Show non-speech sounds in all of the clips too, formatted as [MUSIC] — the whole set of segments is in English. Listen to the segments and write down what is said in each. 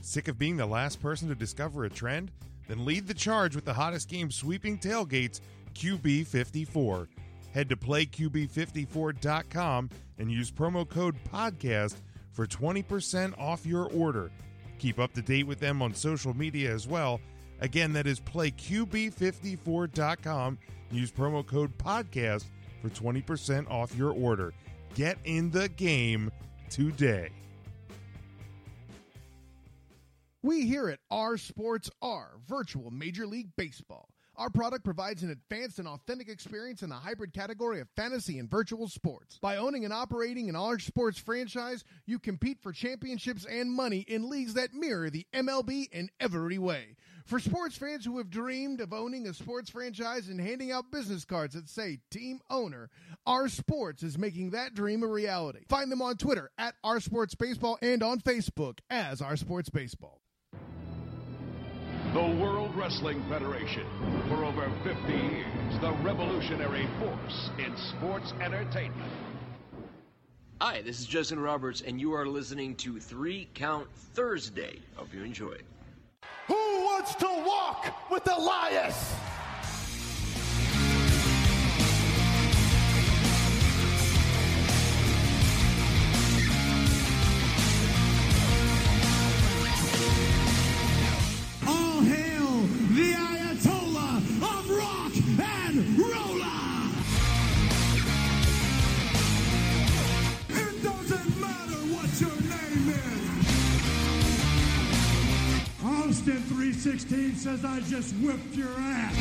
Sick of being the last person to discover a trend? Then lead the charge with the hottest game sweeping tailgates, QB54. Head to playqb54.com and use promo code PODCAST for 20% off your order. Keep up to date with them on social media as well. Again, that is playqb54.com. Use promo code PODCAST for 20% off your order. Get in the game today. We here at R Sports R, virtual Major League Baseball. Our product provides an advanced and authentic experience in the hybrid category of fantasy and virtual sports. By owning and operating an R Sports franchise, you compete for championships and money in leagues that mirror the MLB in every way. For sports fans who have dreamed of owning a sports franchise and handing out business cards that say team owner, R Sports is making that dream a reality. Find them on Twitter at R Sports Baseball and on Facebook as R Sports Baseball. The World Wrestling Federation. For over 50 years, the revolutionary force in sports entertainment. Hi, this is Justin Roberts, and you are listening to Three Count Thursday. Hope you enjoy. Who wants to walk with Elias? All hail the Ayatollah of rock and rolla. It doesn't matter what your name is. Austin 316 says I just whipped your ass.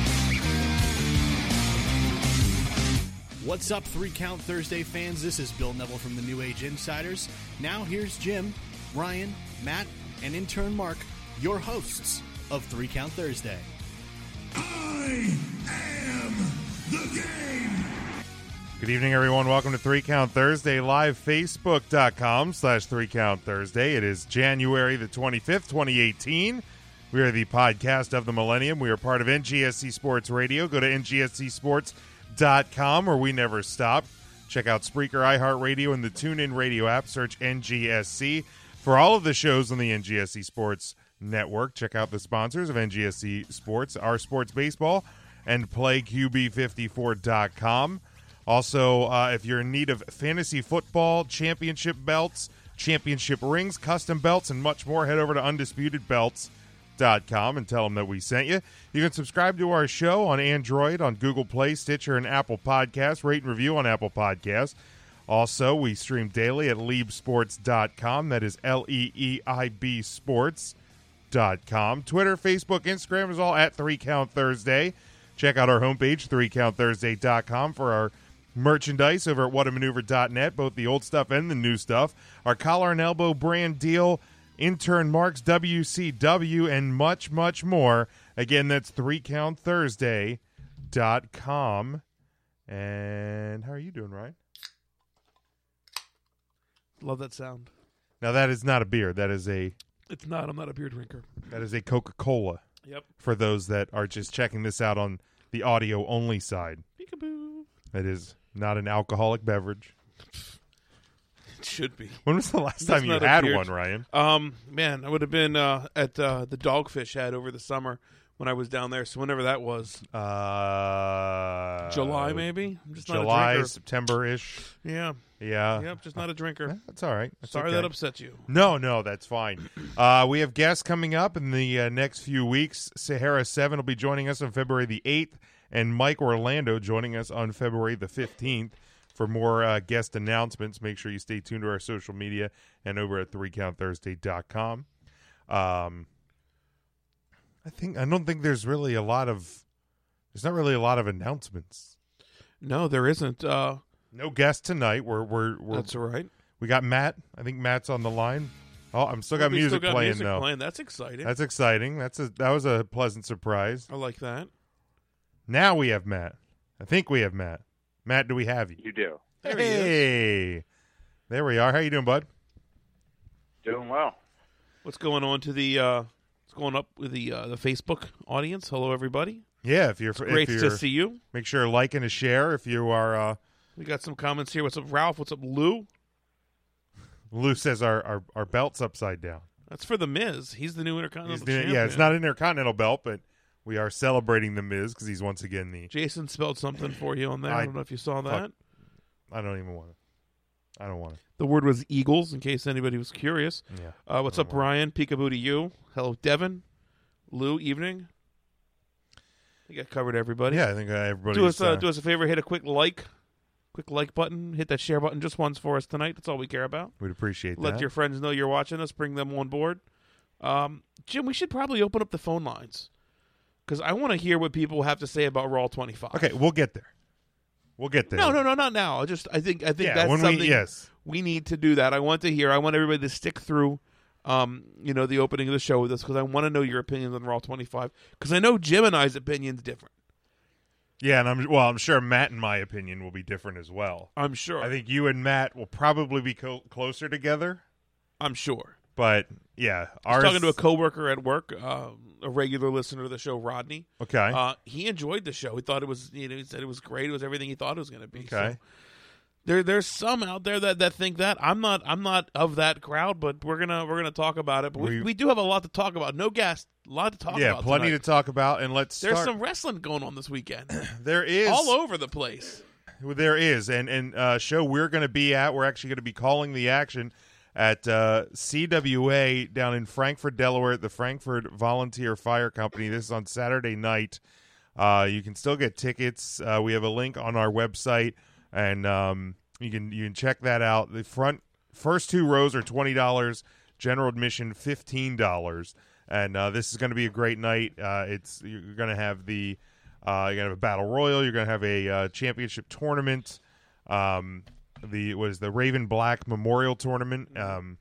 What's up, Three Count Thursday fans? This is Bill Neville from the New Age Insiders. Now, here's Jim, Ryan, Matt, and intern Mark, your hosts of Three Count Thursday. I am the game. Good evening, everyone. Welcome to Three Count Thursday live, facebook.com slash Three Count Thursday. It is January the 25th, 2018. We are the podcast of the millennium. We are part of NGSC Sports Radio. Go to ngscsports.com where we never stop. Check out Spreaker, iHeartRadio, and the TuneIn Radio app. Search NGSC. For all of the shows on the NGSC Sports Network, check out the sponsors of NGSC Sports, our sports baseball, and playqb54.com. Also, uh, if you're in need of fantasy football, championship belts, championship rings, custom belts, and much more, head over to undisputedbelts.com and tell them that we sent you. You can subscribe to our show on Android, on Google Play, Stitcher, and Apple Podcasts. Rate and review on Apple Podcasts. Also, we stream daily at leebsports.com. That is L E E I B sports.com. Twitter, Facebook, Instagram is all at 3 Count Thursday. Check out our homepage, 3countthursday.com, for our merchandise over at whatamaneuver.net, both the old stuff and the new stuff, our collar and elbow brand deal, intern marks WCW, and much, much more. Again, that's 3countthursday.com. And how are you doing, Ryan? Love that sound. Now that is not a beer. That is a It's not. I'm not a beer drinker. that is a Coca Cola. Yep. For those that are just checking this out on the audio only side, Peekaboo. that is not an alcoholic beverage. It should be. When was the last That's time you not a had beer one, dr- Ryan? Um, man, I would have been uh, at uh, the Dogfish Head over the summer when I was down there. So whenever that was, Uh, July maybe. I'm just not a July, drinker. September ish. Yeah. Yeah. Yep. Just not a drinker. That's all right. That's Sorry okay. that upset you. No, no, that's [CLEARS THROAT] fine. Uh, we have guests coming up in the uh, next few weeks. Sahara 7 will be joining us on February the 8th, and Mike Orlando joining us on February the 15th. For more uh, guest announcements, make sure you stay tuned to our social media and over at 3countthursday.com. Um, I think I don't think there's really a lot of there's not really a lot of announcements. No, there isn't. Uh, No guest tonight. We're we're, we're that's all right. we got Matt. I think Matt's on the line. Oh, I'm still got We music still got playing music though. playing. That's exciting. That's exciting. That's a that was a pleasant surprise. I like that. Now we have Matt. I think we have Matt. Matt, do we have you? You do. There he is. hey, there we are. How you doing, bud? Doing well. What's going on to the? Uh, what's going up with the uh, the Facebook audience? Hello, everybody. Yeah, if you're Great if to you're, see you. Make sure to like and to share if you are. Uh, We got some comments here. What's up, Ralph? What's up, Lou? Lou says our, our our belt's upside down. That's for the Miz. He's the new Intercontinental He's doing- champion. yeah, it's not an intercontinental belt, but we are celebrating the Miz because he's once again the. Jason spelled something for you on that. I, I- don't know if you saw that. fuck. I don't even want to. I don't want to. The word was Eagles, in case anybody was curious. Yeah. Uh, what's Oh. up, Ryan? Peekaboo to you. Hello, Devin. Lou, evening. We got covered everybody. Yeah, I think uh, everybody. do us uh, do us a favor. Hit a quick like, quick like button. Hit that share button just once for us tonight. That's all we care about. We'd appreciate Let that. your friends know you're watching us. Bring them on board. Um, Jim, we should probably open up the phone lines because I want to hear what people have to say about Raw 25. okay, we'll get there. We'll get there. No, no, no, not now. I just I think I think Yeah, that's when we- something yes. we need to do that. I want to hear. I want everybody to stick through um, you know, the opening of the show with us because I want to know your opinions on Raw 25 because I know Jim and I's opinions different. Yeah, and I'm well. I'm sure Matt, in my opinion, will be different as well. I'm sure. I think you and Matt will probably be co- closer together, I'm sure. but yeah, I ours. was talking to a coworker at work, uh, a regular listener of the show, Rodney. okay, Uh, he enjoyed the show. He thought it was, you know, he said it was great. It was everything he thought it was going to be. okay. So there, there's some out there that, that think that I'm not, I'm not of that crowd, but we're gonna, we're gonna talk about it. But we, We- we do have a lot to talk about. No guest, a lot to talk yeah, about. plenty tonight. to talk about, and let's There's start. some wrestling going on this weekend, [CLEARS THROAT] there is all over the place. Well, There is, and and uh, show we're going to be at. We're actually going to be calling the action at uh, CWA down in Frankfort, Delaware, at the Frankfort Volunteer Fire Company. This is on Saturday night. Uh, you can still get tickets. Uh, we have a link on our website, and um, you can you can check that out. The front first two rows are twenty dollars. General admission fifteen dollars, and uh, this is going to be a great night. Uh, it's you're going to have the uh, you're gonna have a battle royal. You're gonna have a uh, championship tournament. Um, the was the Raven Black Memorial Tournament. Um,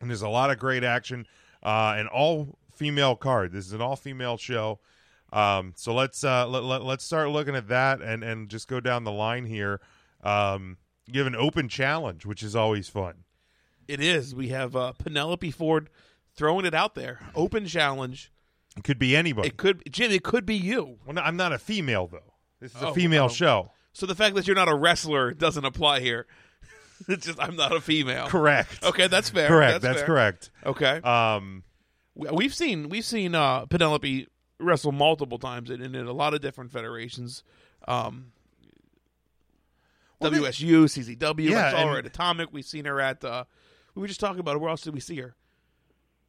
and there's a lot of great action. Uh, an all female card. This is an all female show. Um, so let's uh, let, let, let's start looking at that and and just go down the line here. Um, give an open challenge, which is always fun. It is. We have uh, Penelope Ford throwing it out there, open challenge. It could be anybody. It could, Jim. It could be you. well, no, I'm not a female though. This is Oh, a female oh. show. So the fact that you're not a wrestler doesn't apply here. [LAUGHS] it's just I'm not a female. Correct. Okay, that's fair. Correct. That's fair. correct. Okay, Um, We- we've seen we've seen uh, Penelope wrestle multiple times in, in a lot of different federations. Um, Well, they- WSU, CZW, Yeah, I saw her and- at Atomic. We've seen her at. Uh, we were just talking about it. Where else did we see her?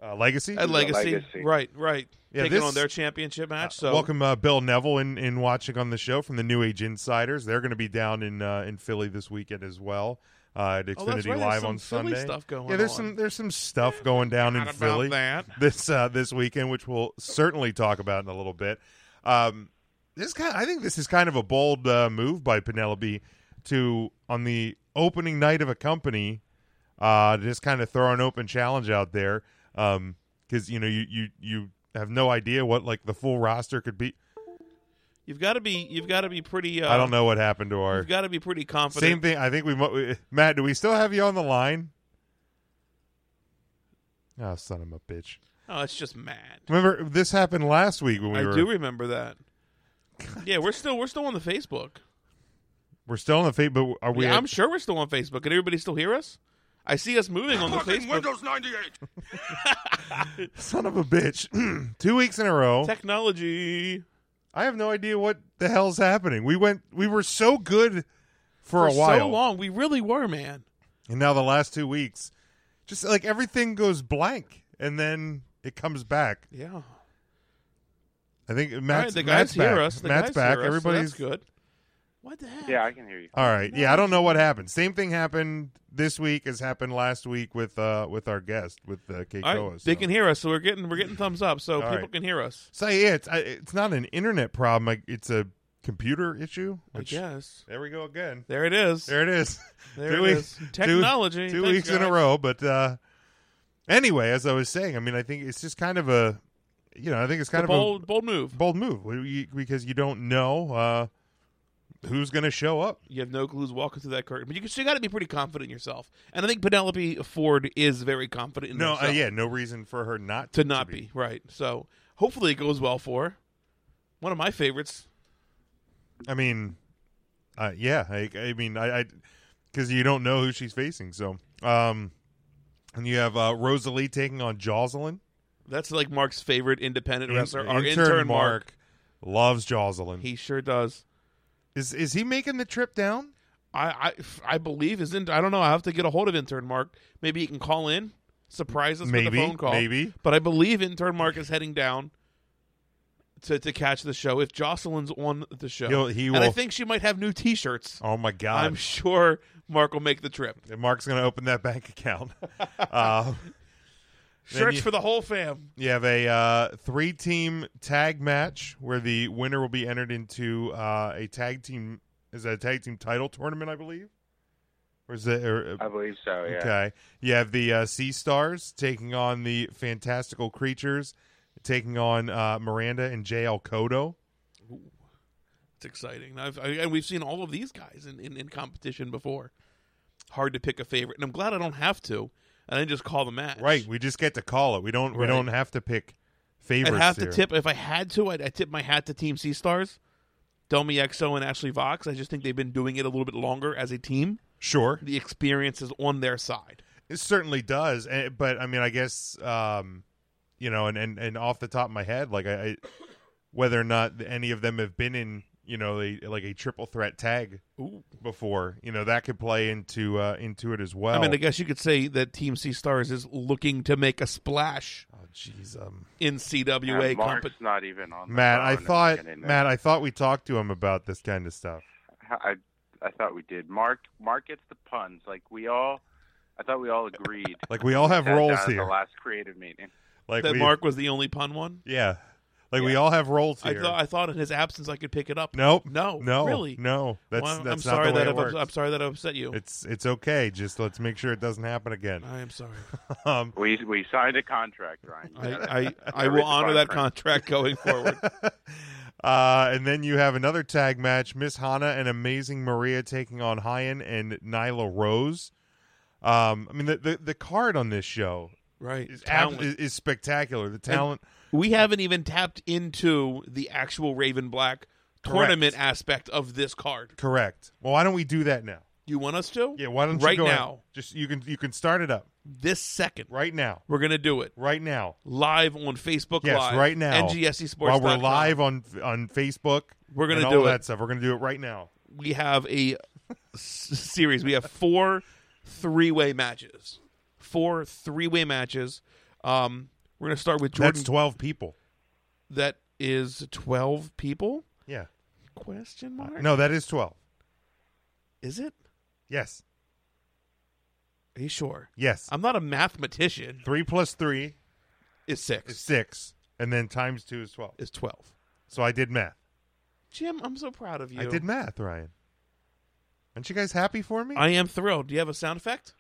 uh, legacy. At Legacy. Legacy. Right, right. Yeah, Taking this- on their championship match. So Welcome, uh, Bill Neville, in, in watching on the show from the New Age Insiders. They're going to be down in uh, in Philly this weekend as well uh, at Oh, that's Xfinity right. There's Live some on Philly Sunday. stuff going yeah, there's on. some there's some stuff going down in about Philly that. this uh, this weekend, which we'll certainly talk about in a little bit. Um, this kind, I think this is kind of a bold uh, move by Penelope to on the opening night of a company, uh, to just kind of throw an open challenge out there because you know you you you have no idea what like the full roster could be. you've got to be you've got to be pretty. Uh, I don't know what happened to our You've got to be pretty confident. same thing. I think we mo- we- Matt. Do we still have you on the line? Oh, son of a bitch! Oh, it's just mad. Remember this happened last week when we I were do remember that. Yeah, we're still we're still on the Facebook. We're still on the fate, but are we? Yeah, I'm sure we're still on Facebook. Can everybody still hear us? I see us moving on the Facebook. Windows 98. son of a bitch. [CLEARS THROAT] Two weeks in a row. Technology I have no idea what the hell's happening. We went. We were so good for, for a while, so long. We really were, man. and now the last two weeks, just like everything goes blank, and then it comes back. Yeah. I think Matt's, All right, the Matt's guys hear back. us. The Matt's guys back. Hear us, so Everybody's that's good. What the heck? Yeah, I can hear you. All right. Yeah, I don't know what happened. Same thing happened this week as happened last week with uh with our guest with uh, Keikoa. All right, they so. can hear us, so we're getting we're getting thumbs up, so All people right. can hear us. So yeah, it's I, it's not an internet problem. Like, It's a computer issue. I Which, guess There we go again. there it is. There it is. [LAUGHS] There Two it weeks- is. two- Technology. Two, Thanks, weeks in guys. a row, but uh, anyway, as I was saying, I mean, I think it's just kind of a, you know, I think it's kind It's a of bold bold move. a bold move We- you- because you don't know uh, who's going to show up. You have no clues walking through that curtain, but you, you got to be pretty confident in yourself. And I think Penelope Ford is very confident in No, herself uh, yeah, no reason for her not to, to not be. right. So hopefully it goes well for her. one of my favorites. I mean, uh, yeah, I, I mean, I, because you don't know who she's facing, so um, And you have uh, Rosalie taking on Jocelyn. That's like Mark's favorite independent wrestler. Our intern Mark loves Jocelyn. He sure does. is is he making the trip down? I, I, I believe is in. I don't know. I have to get a hold of intern Mark. Maybe he can call in, surprise us with Maybe, a phone call. maybe. But I believe intern Mark is heading down to to catch the show. If Jocelyn's on the show, He'll- he and I will- think she might have new T-shirts. Oh my god! I'm sure Mark will make the trip. And Mark's going to open that bank [LAUGHS] account. uh, Shirts you- for the whole fam. you have a uh, three team tag match where the winner will be entered into uh, a tag team. Is that a tag team title tournament? I believe. Or is it? Or, I believe so. Yeah. Okay. You have the uh, Sea Stars taking on the Fantastical Creatures, taking on uh, Miranda and JL Cotto. It's exciting. I've, I, and we've seen all of these guys in, in, in competition before. Hard to pick a favorite, and I'm glad I don't have to. And I just call the match. Right. We just get to call it. We don't. We Right. don't have to pick favorites. I'd have here. to tip if I had to. I'd, I'd tip my hat to Team Sea Stars, Domi XO and Ashley Vox. I just think they've been doing it a little bit longer as a team. Sure. The experience is on their side. It certainly does, eh, but I mean, I guess um, you know, and, and and off the top of my head, like I, I whether or not any of them have been in, you know, a, like a triple threat tag before, you know, that could play into uh, into it as well. I mean, I guess you could say that Team Sea Stars is looking to make a splash oh, jeez, um, in CWA. And Mark's comp- not even on. The Matt, phone I if thought you didn't know. Matt, I thought we talked to him about this kind of stuff. I I thought we did. Mark Mark gets the puns. Like we all, I thought we all agreed. Like we all have that down roles at here. The last creative meeting. Like that we, Mark was the only pun one. yeah, like we all have roles I here. thought I thought in his absence I could pick it up. nope, no, no, really, no. That's Well, I'm- that's I'm not sorry the way that it I've- works. I'm sorry that I upset you. It's it's okay. Just let's make sure it doesn't happen again. I [LAUGHS] am sorry. Um, We we signed a contract, Ryan. I, I, I There is will a honor that contract contract. [LAUGHS] going forward. uh, and then you have another tag match: Miss Hana and Amazing Maria taking on Hyan and Nyla Rose. Um, I mean, the, the the card on this show right. is, ab- Talent. is, is spectacular. The talent, We haven't even tapped into the actual Raven Black tournament aspect of this card. correct. Well, why don't we do that now? You want us to? Yeah, why don't right you go ahead. now, Just you can you can start it up this second, right now, we're gonna do it right now. live on Facebook Yes, Live, right now. NGSE E While Sports. we're live on on Facebook, We're gonna and all do that it. stuff. We're gonna do it right now. we have a s- series. We have four three-way matches. Four three-way matches. Um, we're gonna start with Jordan. That's twelve people. that is twelve people? Yeah, Question mark? Uh, no, that is twelve. is it? Yes, Are you sure? yes. I'm not a mathematician. three plus three It's six. is six, and then times two is twelve. is 12. So I did math. Jim, I'm so proud of you. I did math, Ryan. Aren't you guys happy for me? I am thrilled. Do you have a sound effect?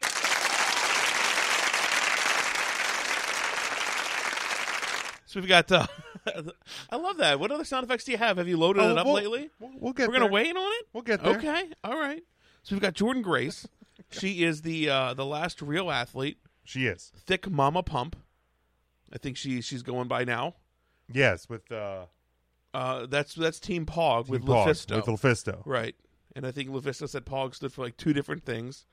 So we've got. Uh, [LAUGHS] I love that. What other sound effects do you have? Have you loaded Oh, it up we'll- lately? We'll, we'll get. We're gonna there. wait on it. We'll get there. Oh Okay. All right. So we've got [LAUGHS] Jordan Grace. she is the uh, the last real athlete. She is. Thick Mama Pump. I think she she's going by now. Yes, with uh, Uh, that's that's Team Pog with Team Pog, Lufisto. With Lefisto. right. And I think Lufisto said Pog stood for like two different things.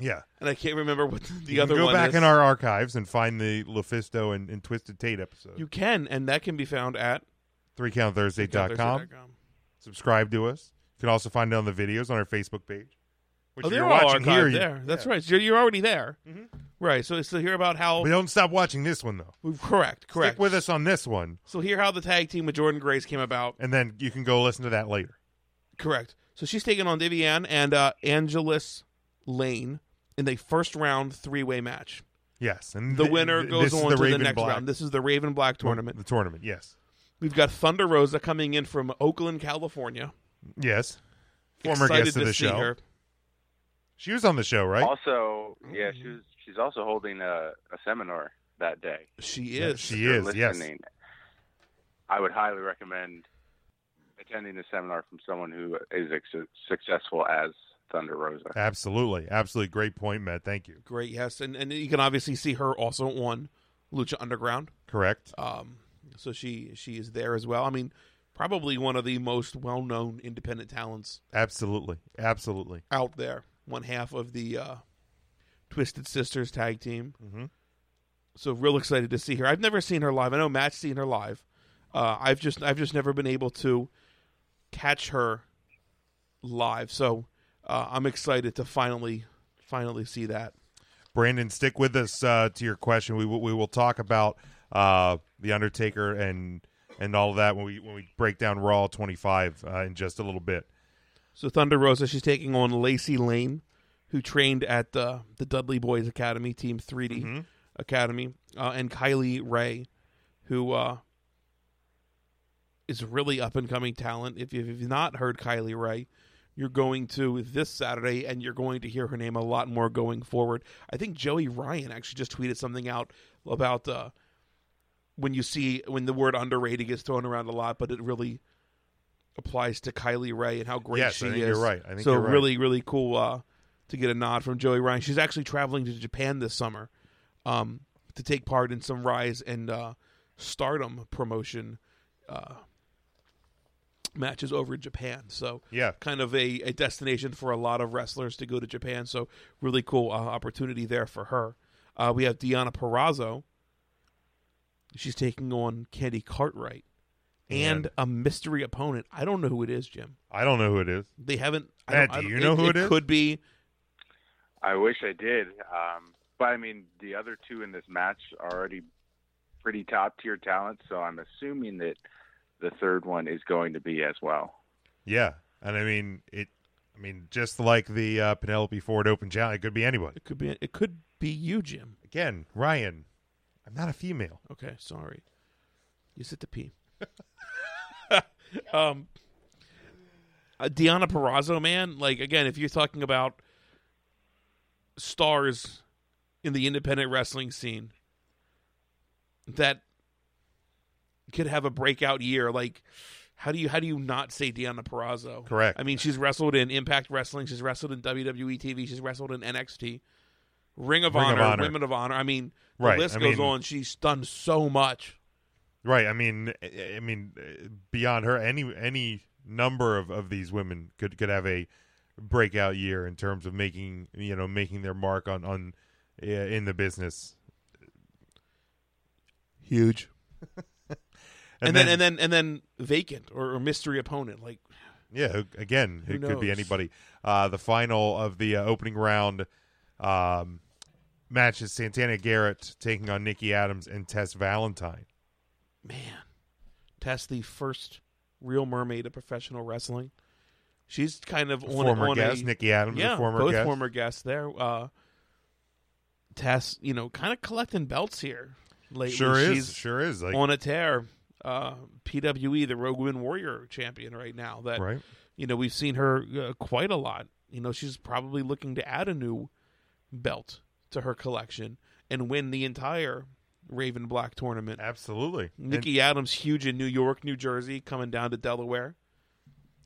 Yeah. and I can't remember what [LAUGHS] the you other can go one back is. in our archives and find the Lefisto and, and Twisted Tate episode. you can, and that can be found at ThreeCountThursday.com. Subscribe to us. You can also find it on the videos on our Facebook page. Which Oh, if they're you're all watching here. archived you- there. That's yeah. Mm-hmm. right. So You're, you're already there, right? So, so hear about how We don't stop watching this one though. correct, correct. Stick with us on this one, So hear how the tag team with Jordan Grace came about. and then you can go listen to that later. Correct. So she's taking on Vivian and uh, Angelus Lane in the first round three way match. Yes, and The th- winner th- goes this is on the to Raven the next Black round. This is the Raven Black tournament. The tournament, yes, We've got Thunder Rosa coming in from Oakland, California. yes. Former Excited guest to of the see show. her. She was on the show, right? Also, yeah, she was, she's also holding a, a seminar that day. She Yeah, is. she If you're is. Yes, listening, I would highly recommend attending a seminar from someone who is ex- successful as Thunder Rosa. absolutely, absolutely. Great point, Matt. Thank you. great yes and and you can obviously see her also on lucha underground Correct. um so she she is there as well i mean probably one of the most well-known independent talents Absolutely, absolutely. out there one half of the uh Twisted Sisters tag team. Mhm. So real excited to see her. I've never seen her live. I know Matt's seen her live. Uh, I've just I've just never been able to catch her live. So uh, I'm excited to finally finally see that. Brandon, stick with us uh, to your question. We will- we will talk about uh, the Undertaker and and all that when we when we break down Raw 25 uh, in just a little bit. So Thunder Rosa, she's taking on Lacey Lane, who trained at the the Dudley Boys Academy Team 3D Academy, uh, and Kylie Ray, who uh, is really up and coming talent. If you've, if you've not heard Kylie Ray, you're going to this Saturday, and you're going to hear her name a lot more going forward. I think Joey Ryan actually just tweeted something out about uh, when you see when the word underrated gets thrown around a lot, but it really applies to Kylie Ray and how great Yes, she I think is. you're right. I think so you're right. really, really cool uh, to get a nod from Joey Ryan. She's actually traveling to Japan this summer um, to take part in some Rise and uh, Stardom promotion uh, matches over in Japan. So Yeah. kind of a, a destination for a lot of wrestlers to go to Japan. So really cool uh, opportunity there for her. Uh, we have Deanna Perrazzo. She's taking on Candy Cartwright and And- a mystery opponent. I don't know who it is, Jim. I don't know who it is. They haven't. I Matt, don't- I do don't- you know who it it is? Could be. I wish I did. Um, but I mean, the other two in this match are already pretty top tier talent, so I'm assuming that the third one is going to be as well. Yeah, and I mean it. I mean, just like the uh, Penelope Ford Open Challenge, it could be anyone. It could be. It could be you, Jim. Again, Ryan, I'm not a female. Okay, sorry. You sit to pee. um, uh, Deanna Perrazzo, man. Like again, if you're talking about stars in the independent wrestling scene that could have a breakout year, like how do you how do you not say Deanna Perrazzo? Correct. I mean, she's wrestled in Impact Wrestling. She's wrestled in WWE TV. She's wrestled in NXT. Ring of, Ring of Honor, Honor. Women of Honor. I mean, the Right, list I goes mean- on. She's done so much. Right. I mean, I I mean, uh, beyond her, any any number of, of these women could could have a breakout year in terms of making you know making their mark on on uh, in the business. [LAUGHS] Huge. And, then, and then and then vacant or, or mystery opponent. Like yeah, who- again, Who it could be knows? anybody. Uh, the final of the uh, opening round um, match is Santana Garrett taking on Nikki Adams and Tess Valentine. man, Tess, the first real mermaid of professional wrestling. She's kind of on, former on guest a, Nikki Adams, yeah, a former both guest. former guests there. Uh, Tess, you know, kind of collecting belts here lately. sure She's is, sure is. Like on a tear. Uh, PWE, the Rogue Win Warrior champion right now. That right. you know we've seen her uh, quite a lot you know she's probably looking to add a new belt to her collection and win the entire raven black tournament Absolutely. And nikki adams huge in new york new jersey coming down to delaware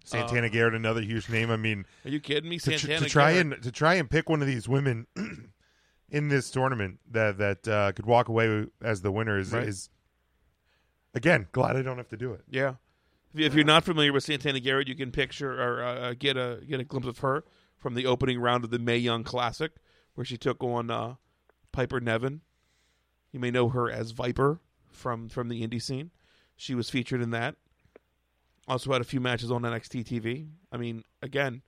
Santana Garrett, another huge name. I mean, are you kidding me to, tr- uh, santana to try Garrett. and to try and pick one of these women [CLEARS THROAT] in this tournament that that uh, could walk away as the winner is, Right. is again glad I don't have to do it. yeah if, you- if you're not familiar with santana garrett you can picture or uh, get a get a glimpse of her from the opening round of the may young classic where she took on uh, piper nevin you may know her as viper from from the indie scene She was featured in that. Also had a few matches on NXT TV. I mean, again,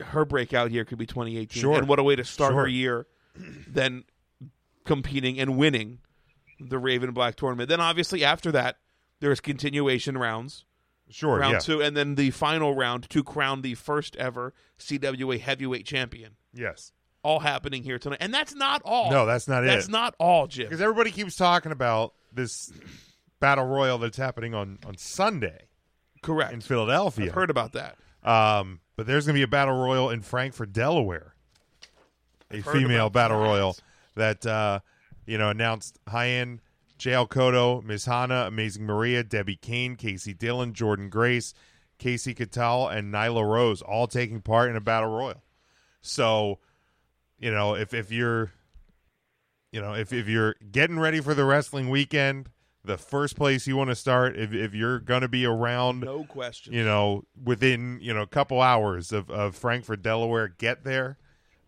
her breakout year could be 2018. Sure. And what a way to start Sure. her year than competing and winning the Raven Black tournament. Then obviously after that, there's continuation rounds, Sure, round yeah, two, and then the final round to crown the first ever CWA heavyweight champion. yes, All happening here tonight. And that's not all. No, that's not That's it. not all, Jim. because everybody keeps talking about this battle royal that's happening on on Sunday Correct. in Philadelphia. I've heard about that. um, but there's going to be a battle royal in Frankfort, Delaware, a heard female about battle that. royal that uh, you know announced Hyen, JL Cotto, Ms. Hana, Amazing Maria, Debbie Kane, Casey Dillon, Jordan Grace, Casey Catal, and Nyla Rose all taking part in a battle royal. So, you know, if if you're you know, if if you're getting ready for the wrestling weekend, the first place you want to start, if if you're gonna be around No question. you know, within you know a couple hours of, of Frankfort, Delaware, get there.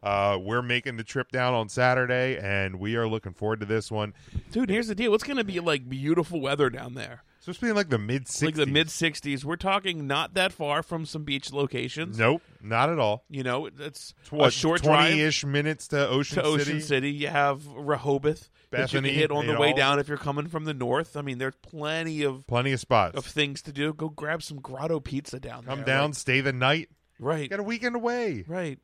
Uh, we're making the trip down on Saturday, and we are looking forward to this one. Dude, here's the deal. It's going to be like beautiful weather down there. It's supposed to be in like the mid 60s. Like the mid 60s. We're talking not that far from some beach locations. Nope, not at all. You know, it's It's What, a short drive. ish minutes to Ocean to Ocean City. City. You have Rehoboth that Bethany, you can hit on you the know, way all down if you're coming from the north. I mean, there's plenty of Plenty of spots. of things to do. Go grab some Grotto Pizza down Come there. down, stay the night. Like, Got right, a weekend away. right.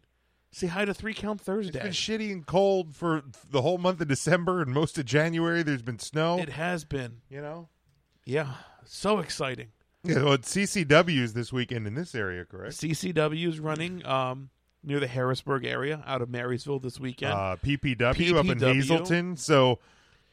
Say hi to Three Count It's Thursday. been shitty and cold for the whole month of December and most of January. There's been snow. It has been. you know. [LAUGHS] Yeah, so exciting. Yeah, well, it's CCW's this weekend in this area, correct? CCW is running um, near the Harrisburg area out of Marysville this weekend. Uh, PPW, up in PPW. Hazleton. So,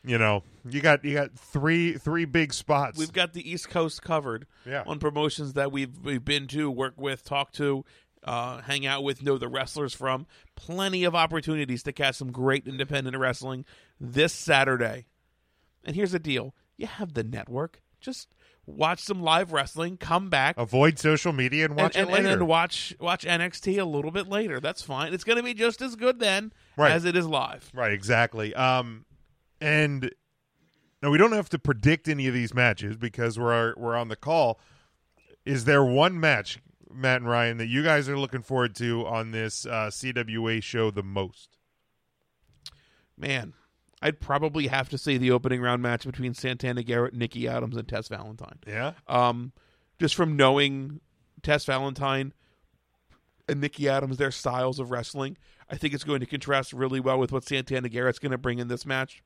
you know, you got you got three three big spots. we've got the East Coast covered Yeah. on promotions that we've we've been to, work with, talk to, uh, hang out with, know the wrestlers from. Plenty of opportunities to catch some great independent wrestling this Saturday. And here's the deal: you have the network. Just watch some live wrestling. Come back. Avoid social media and watch and, it and, later. and then watch watch NXT a little bit later. That's fine. It's going to be just as good then Right. as it is live. Right, exactly. Um, and now we don't have to predict any of these matches because we're we're on the call. Is there one match, Matt and Ryan, that you guys are looking forward to on this uh, CWA show the most? Man, I'd probably have to say the opening round match between Santana Garrett, Nikki Adams, and Tess Valentine. Yeah, Um, just from knowing Tess Valentine and Nikki Adams, their styles of wrestling, I think it's going to contrast really well with what Santana Garrett's going to bring in this match.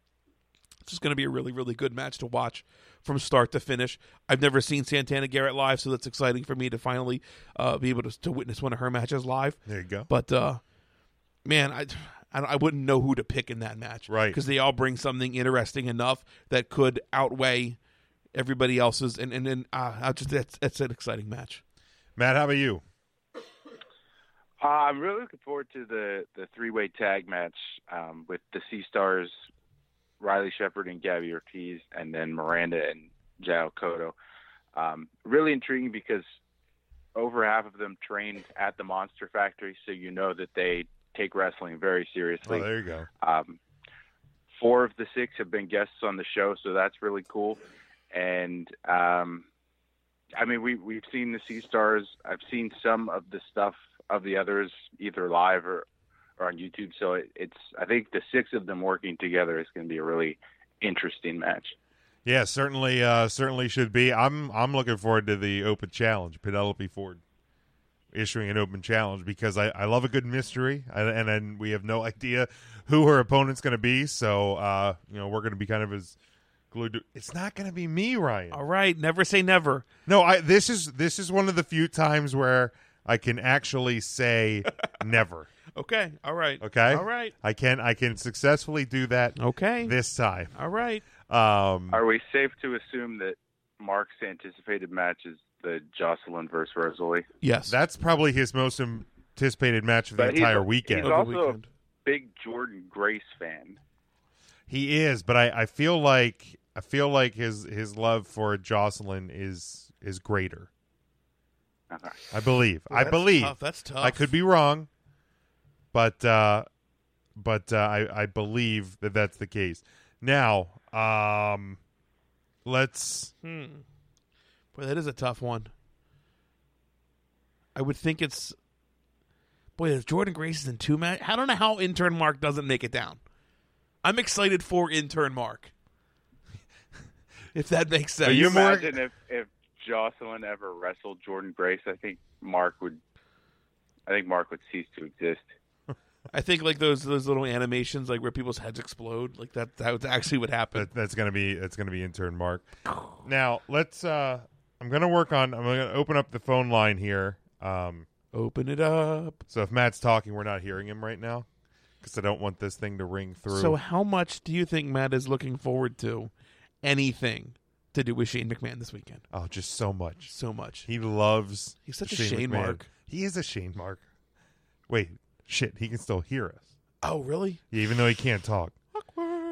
It's just going to be a really, really good match to watch from start to finish. I've never seen Santana Garrett live, so that's exciting for me to finally uh, be able to, to witness one of her matches live. there you go. But uh, man, I, I don't- I wouldn't know who to pick in that match, Right. Because they all bring something interesting enough that could outweigh everybody else's, and and then uh, I just that's that's an exciting match. Matt, how about you? Uh, I'm really looking forward to the, the three way tag match um, with the Sea Stars, Riley Shepard and Gabby Ortiz, and then Miranda and Jao Cotto. Um, really intriguing because over half of them trained at the Monster Factory, so you know that they take wrestling very Oh, seriously. there you go. Um, four of the six have been guests on the show, so that's really cool. And um, I mean, we we've seen the Sea Stars. I've seen some of the stuff of the others, either live or or on YouTube. So it, it's I think the six of them working together is going to be a really interesting match. Yeah, certainly, uh, certainly should be. I'm I'm looking forward to the open challenge. Penelope Ford issuing an open challenge because I, I love a good mystery, and, and and we have no [LAUGHS] idea who her opponent's going to be. So uh, you know we're going to be kind of as glued. To, it's not going to be me, Ryan. All right, never say never. No, I this is this is one of the few times where I can actually [LAUGHS] say never. Okay, all right, Okay, all right, I can I can successfully do that okay, this time. all right. Um, Are we safe to assume that Mark's anticipated match is the Jocelyn versus Rosalie? Yes, That's probably his most anticipated match of the But he's- entire weekend. he's over also the a weekend. Big Jordan Grace fan. [LAUGHS] He is, but I, I feel like I feel like his his love for Jocelyn is is greater. Okay. I believe. I That's believe. tough, that's tough. I could be wrong, but uh, but uh, I I believe that that's the case. Now, um, let's Hmm. Boy, that is a tough one. I would think it's. Boy, if Jordan Grace is in two match, I don't know how intern Mark doesn't make it down. I'm excited for intern Mark. [LAUGHS] if that makes sense. Are you more- Imagine if, if Jocelyn ever wrestled Jordan Grace, I think Mark would I think Mark would cease to exist. I think like those those little animations like where people's heads explode, like that that was actually what happened. That, that's gonna be that's gonna be intern Mark. Now let's. Uh, I'm gonna work on. I'm gonna open up the phone line here. Um, Open it up. so if Matt's talking, we're not hearing him right now because I don't want this thing to ring through. So how much do you think Matt is looking forward to anything to do with Shane McMahon this weekend? Oh, just so much. So much. He loves. He's such a Shane McMahon. Mark. He is a Shane Mark. Wait, shit. He can still hear us, Oh, really? Yeah, even though he can't talk.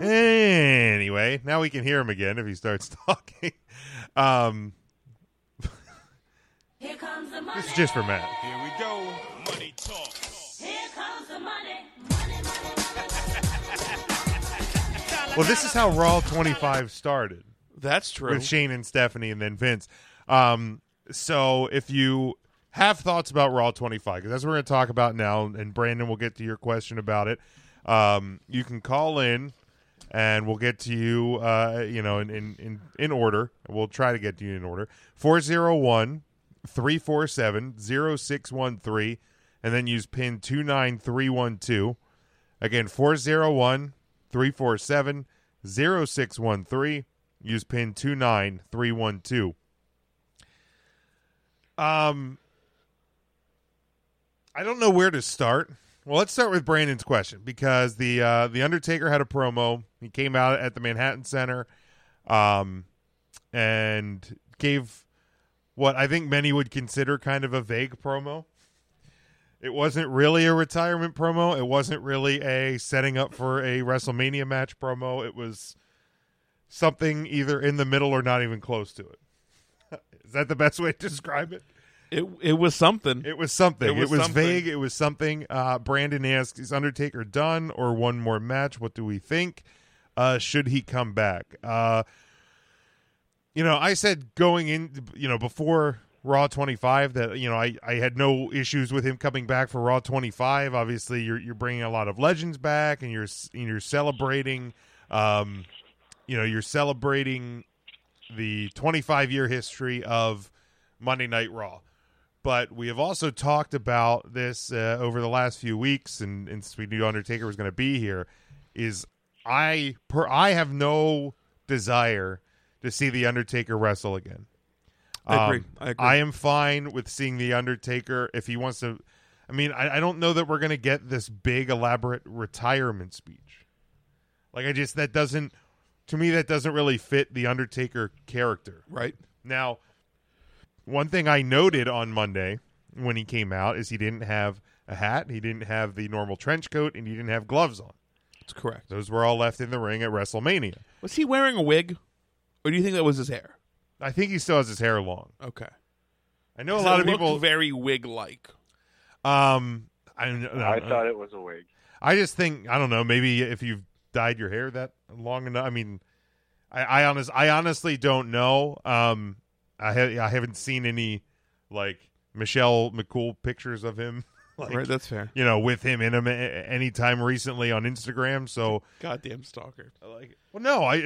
Anyway, now we can hear him again if he starts [LAUGHS] talking. Um, Here comes the money. this is just for Matt. Here comes the money. Well, this is how Raw 25 started That's true. with Shane and Stephanie and then Vince. Um, so if you have thoughts about Raw 25, because that's what we're going to talk about now, and Brandon will get to your question about it. Um, you can call in and we'll get to you, uh, you know, in, in, in, in order. We'll try to get to you in order. 401 347 0613, and then use pin 29312. Again, 401 347 0613. Use pin 29312. Um, I don't know where to start. Well, let's start with Brandon's question because the uh, the Undertaker had a promo. He came out at the Manhattan Center, um, and gave what I think many would consider kind of a vague promo. It wasn't really a retirement promo. It wasn't really a setting up for a WrestleMania match promo. It was something either in the middle or not even close to it. [LAUGHS] Is that the best way to describe it? it it was something. It was something. It It was, was something. vague. It was something. Uh, Brandon asks, "Is Undertaker done or one more match? What do we think? Uh, should he come back?" Uh, you know, I said going in, you know, before Raw 25 that you know I I had no issues with him coming back for Raw 25. Obviously, you're you're bringing a lot of legends back, and you're s- and you're celebrating, um, you know, you're celebrating the 25 year history of Monday Night Raw but we have also talked about this uh, over the last few weeks, and, and since we knew Undertaker was going to be here, is I per I have no desire to see the Undertaker wrestle again. I agree. Um, I agree. am fine with seeing the Undertaker if he wants to. I mean, I, I don't know that we're going to get this big elaborate retirement speech. Like I just that doesn't to me that doesn't really fit the Undertaker character. right. Now, one thing I noted on Monday when he came out is he didn't have a hat, he didn't have the normal trench coat, and he didn't have gloves on. That's correct. Those were all left in the ring at WrestleMania. Was he wearing a wig, or do you think that was his hair? I think he still has his hair long. Okay. I know a lot of people. very wig like. um, I, don't know. I thought it was a wig. I just think I don't know. Maybe if you've dyed your hair that long enough. I mean, I, I honest, I honestly don't know. Um, I ha- I haven't seen any like Michelle McCool pictures of him. like, right. That's fair. you know, with him in him anytime recently on Instagram. So, Goddamn stalker. well, no, I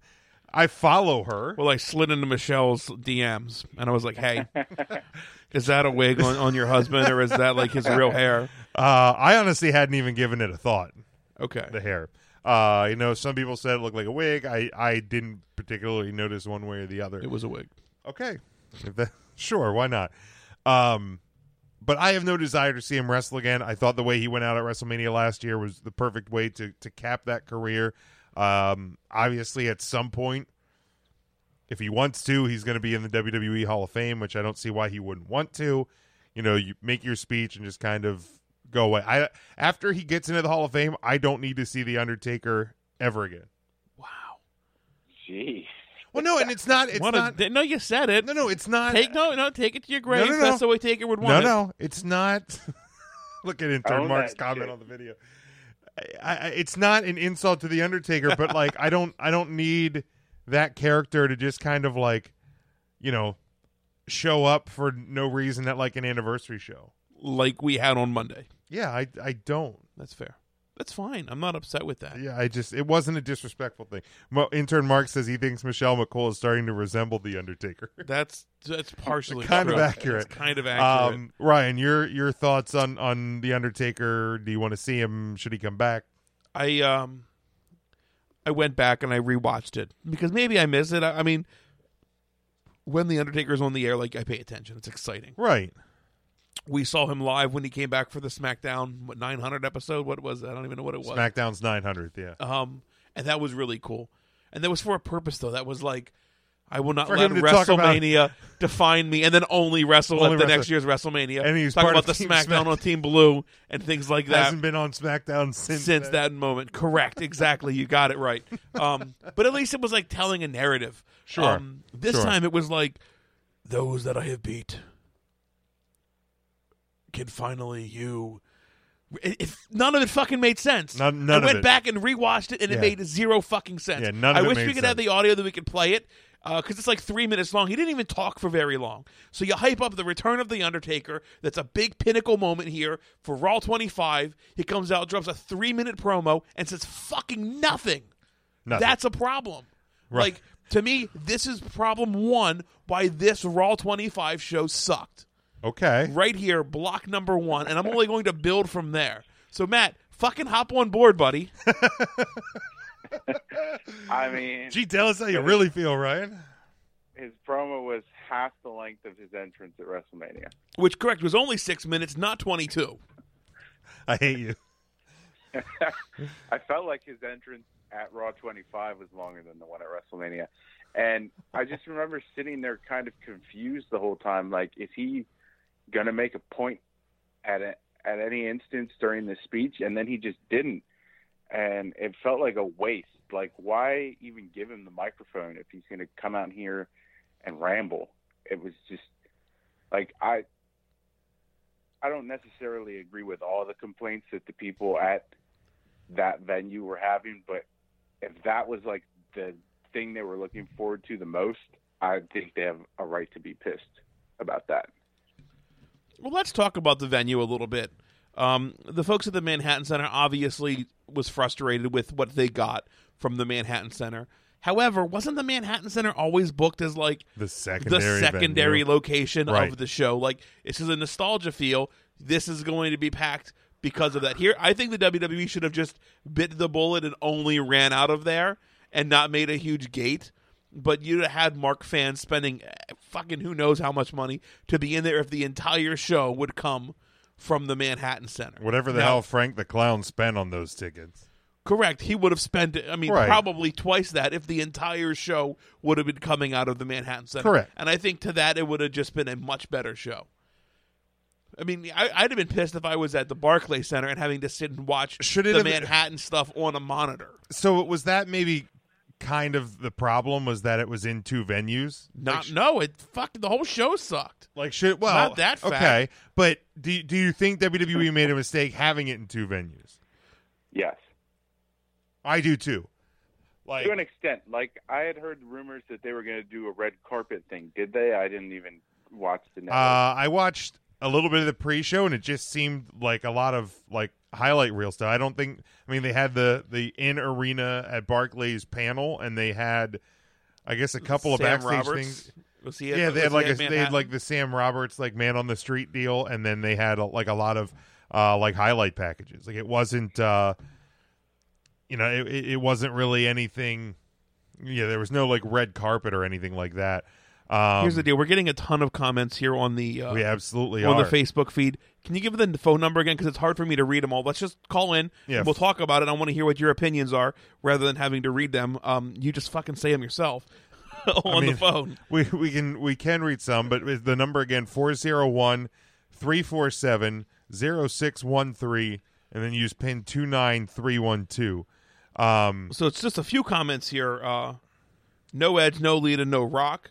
[LAUGHS] I follow her. Well, I slid into Michelle's DMs and I was like, "Hey, is that a wig on, on your husband, or is that like his real hair?" Uh, I honestly hadn't even given it a thought. Okay. The hair, uh, you know, some people said it looked like a wig. I I didn't particularly notice one way or the other. It was a wig. okay, If that- [LAUGHS] sure, why not? Um, but I have no desire to see him wrestle again. I thought the way he went out at WrestleMania last year was the perfect way to to cap that career. Um, obviously, at some point, if he wants to, he's going to be in the WWE Hall of Fame, which I don't see why he wouldn't want to. You know, you make your speech and just kind of go away. I after he gets into the Hall of Fame, I don't need to see the Undertaker ever again. Gee. Well, no, and it's not. It's What a- not. no, you said it. no, no, it's not. Take no, no, take it to your grave. no, no. That's the way Taker would No, want it. no, it's not. [LAUGHS] Look at intern Own Mark's that comment shit. on the video. I, I, it's not an insult to the Undertaker, but like I don't, I don't need that character to just kind of like, you know, show up for no reason at like an anniversary show. Like we had on Monday. Yeah, I, I don't. That's fair. That's fine. I'm not upset with that. Yeah, I just, it wasn't a disrespectful thing. Mo, intern Mark says he thinks Michelle McCool is starting to resemble the Undertaker. That's that's partially Kind of true. accurate. It's kind of accurate. Um, Ryan, your your thoughts on on the Undertaker? Do you want to see him? Should he come back? I um I went back and I rewatched it because maybe I missed it. I, I mean, when the Undertaker's on the air, like I pay attention. It's exciting. Right. We saw him live when he came back for the SmackDown what, 900 episode. What was that? I don't even know what it was. SmackDown's 900th, yeah. um, and that was really cool. And that was for a purpose though. That was like. I will not For let him to talk about- WrestleMania define me, and then only wrestle Only at the wrestle. next year's WrestleMania. And he's talk part about of the Team SmackDown Smack- on Team Blue and things like that. Hasn't been on SmackDown since, since, that moment. Correct. Exactly. You got it right. Um, but at least it was like telling a narrative. Sure. Um, this Sure. time it was like those that I have beat can finally you It, it- none of it fucking made sense. None- none I of went it. back and rewatched it, and Yeah. it made zero fucking sense. Yeah, none of I it wish made we could have sense. the audio that we could play it because it's like three minutes long. He didn't even talk for very long. So you hype up the return of the Undertaker. That's a big pinnacle moment here for Raw 25. He comes out, drops a three minute promo, and says fucking nothing. Nothing. That's a problem. Right. Like to me, this is problem one why this Raw 25 show sucked Okay. right here, block number one, and I'm only going to build from there. So Matt, fucking hop on board, buddy. I mean, Gee, tell us how you really feel, Ryan. his promo was half the length of his entrance at WrestleMania. Which correct was only six minutes, not twenty two. I hate you. I felt like his entrance at Raw 25 was longer than the one at WrestleMania. And I just remember sitting there kind of confused the whole time. Like, is he going to make a point at, a, at any instance during the speech? And then he just didn't. And it felt like a waste. Like, why even give him the microphone if he's going to come out here and ramble? It was just like, I. I don't necessarily agree with all the complaints that the people at that venue were having, but if that was like the thing they were looking forward to the most, I think they have a right to be pissed about that. Well, let's talk about the venue a little bit. Um, the folks at the Manhattan Center obviously was frustrated with what they got from the Manhattan Center. However, wasn't the Manhattan Center always booked as like The secondary the secondary venue. location Right. of the show? Like this is a nostalgia feel. This is going to be packed because of that. Here, I think the WWE should have just bit the bullet and only ran out of there and not made a huge gate. But you had Mark fans spending eh, fucking who knows how much money to be in there if the entire show would come from the Manhattan Center. Whatever the Now- hell Frank the Clown spent on those tickets. Correct. He would have spent, I mean, Right. probably twice that if the entire show would have been coming out of the Manhattan Center. Correct. And I think to that, it would have just been a much better show. I mean, I, I'd have been pissed if I was at the Barclay Center and having to sit and watch Should it the have- Manhattan stuff on a monitor. So was that maybe kind of the problem was that it was in two venues? Not, no, it fucking, the whole show sucked. Like should well Not that fact. okay, but do do you think WWE made a mistake having it in two venues? Yes. I do too. Like To an extent, like I had heard rumors that they were going to do a red carpet thing. Did they? I didn't even watch the uh, network. I watched a little bit of the pre-show and it just seemed like a lot of like highlight reel stuff. I don't think I mean they had the the in arena at Barclays panel and they had I guess a couple of Sam backstage Roberts. things. Was he at, Yeah, they had was like he a, at they had Manhattan? like the Sam Roberts like man on the street deal, and then they had a, like a lot of uh, like highlight packages. Like it wasn't, uh, you know, it, it it wasn't really anything. Yeah, there was no like red carpet or anything like that. Um, Here's the deal. We're getting a ton of comments here on the uh, We absolutely on are. the Facebook feed. Can you give them the phone number again? Because it's hard for me to read them all. Let's just call in. Yeah. and We'll talk about it. I want to hear what your opinions are rather than having to read them. Um, you just fucking say them yourself [LAUGHS] on I mean, the phone. We we can we can read some, but with the number again 401-347-0613 and then use pin two nine three one two. Um, So it's just a few comments here. Uh, no edge, no lead, and no rock.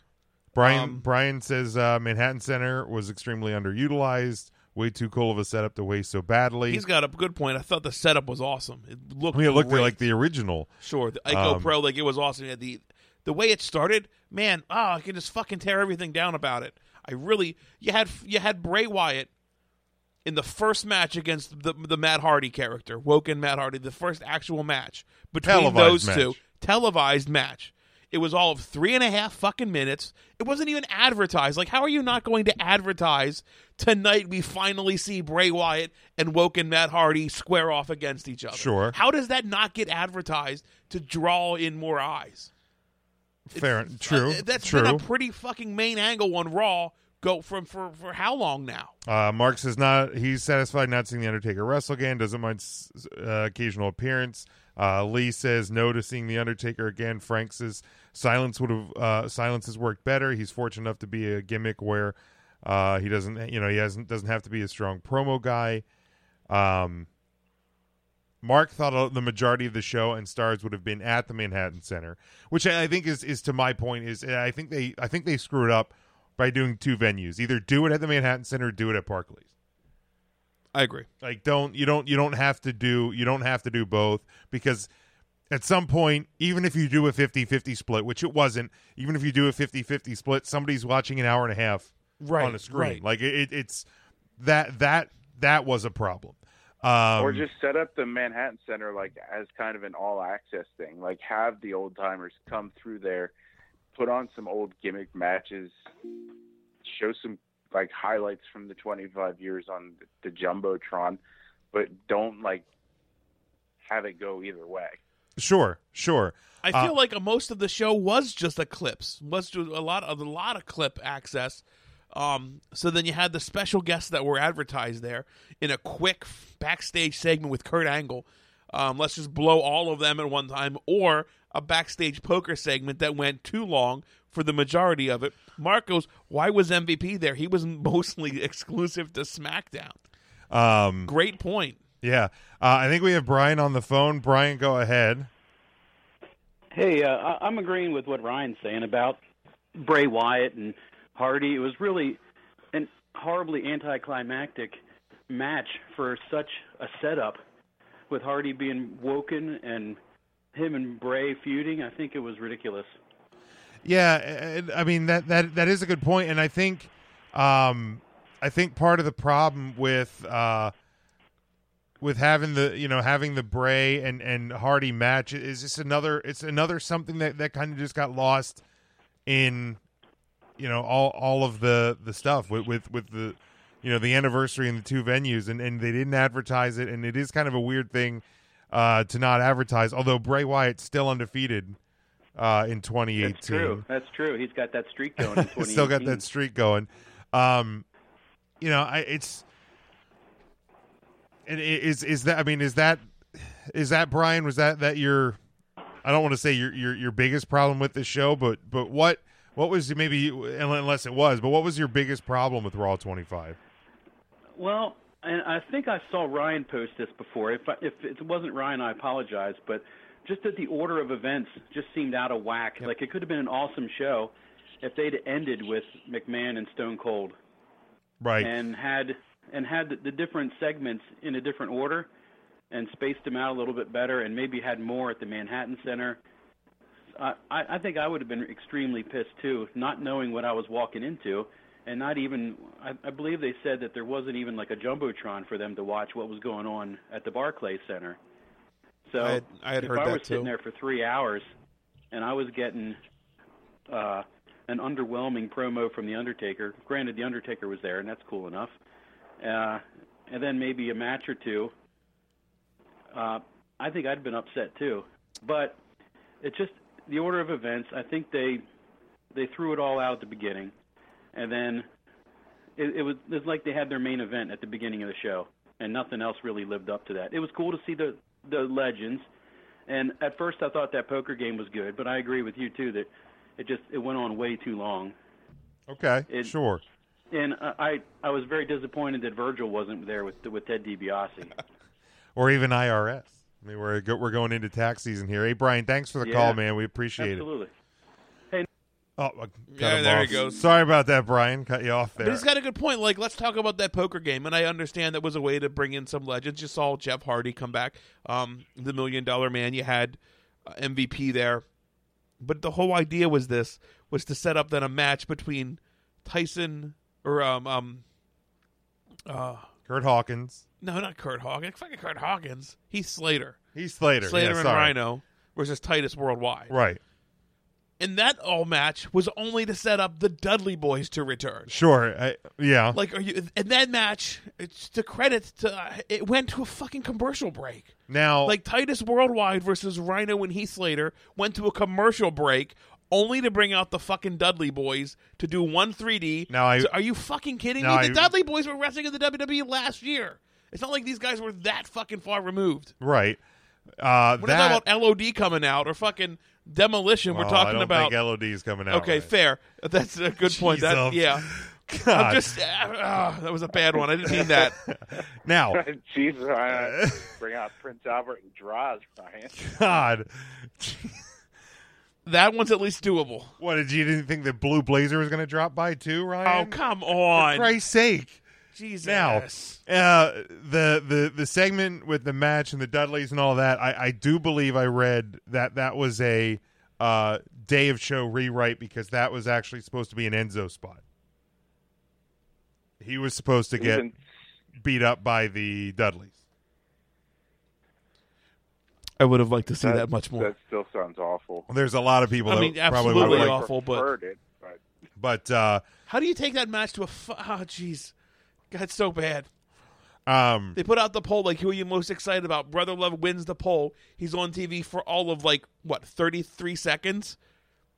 Brian Um, Brian says uh, Manhattan Center was extremely underutilized. Way too cool of a setup to waste so badly. He's got a good point. I thought the setup was awesome. It looked. I mean, it looked great. like the original. Sure, the Ico Um, Pro, like it was awesome. Yeah, the the way it started, man, oh, I can just fucking tear everything down about it. I really, you had you had Bray Wyatt in the first match against the the Matt Hardy character, Woken Matt Hardy, the first actual match between Televised those match. two, televised match. It was all of three and a half fucking minutes. It wasn't even advertised. Like, how are you not going to advertise tonight? We finally see Bray Wyatt and Woken Matt Hardy square off against each other. Sure. How does that not get advertised to draw in more eyes? Fair, true, uh, That's true. been a pretty fucking main angle on Raw. Go from for for how long now? Uh, Mark says not. He's satisfied not seeing the Undertaker wrestle again. Doesn't mind s- s- uh, occasional appearance. Uh, Lee says no to seeing the Undertaker again. Frank says silence would have uh, silence has worked better. He's fortunate enough to be a gimmick where uh, he doesn't you know he hasn't doesn't have to be a strong promo guy. Um, Mark thought uh, the majority of the show and stars would have been at the Manhattan Center, which I I think is is to my point is uh, I think they I think they screwed up by doing two venues. Either do it at the Manhattan Center, or do it at Barclays. I agree. Like don't you don't you don't have to do you don't have to do both because at some point even if you do a 50-50 split, which it wasn't, even if you do a 50-50 split, somebody's watching an hour and a half Right, on the screen. right. Like it, it, it's that that that was a problem. Um, or just set up the Manhattan Center like as kind of an all access thing. Like have the old timers come through there, put on some old gimmick matches, show some like highlights from the 25 years on the jumbotron, but don't like have it go either way. sure, sure. I feel like uh, most of the show was just the clips, was just a lot of a lot of clip access. Um, so then you had the special guests that were advertised there in a quick f- backstage segment with Kurt Angle. Um, let's just blow all of them at one time, or a backstage poker segment that went too long for the majority of it. Marcos, why was MVP there? He was [LAUGHS] mostly exclusive to SmackDown. Um, Great point. yeah, uh, I think we have Brian on the phone. Brian, go ahead. Hey, uh, I- I'm agreeing with what Ryan's saying about Bray Wyatt and Hardy. It was really an horribly anticlimactic match for such a setup, with Hardy being woken and him and Bray feuding. I think it was ridiculous. Yeah, and- I mean that that that is a good point, and I think, um, I think part of the problem with uh, with having the you know having the Bray and and Hardy match is just another it's another something that that kind of just got lost in you know all all of the the stuff with with with the you know the anniversary and the two venues and and they didn't advertise it and it is kind of a weird thing uh to not advertise although Bray Wyatt's still undefeated uh in 2018 That's true. That's true. He's got that [LAUGHS] streak going. In it's still got 2018. that streak going. Um, you know, I, it's and i- is is that I mean is that is that Brian was that that your I don't want to say your your your biggest problem with this show, but but what what was maybe unless it was, but what was your biggest problem with Raw 25? Well, and I think I saw Ryan post this before. If I, if it wasn't Ryan, I apologize, but just that the order of events just seemed out of whack. Like it could have been an awesome show if they'd ended with McMahon and Stone Cold Right. and had and had the, the different segments in a different order and spaced them out a little bit better and maybe had more at the Manhattan Center. I, I I think I would have been extremely pissed too, not knowing what I was walking into, and not even. I, I believe they said that there wasn't even like a jumbotron for them to watch what was going on at the Barclay Center. So I had- I had if heard I that were too. sitting there for three hours, and I was getting uh, an underwhelming promo from the Undertaker. Granted, the Undertaker was there, and that's cool enough. Uh, and then maybe a match or two. Uh, I think I'd been upset too, but it's just the order of events. I think they they threw it all out at the beginning, and then it, it was it was like they had their main event at the beginning of the show, and nothing else really lived up to that. It was cool to see the the legends, and at first I thought that poker game was good, but I agree with you too that it just it went on way too long, Okay. it- sure. and uh, I I, I was very disappointed that Virgil wasn't there with with Ted DiBiase. Or even IRS. I mean, we're go- we're going into tax season here. Hey, Brian, thanks for the Yeah. call, man. We appreciate Absolutely. it. Oh, I cut Yeah, him there off. he goes. Sorry about that, Brian. Cut you off there. But he's got a good point. Like, let's talk about that poker game. And I understand that was a way to bring in some legends. You saw Jeff Hardy come back, um, the Million Dollar Man. You had uh, MVP there, but the whole idea was this was to set up then a match between Tyson or um um uh Kurt Hawkins. no not Kurt Hawkins fucking Kurt Hawkins he's Slater He's Slater. Slater yeah, and sorry. Rhino versus Titus Worldwide Right. and that all match was only to set up the Dudley Boys to return Sure. I, yeah. Like, are you? And that match, it's the credit to uh, it went to a fucking commercial break. now, Like Titus Worldwide versus Rhino and Heath Slater went to a commercial break only to bring out the fucking Dudley Boys to do one 3D. Now I- So are you fucking kidding Now me? The I- Dudley Boys were wrestling in the WWE last year. It's not like these guys were that fucking far removed. right. Uh, We're that, not talking about LOD coming out or fucking demolition. Well, we're I talking don't about. think LOD is coming out. okay, right. fair. That's a good point. That Jesus. yeah. God. [LAUGHS] I'm just ah, ah, that was a bad one. I didn't mean that. [LAUGHS] now, [LAUGHS] Jesus, I bring out Prince Albert and draws Ryan. God, That one's at least doable. what did you didn't think that Blue Blazer was going to drop by too, Oh Ryan? come For on! Christ's sake! Jesus. Now, uh, the the the segment with the match and the Dudleys and all that, I, I do believe I read that that was a uh, day of show rewrite because that was actually supposed to be an Enzo spot. He was supposed to get Even- beat up by the Dudleys. I would have liked to see That- that much more. That still sounds awful. There's a lot of people. I that mean, probably absolutely would've I liked- awful, but- preferred it, but But uh, How do you take that match to a? Fu- oh, jeez, got so bad. um, They put out the poll like, "Who are you most excited about?" Brother Love wins the poll. He's on TV for all of like what thirty three seconds.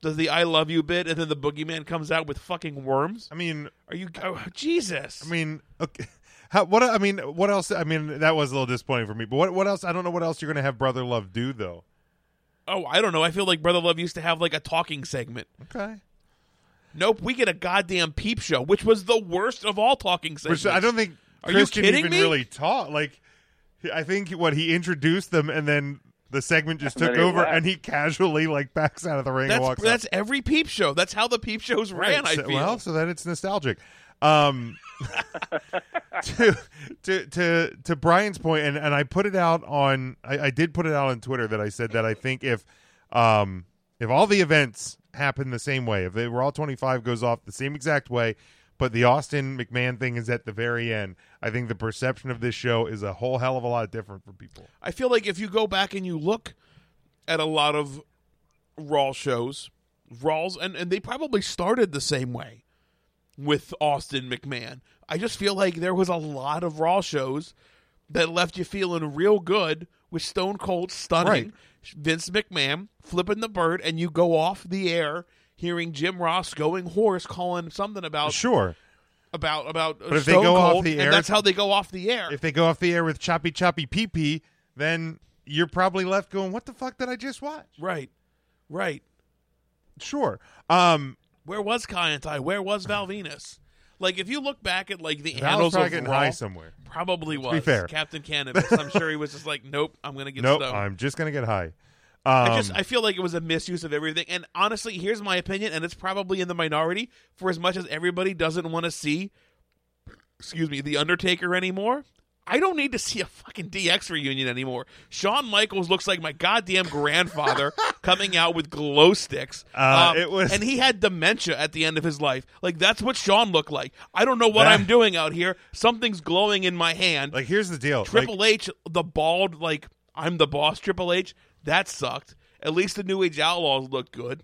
Does the "I love you" bit, and then the boogeyman comes out with fucking worms. I mean, Are you oh, Jesus? I mean, okay. [LAUGHS] How, what I mean, what else? I mean, that was a little disappointing for me. But what, what else? I don't know what else you're going to have Brother Love do though. oh, I don't know. I feel like Brother Love used to have like a talking segment. Okay. Nope, we get a goddamn peep show, which was the worst of all talking segments. Which I don't think Are you Christian kidding even me? really taught. Like, he- I think what he introduced them, and then the segment just And then took he over, left. and he casually like backs out of the ring and That's walks. that's out. every peep show. That's how the peep shows ran. I so, feel. well, so that it's nostalgic. Um, [LAUGHS] to, to to to Brian's point, and and I put it out on. I, I did put it out on Twitter that I said that I think if um if all the events happen the same way, if they were all twenty five goes off the same exact way, but the Austin McMahon thing is at the very end, I think the perception of this show is a whole hell of a lot different for people. I feel like if you go back and you look at a lot of Raw shows, Raws, and, and they probably started the same way with Austin McMahon. I just feel like there was a lot of Raw shows that left you feeling real good with Stone Cold stunning Right. Vince McMahon, flipping the bird, and you go off the air hearing Jim Ross going horse, calling something about Sure, about about But if they Stone go off Cold, the air- and that's how they go off the air. if they go off the air with choppy choppy pee pee, then you're probably left going, "What the fuck did I just watch?" right, right. Sure. Um, Where was Kyantai? Where was Val Venus? Like if you look back at like the Val's annals probably of getting Raw, high somewhere. probably was fair. Captain Cannabis. I'm sure he was just like, nope, I'm gonna get Nope, stoned. I'm just gonna get high. Um, I just I feel like it was a misuse of everything. And honestly, here's my opinion, and it's probably in the minority. For as much as everybody doesn't want to see, excuse me, the Undertaker anymore. I don't need to see a fucking DX reunion anymore. Shawn Michaels looks like my [LAUGHS] goddamn grandfather coming out with glow sticks. um, Uh, it was- and he had dementia at the end of his life. Like that's what Shawn looked like. I don't know what That- I'm doing out here. Something's glowing in my hand. like here's the deal. Triple Like, H, the bald, like I'm the boss. Triple H, that sucked. At least the New Age Outlaws looked good.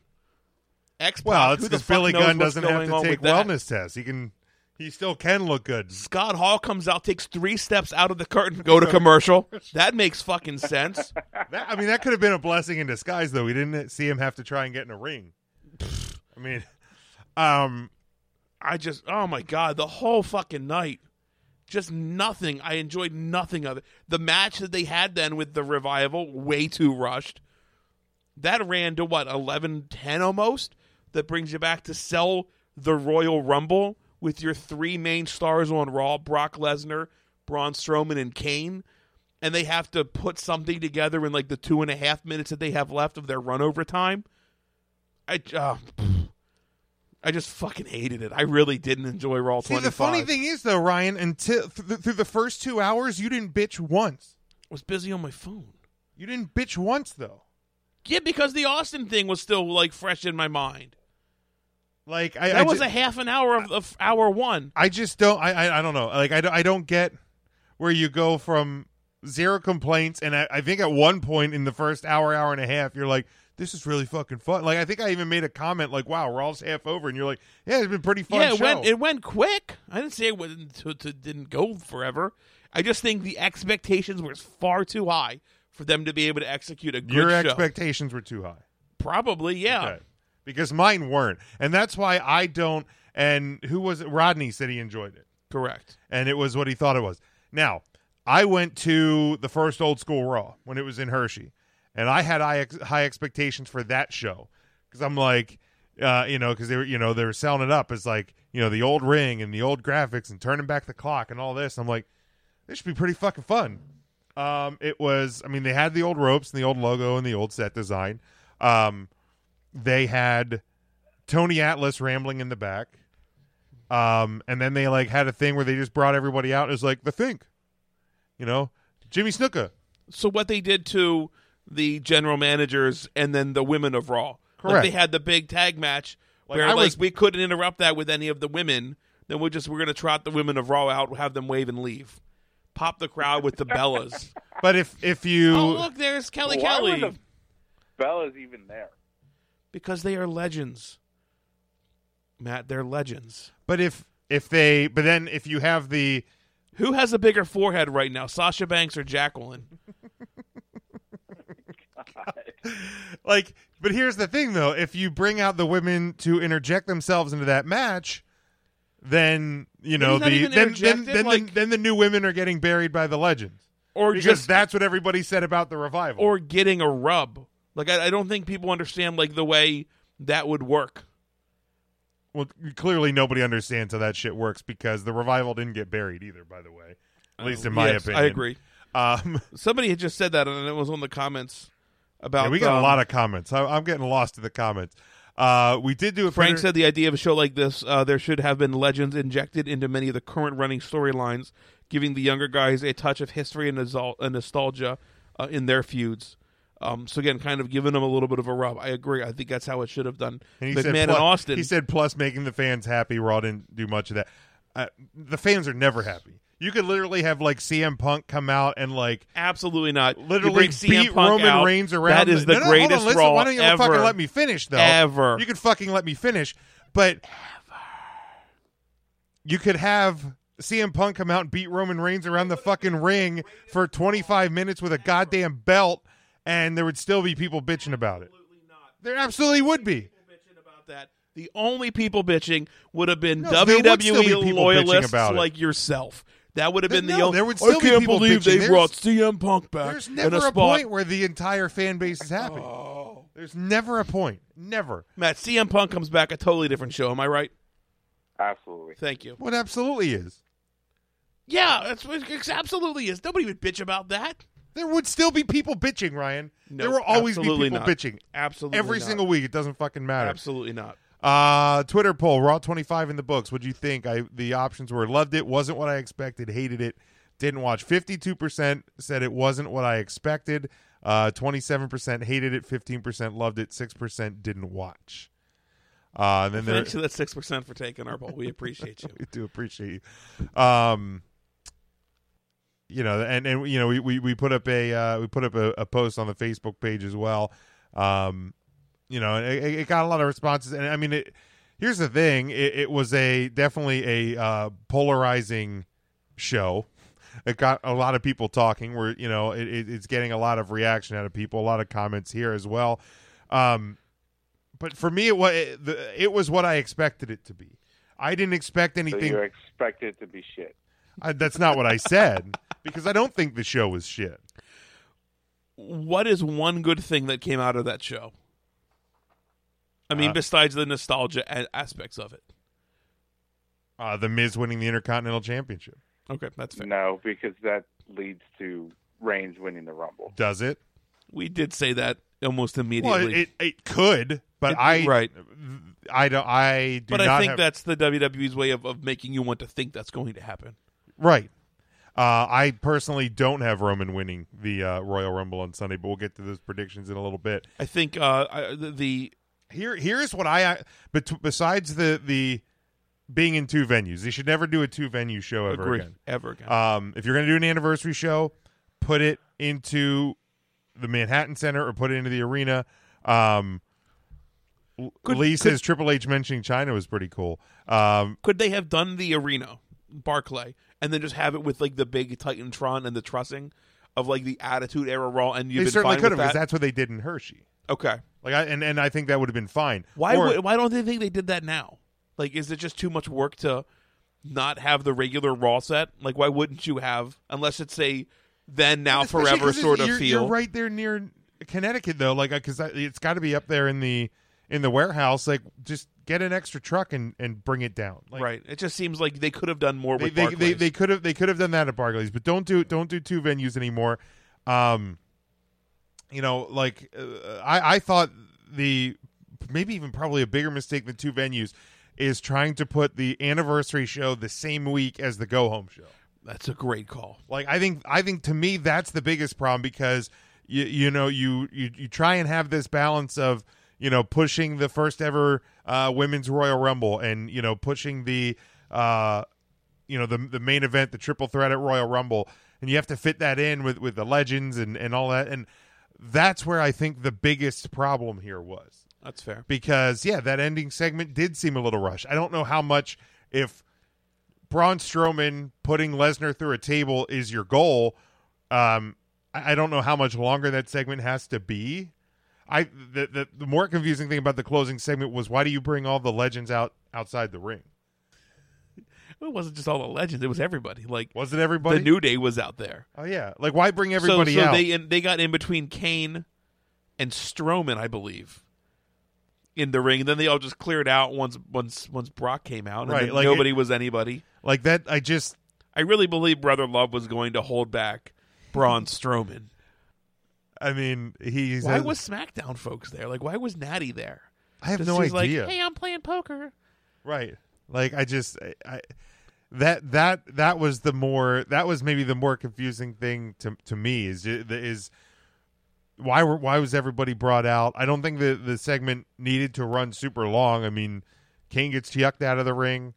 X. well, it's who the because fuck Billy knows Gunn what's doesn't have going to on take with that? wellness tests. He can, he still can look good. Scott Hall comes out, takes three steps out of the curtain, go to commercial. That makes fucking [LAUGHS] sense. That, I mean, that could have been a blessing in disguise, though. We didn't see him have to try and get in a ring. I mean, um, I just, oh my god, the whole fucking night, just nothing. I enjoyed nothing of it. The match that they had then with the revival, way too rushed. That ran to what eleven ten almost. That brings you back to sell the Royal Rumble with your three main stars on Raw: Brock Lesnar, Braun Strowman, and Kane. And they have to put something together in like the two and a half minutes that they have left of their run over time. I uh, I just fucking hated it. I really didn't enjoy Raw. see, the 25. funny thing is, though, Ryan, until th- through the first two hours, you didn't bitch once. was busy on my phone. You didn't bitch once, though. Yeah, because the Austin thing was still like fresh in my mind. Like I, That I was ju- a half an hour of, of hour one. I just don't. I, I I don't know. Like I don't- I don't get where you go from zero complaints, and I, I think at one point in the first hour, hour and a half, you're like, "This is really fucking fun." Like I think I even made a comment like, "Wow, we're all half over," and you're like, "Yeah, it's been pretty fun." yeah, it show." went it went quick. I didn't say it went to, to, didn't go forever. I just think the expectations were far too high for them to be able to execute a good Your show. expectations were too high. Probably, yeah. Okay. Because mine weren't, and that's why I don't. And who was it? Rodney said he enjoyed it, Correct. and it was what he thought it was. Now, I went to the first old school Raw when it was in Hershey, and I had high, ex- high expectations for that show because I'm like, uh, you know, because they were, you know, they were selling it up as like, you know, the old ring and the old graphics and turning back the clock and all this. I'm like, this should be pretty fucking fun. Um, it was, I mean, they had the old ropes and the old logo and the old set design. Um, they had Tony Atlas rambling in the back. Um, and then they like had a thing where they just brought everybody out. It was like the Think, you know, Jimmy Snuka. So what they did to the general managers and then the women of Raw, Like, Correct. they had the big tag match Like, where I like was- we couldn't interrupt that with any of the women. Then we just we're gonna trot the women of Raw out, have them wave and leave, pop the crowd with the Bellas. [LAUGHS] But if if you Oh look, there's Kelly Why were Kelly the Bella's even there? because they are legends. Matt, they're legends. but if if they but then if you have the Who has a bigger forehead right now, Sasha Banks or Jacqueline? like but here's the thing though if you bring out the women to interject themselves into that match then you know he's not the even then then, interjected, then, the, like- then the new women are getting buried by the legends Or because just that's what everybody said about the revival or getting a rub. Like I, I don't think people understand like the way that would work. well clearly nobody understands how that shit works because the revival didn't get buried either by the way at least in my Uh, Yes, opinion I agree. [LAUGHS] um Somebody had just said that, and it was on the comments about. yeah, we got um, a lot of comments I, i'm getting lost in the comments uh we did do a Frank Twitter- said the idea of a show like this, uh, there should have been legends injected into many of the current running storylines, giving the younger guys a touch of history and, nostal- and nostalgia uh, in their feuds. Um, so again, kind of giving them a little bit of a rub. I agree. I think that's how it should have done. And he McMahon said, and plus- Austin. He said, plus making the fans happy. Raw didn't do much of that. Uh, the fans are never happy. You could literally have like CM Punk come out and like absolutely not. You literally bring CM beat Punk Roman out, Reigns around. That is the No, no, hold on, greatest listen, Raw Why don't you ever. fucking let me finish though? Ever. You could fucking let me finish, but you could have CM Punk come out and beat Roman Reigns around the fucking ring for 25 minutes with a goddamn belt, and there would still be people bitching about it. There absolutely would be. about that. The only people bitching would have been No, there would still be people WWE bitching loyalists about it. like yourself. That would have There- been the no, only. there would still be I can't people believe bitching. they There's- brought CM Punk back. There's in never a, a, spot. Oh. point where the entire fan base is happy. There's never a point. Never. Matt, CM Punk comes back a totally different show. Am I right? [LAUGHS] Absolutely. Thank you. What absolutely is. Yeah, that's what it absolutely is. Nobody would bitch about that. There would still be people bitching, Ryan. No, there will always be absolutely people not. bitching. Absolutely. Every not. single week. It doesn't fucking matter. Absolutely not. Uh, Twitter poll, Raw 25 in the books. What'd you think? I The options were loved it, wasn't what I expected, hated it, didn't watch. 52% said it wasn't what I expected. Uh, 27% hated it, 15% loved it, 6% didn't watch. Uh, and then there, Thanks to that six percent for taking our poll. We appreciate [LAUGHS] you. we do appreciate you. Um, you know, and and you know, we we, we put up a uh, we put up a, a post on the Facebook page as well. Um, you know, and it, it got a lot of responses, and I mean, it, here's the thing: it, it was a definitely a uh, polarizing show. It got a lot of people talking. Where you know, it, it, it's getting a lot of reaction out of people, a lot of comments here as well. Um, but for me, it was it, the- it was what I expected it to be. I didn't expect So anything. you expect it to be shit. I, that's not what I said [LAUGHS] because I don't think the show was shit. What is one good thing that came out of that show? I mean, Uh, besides the nostalgia a- aspects of it. Uh, the Miz winning the Intercontinental Championship Okay, that's fair. No, because that leads to Reigns winning the Rumble. does it. We did say that almost immediately. Well, it, it, it could, but It- I right. I don't. I do but not I think have, that's the WWE's way of, of making you want to think that's going to happen. right. Uh, I personally don't have Roman winning the uh, Royal Rumble on Sunday, but we'll get to those predictions in a little bit. I think uh, I, the, the Here, here's what I bet, besides the the being in two venues, they should never do a two venue show ever agree again. ever again. Um, if you're going to do an anniversary show, put it into the Manhattan Center or put it into the arena. Um, L- Could- Lee could- says Triple H mentioning China was pretty cool. Um, Could they have done the arena, Barclay, and then just have it with like the big Titantron and the trussing of like the Attitude Era Raw? And you've they been certainly fine could have with because that? that's what they did in Hershey. okay. Like, I, and and I think that would have been fine. Why Or- would- why don't they think they did that now? Like, is it just too much work to not have the regular Raw set? Like, why wouldn't you have unless it's a then now Especially forever 'cause it's- sort of you're, feel? You're right there near Connecticut though, like because it's got to be up there in the in the warehouse. Like, just get an extra truck and and bring it down. Like, Right. It just seems like they could have done more they, with they, they, Barclays. they could have they could have done that at Barclays, but don't do don't do two venues anymore. Um, you know, like uh, I I thought the maybe even probably a bigger mistake than two venues is trying to put the anniversary show the same week as the go home show. That's a great call. Like I think I think to me that's the biggest problem because you you know you you, you try and have this balance of you know pushing the first ever uh, women's Royal Rumble and you know pushing the uh, you know the the main event the triple threat at Royal Rumble and you have to fit that in with with the legends and and all that and that's where I think the biggest problem here was That's fair. because yeah, that ending segment did seem a little rushed. I don't know how much if Braun Strowman putting Lesnar through a table is your goal. Um, I, I don't know how much longer that segment has to be. I the, the the more confusing thing about the closing segment was why do you bring all the legends out outside the ring? It wasn't just all the legends; it was everybody. Like Was it everybody? the New Day was out there. oh yeah, like why bring everybody so, so out? they and they got in between Kane and Strowman, I believe, in the ring. Then they all just cleared out once once once Brock came out. And Right, then like nobody it- was anybody. like that, I just I really believe Brother Love was going to hold back Braun Strowman. I mean he's why was SmackDown folks there? Like, why was Natty there? I have Just no he's idea. Like, hey, I'm playing poker. Right. Like I just I, I that that that was the more that was maybe the more confusing thing to to me is ju- the- is why were why was everybody brought out? I don't think the the segment needed to run super long. I mean, Kane gets yucked out of the ring.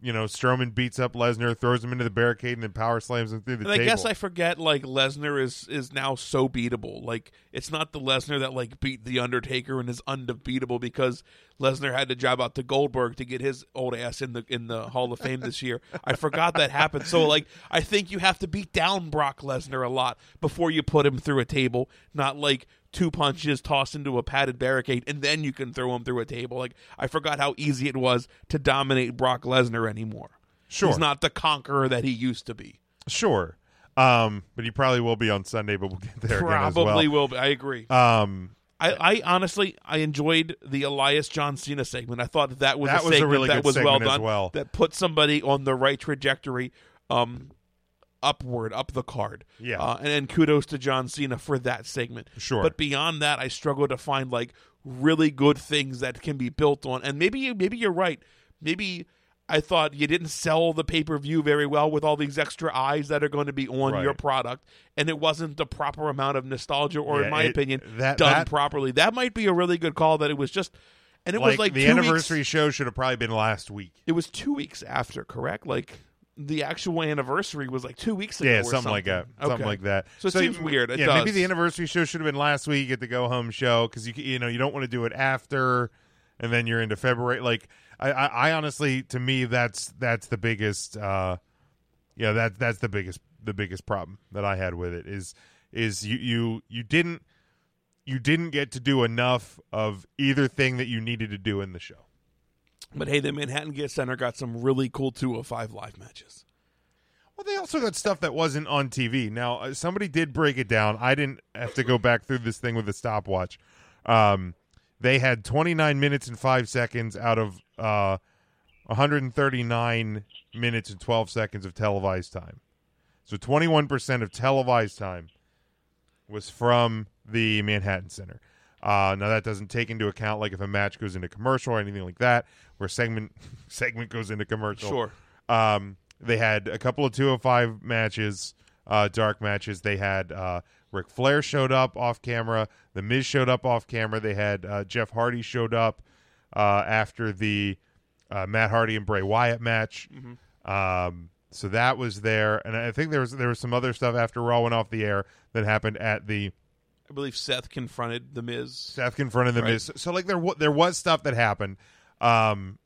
You know, Strowman beats up Lesnar, throws him into the barricade, and then power slams him through the And I table. guess I forget like Lesnar is is now so beatable. Like it's not the Lesnar that like beat the Undertaker and is undefeatable because Lesnar had to job out to Goldberg to get his old ass in the in the Hall of Fame this year. I forgot that happened. So like I think you have to beat down Brock Lesnar a lot before you put him through a table, not like two punches tossed into a padded barricade and then you can throw him through a table. Like I forgot how easy it was to dominate Brock Lesnar anymore. Sure. He's not the conqueror that he used to be. sure, um, but he probably will be on Sunday. But we'll get there again as well. Probably will be. I agree. Um, I, I honestly, I enjoyed the Elias John Cena segment. I thought that, that was That a was a segment really that good was well segment as done. well. That put somebody on the right trajectory, um, upward, up the card. Yeah. Uh, and, and kudos to John Cena for that segment. Sure. But beyond that, I struggle to find like really good things that can be built on. And maybe you- maybe you're right. Maybe I thought you didn't sell the pay per view very well with all these extra eyes that are going to be on Right. your product, and it wasn't the proper amount of nostalgia, or Yeah, in my it- opinion, that- done that- properly. That might be a really good call. That it was just, and it was like the two anniversary Weeks, show should have probably been last week. it was two weeks after, correct? Like the actual anniversary was like two weeks ago. Yeah, or something, like that. Something Okay. like that. So it seems weird. It yeah, maybe does. the anniversary show should have been last week at the go home show because you c- you know you don't want to do it after, and then you're into February. Like I, I, I honestly, to me, that's that's the biggest. uh Yeah, that that's the biggest the biggest problem that I had with it is is you you you didn't you didn't get to do enough of either thing that you needed to do in the show. But hey, the Manhattan Get Center got some really cool two of five live matches. Well, they also got stuff that wasn't on TV. Now, uh, somebody did break it down. I didn't have to go back through this thing with a stopwatch. Um, they had 29 minutes and five seconds out of uh, 139 minutes and 12 seconds of televised time. So 21% of televised time was from the Manhattan Center. Uh, now that doesn't take into account like if a match goes into commercial or anything like that, where segment [LAUGHS] segment goes into commercial. Sure. Um, they had a couple of 205 matches, uh, dark matches. They had uh, Ric Flair showed up off camera. The Miz showed up off camera. They had uh, Jeff Hardy showed up uh, after the uh, Matt Hardy and Bray Wyatt match. Um, so that was there, and I think there was there was some other stuff after Raw went off the air that happened at the I believe Seth confronted the Miz. Seth confronted the Right. Miz. So like there wa- there was stuff that happened. Um,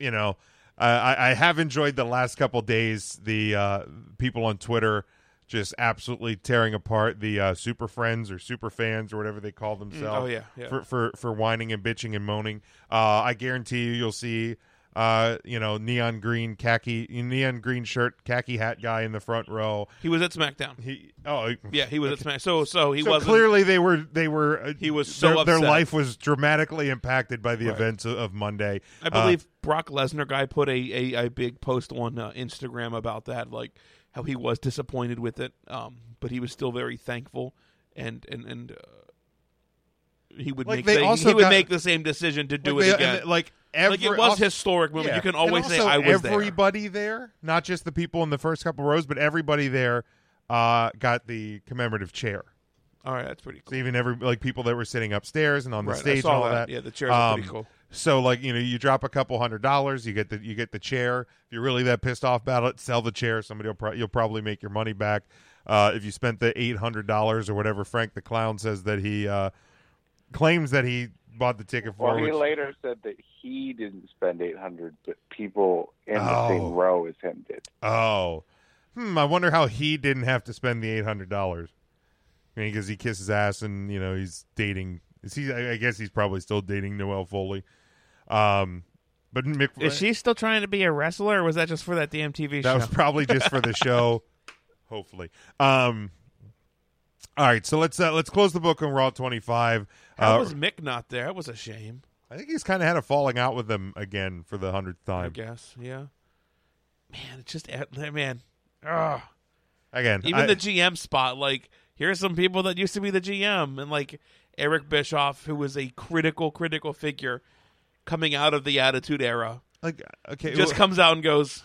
you know, I I I have enjoyed the last couple days. The uh, people on Twitter just absolutely tearing apart the uh, super friends or super fans or whatever they call themselves. oh, yeah, yeah. For, for for whining and bitching and moaning. Uh, I guarantee you, you'll see. Uh, you know, neon green khaki, neon green shirt, khaki hat guy in the front row. He was at SmackDown. He oh Yeah, he was at SmackDown. So so he so wasn't clearly they were they were uh, He was so their, their upset. life was dramatically impacted by the Right. events of, of Monday. I Uh, believe Brock Lesnar guy put a, a, a big post on uh, Instagram about that, like how he was disappointed with it, um, but he was still very thankful, and and and uh, he would Like, make they the, also he would got- make the same decision to do like it they- and again. like Like, it was historic movie. You can always And say, also "I was there." everybody there. not just the people in the first couple rows, but everybody there uh, got the commemorative chair. All right, that's pretty cool. So even every like people that were sitting upstairs and on the Right, I stage saw and all that. that. Um, Yeah, the chairs are pretty cool. So like you know, you drop a couple hundred dollars, you get the you get the chair. If you're really that pissed off about it, sell the chair. Somebody will pro- you'll probably make your money back. Uh, if you spent the eight hundred dollars or whatever Frank the clown says that he uh, claims that he bought the ticket for. Well, he which- later said that he didn't spend 800, but people in the Oh. same row as him did. Oh, hmm. I wonder how he didn't have to spend the eight hundred dollars. I mean, because he kisses ass, and you know he's dating. Is he? I I guess he's probably still dating Noelle Foley. Um, but Mick, Is she still trying to be a wrestler, or was that just for that damn TV show? that was probably just for the [LAUGHS] show. Hopefully. Um. All right, so let's uh, let's close the book on Raw twenty five. How Uh, was Mick not there? That was a shame. I think he's kind of had a falling out with them again for the hundredth time. I guess. Yeah. Man, it's just eh, man. Ugh. Again, Even I- the GM spot, like here's some people that used to be the GM, and like Eric Bischoff, who was a critical, critical figure coming out of the Attitude Era, Like, okay, just well- comes out and goes.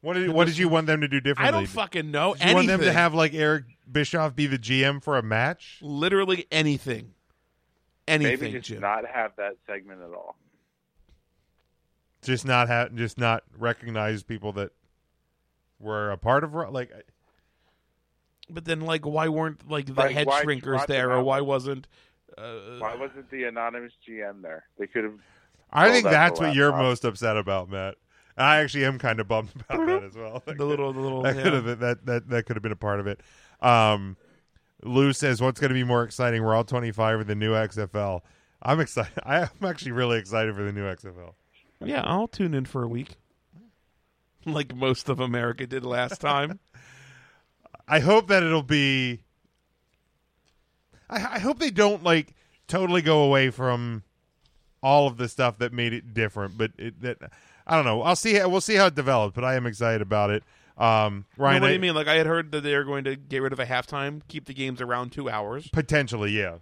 What did what did you want them to do differently? I don't fucking know. Did you want them to anything. have like Eric Bischoff be the GM for a match? Literally anything. Maybe just not have that segment at all. Just not have just not recognize people that were a part of Raw. Like But then, like, why weren't like the Like, head why shrinkers brought them there, or out? why wasn't? Uh, Why wasn't the anonymous GM there? They could have. I think rolled out that's the what you're laptop. most upset about, Matt. And I actually am kind of bummed about that as well. The little- the little, that could yeah. have been, that that that could have been a part of it. Um, Lou says, "What's going to be more exciting? We're all 25 or the new XFL." I'm excited. [LAUGHS] I'm actually really excited for the new XFL. yeah, I'll tune in for a week, [LAUGHS] like most of America did last time. I hope that it'll be. I, I hope they don't like totally go away from all of the stuff that made it different, but it, that I don't know. I'll see. We'll see how it develops, but I am excited about it. Um, Ryan, what do I- you mean? Like I had heard that they're going to get rid of a halftime, keep the games around two hours. potentially, yeah,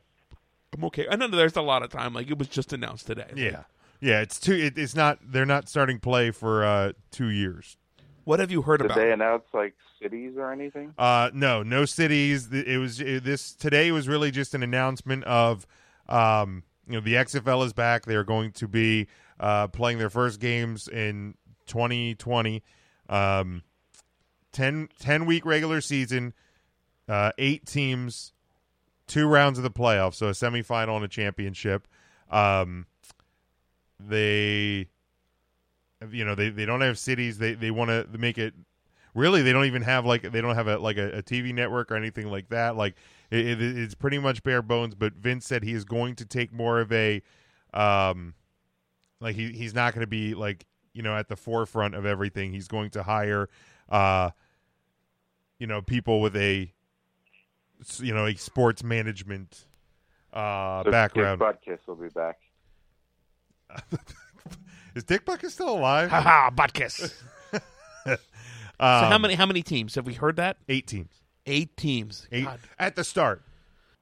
I'm okay. I know there's a lot of time. Like it was just announced today. Like, yeah, yeah. It's two. It, it's not. They're not starting play for uh, two years. What have you heard Did about? they announce like cities or anything? Uh, no, no cities. Th- It was it, this today was really just an announcement of, um, you know, the XFL is back. They are going to be uh, playing their first games in 2020. Um, 10, 10 week regular season, uh, eight teams, two rounds of the playoffs, so a semifinal and a championship. Um, they you know they, they don't have cities they they want to make it really they don't even have like they don't have a like a, a tv network or anything like that like it, it, it's pretty much bare bones but vince said he is going to take more of a um like he, he's not going to be like you know at the forefront of everything he's going to hire uh you know people with a s- you know a sports management uh So background Kiss butt kiss will be back. is dick buck is still alive Haha, [LAUGHS] butt kiss. so how Um, many how many teams have we heard that? Eight teams. Eight teams. Eight, God. at the start.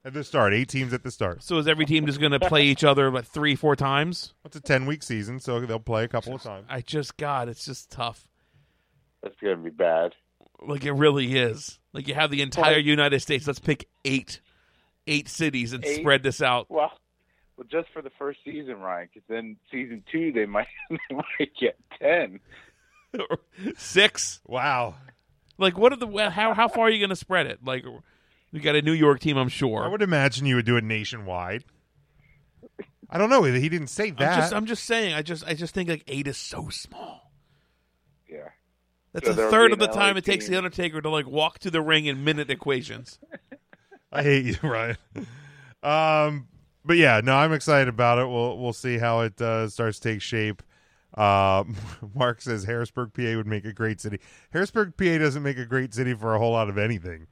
At the start, eight teams at the start. So is every team just going to play each other like three four times? It's a ten week season, so they'll play a couple of times. I just God, it's just tough. That's gonna be bad. Like it really is. Like you have the entire United States. Let's pick eight, eight cities and Eight? spread this out. [LAUGHS] Well, well, just for the first season, Ryan. Because then season two, they might [LAUGHS] they might get ten. Six. Wow. Like what are the how how far are you going to spread it? Like we got a New York team, I'm sure. I would imagine you would do it nationwide. I don't know. He didn't say that. I'm just I'm just saying. I just I just think like eight is so small. Yeah. That's So a there'll third be of the an LA time it takes the team. Undertaker to like walk to the ring in minute equations. I hate you, Ryan. Um, but yeah, no, I'm excited about it. We'll we'll see how it uh, starts to take shape. Um, [LAUGHS] Mark says Harrisburg, PA would make a great city. Harrisburg, PA doesn't make a great city for a whole lot of anything,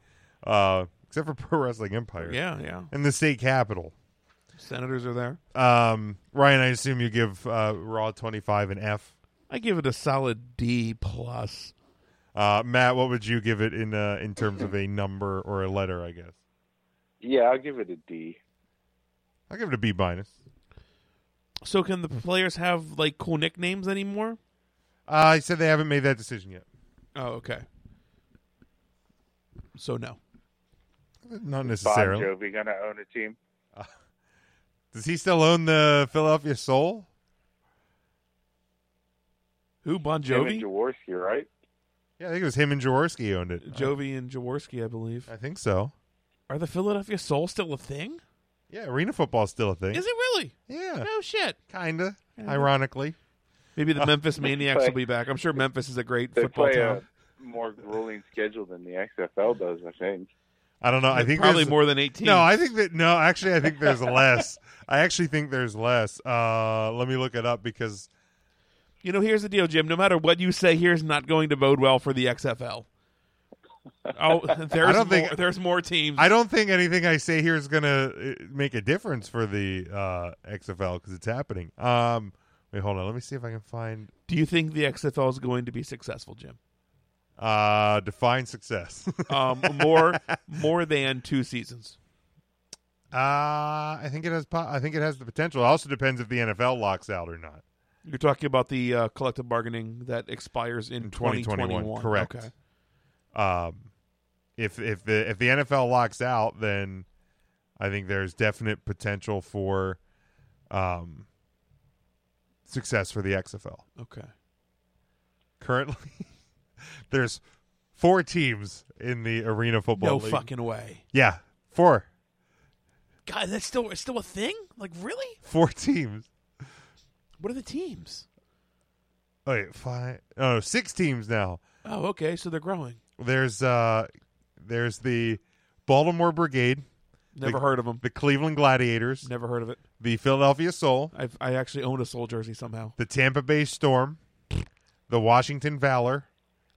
uh, except for [LAUGHS] Pro Wrestling Empire. Yeah, yeah. and the state capital. Senators are there. Um, Ryan, I assume you give uh, Raw 25 an F. I give it a solid D plus. Uh, Matt, what would you give it in uh, in terms of a number or a letter? I guess Yeah, I'll give it a D. I'll give it a B minus. So can the players have like cool nicknames anymore? Uh, he said they haven't made that decision yet. Oh, okay. So no. Not necessarily. Bon Jovi gonna own a team. Does he still own the Philadelphia Soul? Who Bon Him Jovi? and Jaworski, right? Yeah, I think it was him and Jaworski owned it. Jovi and Jaworski, I believe. I think so. Are the Philadelphia Soul still a thing? Yeah, arena football's still a thing. Is it really? Yeah. No shit. Kinda. Ironically. Maybe [LAUGHS] the Uh, Memphis Maniacs play- will be back. I'm sure Memphis is a great They football play uh, town. a more grueling schedule than the XFL does, I think. I don't know. I There's think probably there's- more than 18. No, I think that no. Actually, I think there's less. [LAUGHS] I actually think there's less. Uh, let me look it up because You know, here's the deal, Jim. No matter what you say, here is not going to bode well for the XFL. Oh, [LAUGHS] there's I don't more, think- there's more teams. I don't think anything I say here is gonna uh, make a difference for the uh, XFL because it's happening. Um, wait, hold on. Let me see if I can find Do you think the XFL is going to be successful, Jim? uh, define success. [LAUGHS] Um, more more than two seasons. Uh, I think it has. Po- I think it has the potential. It also depends if the NFL locks out or not. You're talking about the uh, collective bargaining that expires in, 2021, 2021. correct. Okay. Um, if if the if the NFL locks out, then I think there's definite potential for um, success for the XFL. Okay. Currently, [LAUGHS] there's four teams in the Arena Football No League. fucking way. Yeah, four, God, that's still it's still a thing? Like really? four teams. What are the teams? Wait, five? Oh, six teams now. Oh, okay. So they're growing. There's uh, there's the Baltimore Brigade. Never the- heard of them. The Cleveland Gladiators. Never heard of it. The Philadelphia Soul. I've, I actually own a Soul jersey somehow. The Tampa Bay Storm. The Washington Valor.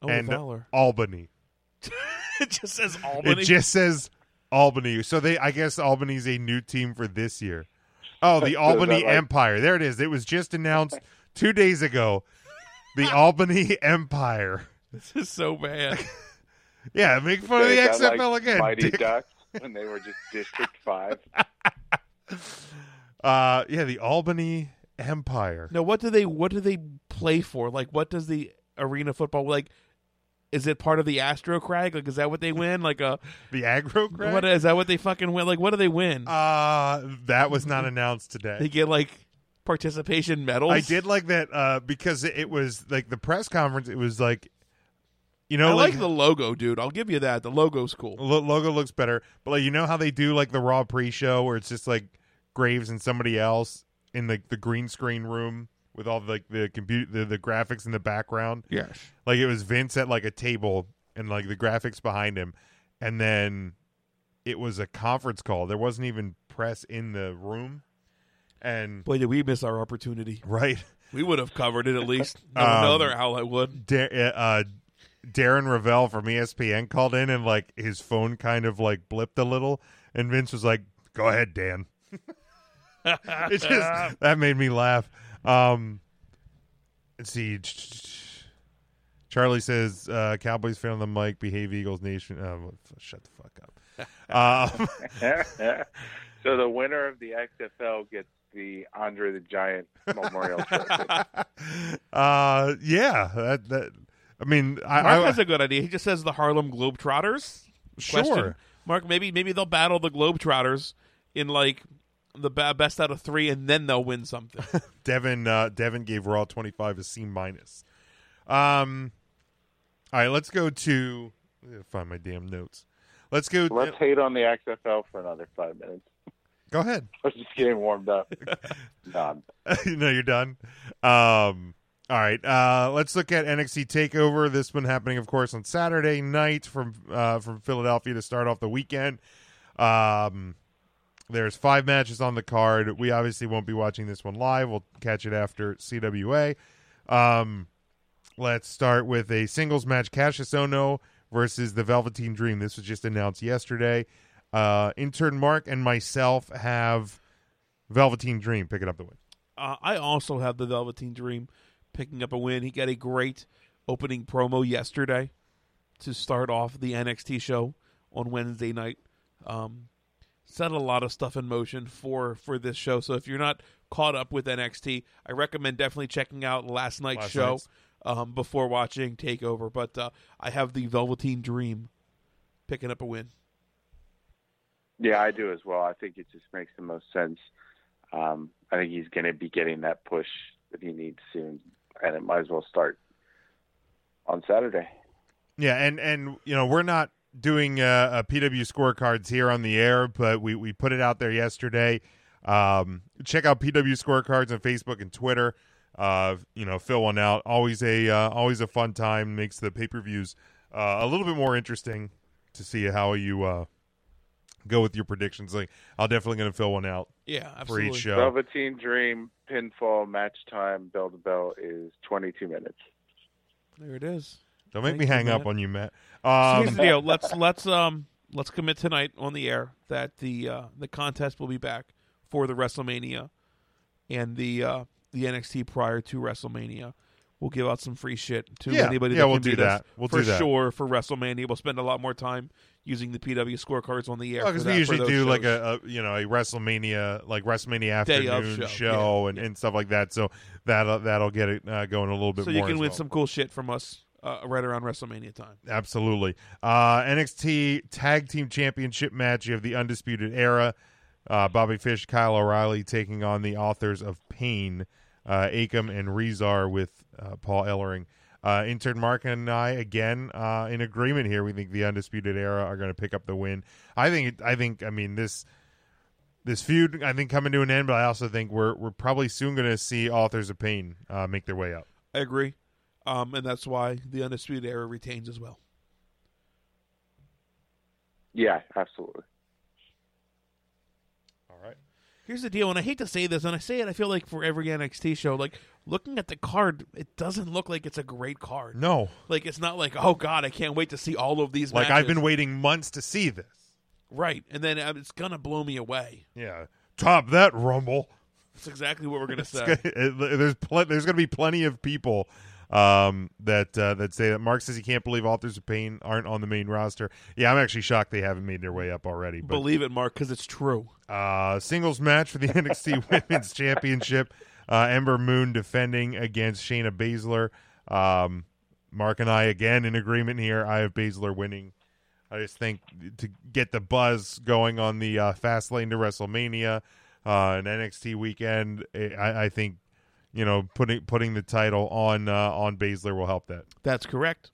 Oh, and [LAUGHS] Valor. Albany. it just says Albany. It [LAUGHS] just says Albany. So they, I guess Albany's a new team for this year. Oh, [LAUGHS] Is the that Albany like- Empire. There it is. It was just announced two days ago. [LAUGHS] The Albany Empire. this is so bad. Yeah, make fun of the Is that like XFL again. Mighty dick. Ducks when they were just [LAUGHS] District Five. [LAUGHS] Uh, yeah, the Albany Empire. [LAUGHS] Now, what do they what do they play for? Like, what does the arena football like? Is it part of the Astro Crag? Like, is that what they win? Like a The aggro crag? what is that what they fucking win? Like, what do they win? Uh, that was not announced they today. get like participation medals. I did like that uh, because it- it was like the press conference. It was like, you know, I like Oh. the logo, dude. I'll give you that. The logo's cool. lo- logo looks better, but like you know how they do like the Raw pre-show where it's just like Graves and somebody else in the the green screen room with all like the compute the, the graphics in the background. Yes. Like it was Vince at like a table and like the graphics behind him, and then it was a conference call. There wasn't even press in the room, and Boy, did we miss our opportunity. [LAUGHS] right. We would have covered it at least. No Um, another outlet would. Dar- uh, Darren Ravel from E ESPN called in and like his phone kind of like blipped a little, and Vince was like, "Go ahead, Dan." [LAUGHS] it just that made me laugh. Um, let's see. Charlie says, uh, "Cowboys fan on the mic, behave Eagles Nation." Uh, well, f- shut the fuck [LAUGHS] up. Um, so the winner of the XFL gets the Andre the Giant Memorial [LAUGHS] Trophy. uh, yeah, that, that. I mean, I, Mark I has a good idea. He just says the Harlem Globetrotters. Sure. Mark, maybe maybe they'll battle the Globetrotters in like the ba- best out of three, and then they'll win something. Devin uh, Devin gave Raw 25 a C minus. Um, all right, let's go to I gotta find my damn notes. Let's go. Let's hate on the XFL for another five minutes. go ahead. I was just getting [LAUGHS] warmed up. Done. [LAUGHS] no, you're done. Um, all right. Uh, let's look at NXT Takeover. This one happening, of course, on Saturday night from uh, from Philadelphia to start off the weekend. Um, there's five matches on the card. We obviously won't be watching this one live. We'll catch it after CWA. Um, let's start with a singles match: Cassius Ono versus the Velveteen Dream. This was just announced yesterday. Uh, intern Mark and myself have Velveteen Dream picking up the win. uh, I also have the Velveteen Dream picking up a win. He got a great opening promo yesterday to start off the NXT show on Wednesday night. Um, set a lot of stuff in motion for for this show. So if you're not caught up with NXT, I recommend definitely checking out last night's Last show night's. Um, before watching Takeover. But uh, I have the Velveteen Dream picking up a win. Yeah, I do as well. I think it just makes the most sense. Um, I think he's going to be getting that push that he needs soon, and it might as well start on Saturday. Yeah, and and you know we're not doing uh, uh, PW scorecards here on the air, but we we put it out there yesterday. Um, check out PW scorecards on Facebook and Twitter. Uh, you know, fill one out. Always a uh, always a fun time. Makes the pay per views uh, a little bit more interesting to see how you uh, go with your predictions. Like, I'm definitely going to fill one out. for each show. Velveteen Dream pinfall match time bell to bell is 22 minutes. There it is. Don't make me Thank hang you, up Matt. on you, Matt. So Um, here's the deal. Let's let's um let's commit tonight on the air that the uh, the contest will be back for the WrestleMania and the uh, the NXT prior to WrestleMania. We'll give out some free shit to Yeah. anybody Yeah, that we'll can do beat us that. We'll for do that. sure for WrestleMania. We'll spend a lot more time using the PW scorecards on the air because for we that- for usually those do like shows. a, a you know a WrestleMania like WrestleMania Day of afternoon show, show, and, and stuff like that. So that that'll get it uh, going a little bit so more. you can as win well. some cool shit from us uh, right around WrestleMania time. Absolutely. Uh, NXT Tag Team Championship match. You have the Undisputed Era. Uh, Bobby Fish, Kyle O'Reilly taking on the authors of Pain, uh, Akam and Rezar with uh, Paul Ellering. Uh, intern Mark and I again uh, in agreement here. We think the Undisputed Era are going to pick up the win. I think. I think. I mean this. This feud, I think, coming to an end, but I also think we're we're probably soon going to see authors of pain uh, make their way up. I agree, um, and that's why the Undisputed Era retains as well. Yeah, absolutely. All right. Here's the deal, and I hate to say this, and I say it, I feel like for every NXT show, like looking at the card, it doesn't look like it's a great card. No. like it's not like, oh god, I can't wait to see all of these. Like I've matches." been waiting months to see this. right, and then uh, it's gonna blow me away. Yeah, top that rumble. That's exactly what we're gonna It's say. gonna- it- there's pl- there's going to be plenty of people um, that uh, that say that Mark says he can't believe authors of pain aren't on the main roster. Yeah, I'm actually shocked they haven't made their way up already. But Believe it, Mark, because it's true. uh, singles match for the [LAUGHS] NXT Women's Championship. Uh, Ember Moon defending against Shayna Baszler. Um, Mark and I again in agreement here. I have Baszler winning. I just think to get the buzz going on the uh, fast lane to WrestleMania uh, and NXT weekend, eh, I, I think you know putting putting the title on uh, on Baszler will help that. That's correct.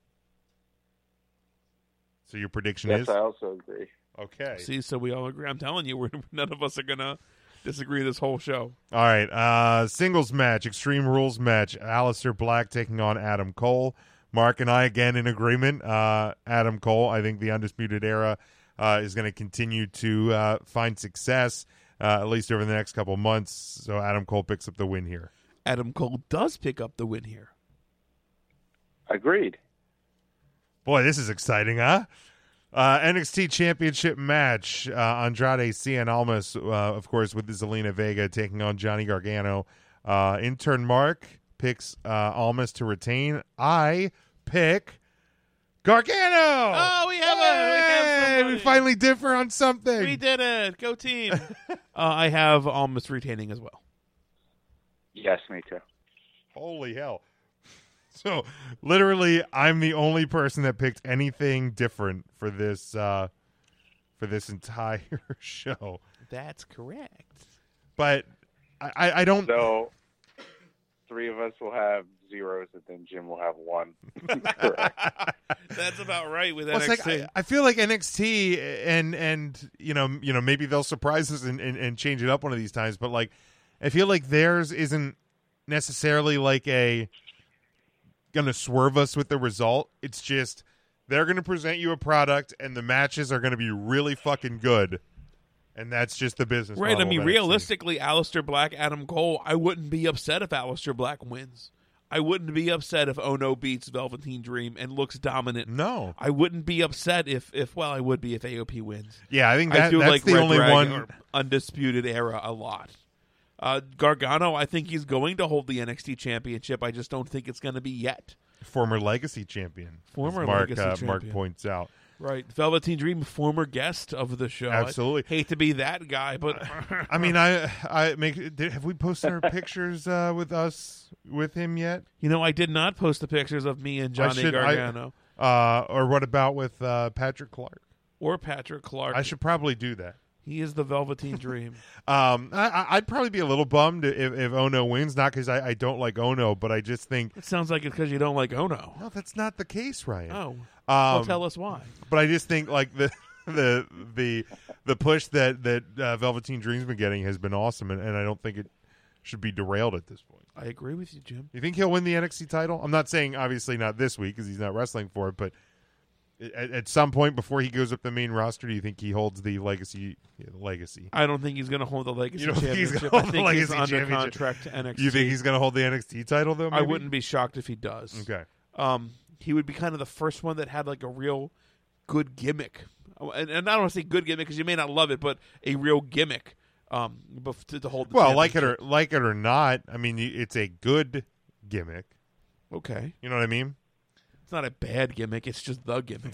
So your prediction Yes, is I also agree. Okay. See, so we all agree. I'm telling you, [LAUGHS] we're, none of us are gonna disagree this whole show. All right. Uh, singles match, Extreme Rules match. Alistair Black taking on Adam Cole. Mark and I again in agreement. Uh, Adam Cole, I think the Undisputed Era uh, is going to continue to uh, find success, uh, at least over the next couple months. So Adam Cole picks up the win here. Adam Cole does pick up the win here. Agreed. Boy, this is exciting, huh? Uh, NXT Championship match. Uh, Andrade Cien Almas, uh, of course, with Zelina Vega taking on Johnny Gargano. Uh, intern Mark picks uh, Almas to retain. I pick Gargano. Oh, we have a- we have we somebody. finally differ on something. We did it. [LAUGHS] Go team. uh, I have almost retaining as well. Yes, me too. Holy hell. [LAUGHS] So literally I'm the only person that picked anything different for this uh for this entire [LAUGHS] show. That's correct. But I, I, I don't So three of us will have zeros, and then Jim will have one. Correct. That's about right with Well, it's NXT. like, I, I feel like NXT and and you know you know maybe they'll surprise us and, and, and change it up one of these times, but like I feel like theirs isn't necessarily like a gonna swerve us with the result. It's just they're gonna present you a product and the matches are gonna be really fucking good. And that's just the business. right. I model mean, of NXT. realistically, Alistair Black, Adam Cole, I wouldn't be upset if Alistair Black wins. I wouldn't be upset if Ono beats Velveteen Dream and looks dominant. No. I wouldn't be upset if, if well, I would be if AOP wins. Yeah, I think that, I do that's like the Red only Dragon one or undisputed era a lot. Uh, Gargano, I think he's going to hold the NXT Championship. I just don't think it's going to be yet. former legacy champion. as Former Mark legacy uh, Mark champion. points out. Right, Velveteen Dream, former guest of the show. I Absolutely. hate to be that [LAUGHS] guy, but I mean, I I make. Did, have we posted our pictures uh, with us with him yet? you know, I did not post the pictures of me and Johnny I should, I- Gargano uh, or what about with uh, Patrick Clark? or Patrick Clark. I should probably do that. He is the [LAUGHS] Velveteen Dream. Um, I- I, I'd probably be a little bummed if, if Ono wins, not because I, I don't like Ono, but I just think it sounds like it's because you don't like Ono. No, that's not the case, Ryan. Oh, Um, well, tell us why. But I just think like the [LAUGHS] the the the push that that uh, Velveteen Dream's been getting has been awesome, and, and I don't think it should be derailed at this point. I agree with you, Jim. You think he'll win the NXT title? I'm not saying obviously not this week because he's not wrestling for it, but at, at some point before he goes up the main roster, do you think he holds the legacy yeah, the legacy? I don't think he's going to hold the legacy You don't think he's championship. gonna I hold the think he's legacy under championship? contract to NXT. You think he's going to hold the NXT title though? I maybe? wouldn't be shocked if he does. Okay. Um, he would be kind of the first one that had like a real good gimmick, Oh, and, and I don't want to say good gimmick because you may not love it, but a real gimmick. Um, bef- to, to hold. The Well, like it or championship. like it or not, I mean, y- it's a good gimmick. Okay, You know what I mean? it's not a bad gimmick. It's just the gimmick.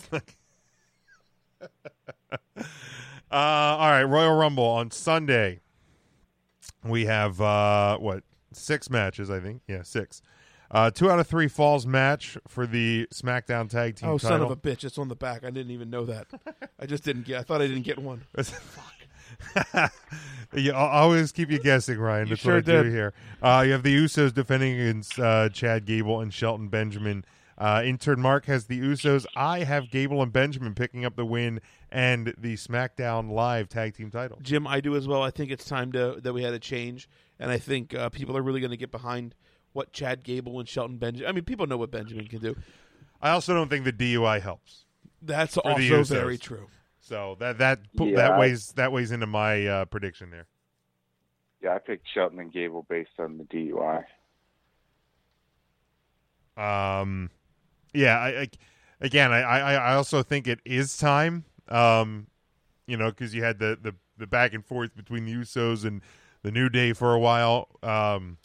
Uh, all right, Royal Rumble on Sunday. We have uh, what six matches? I think yeah, six. Uh, two out of three falls match for the SmackDown Tag Team. oh, son title. of a bitch! It's on the back. I didn't even know that. I just didn't get. I thought I didn't get one. [LAUGHS] you al- always keep you guessing, Ryan. That's sure what I do did. here. Uh, you have the Usos defending against uh, Chad Gable and Shelton Benjamin. Uh, intern Mark has the Usos. I have Gable and Benjamin picking up the win and the SmackDown Live Tag Team title. Jim, I do as well. I think it's time to that we had a change, and I think uh, people are really going to get behind what Chad Gable and Shelton Benjamin. I mean, people know what Benjamin can do. I also don't think the DUI helps. That's For the also Usos. very true. So that that pu- Yeah. that weighs that weighs into my uh, prediction there. Yeah, I picked Shelton and Gable based on the DUI. Um, yeah. I, I again, I, I I also think it is time. Um, you know, because you had the, the the back and forth between the Usos and the New Day for a while. Um,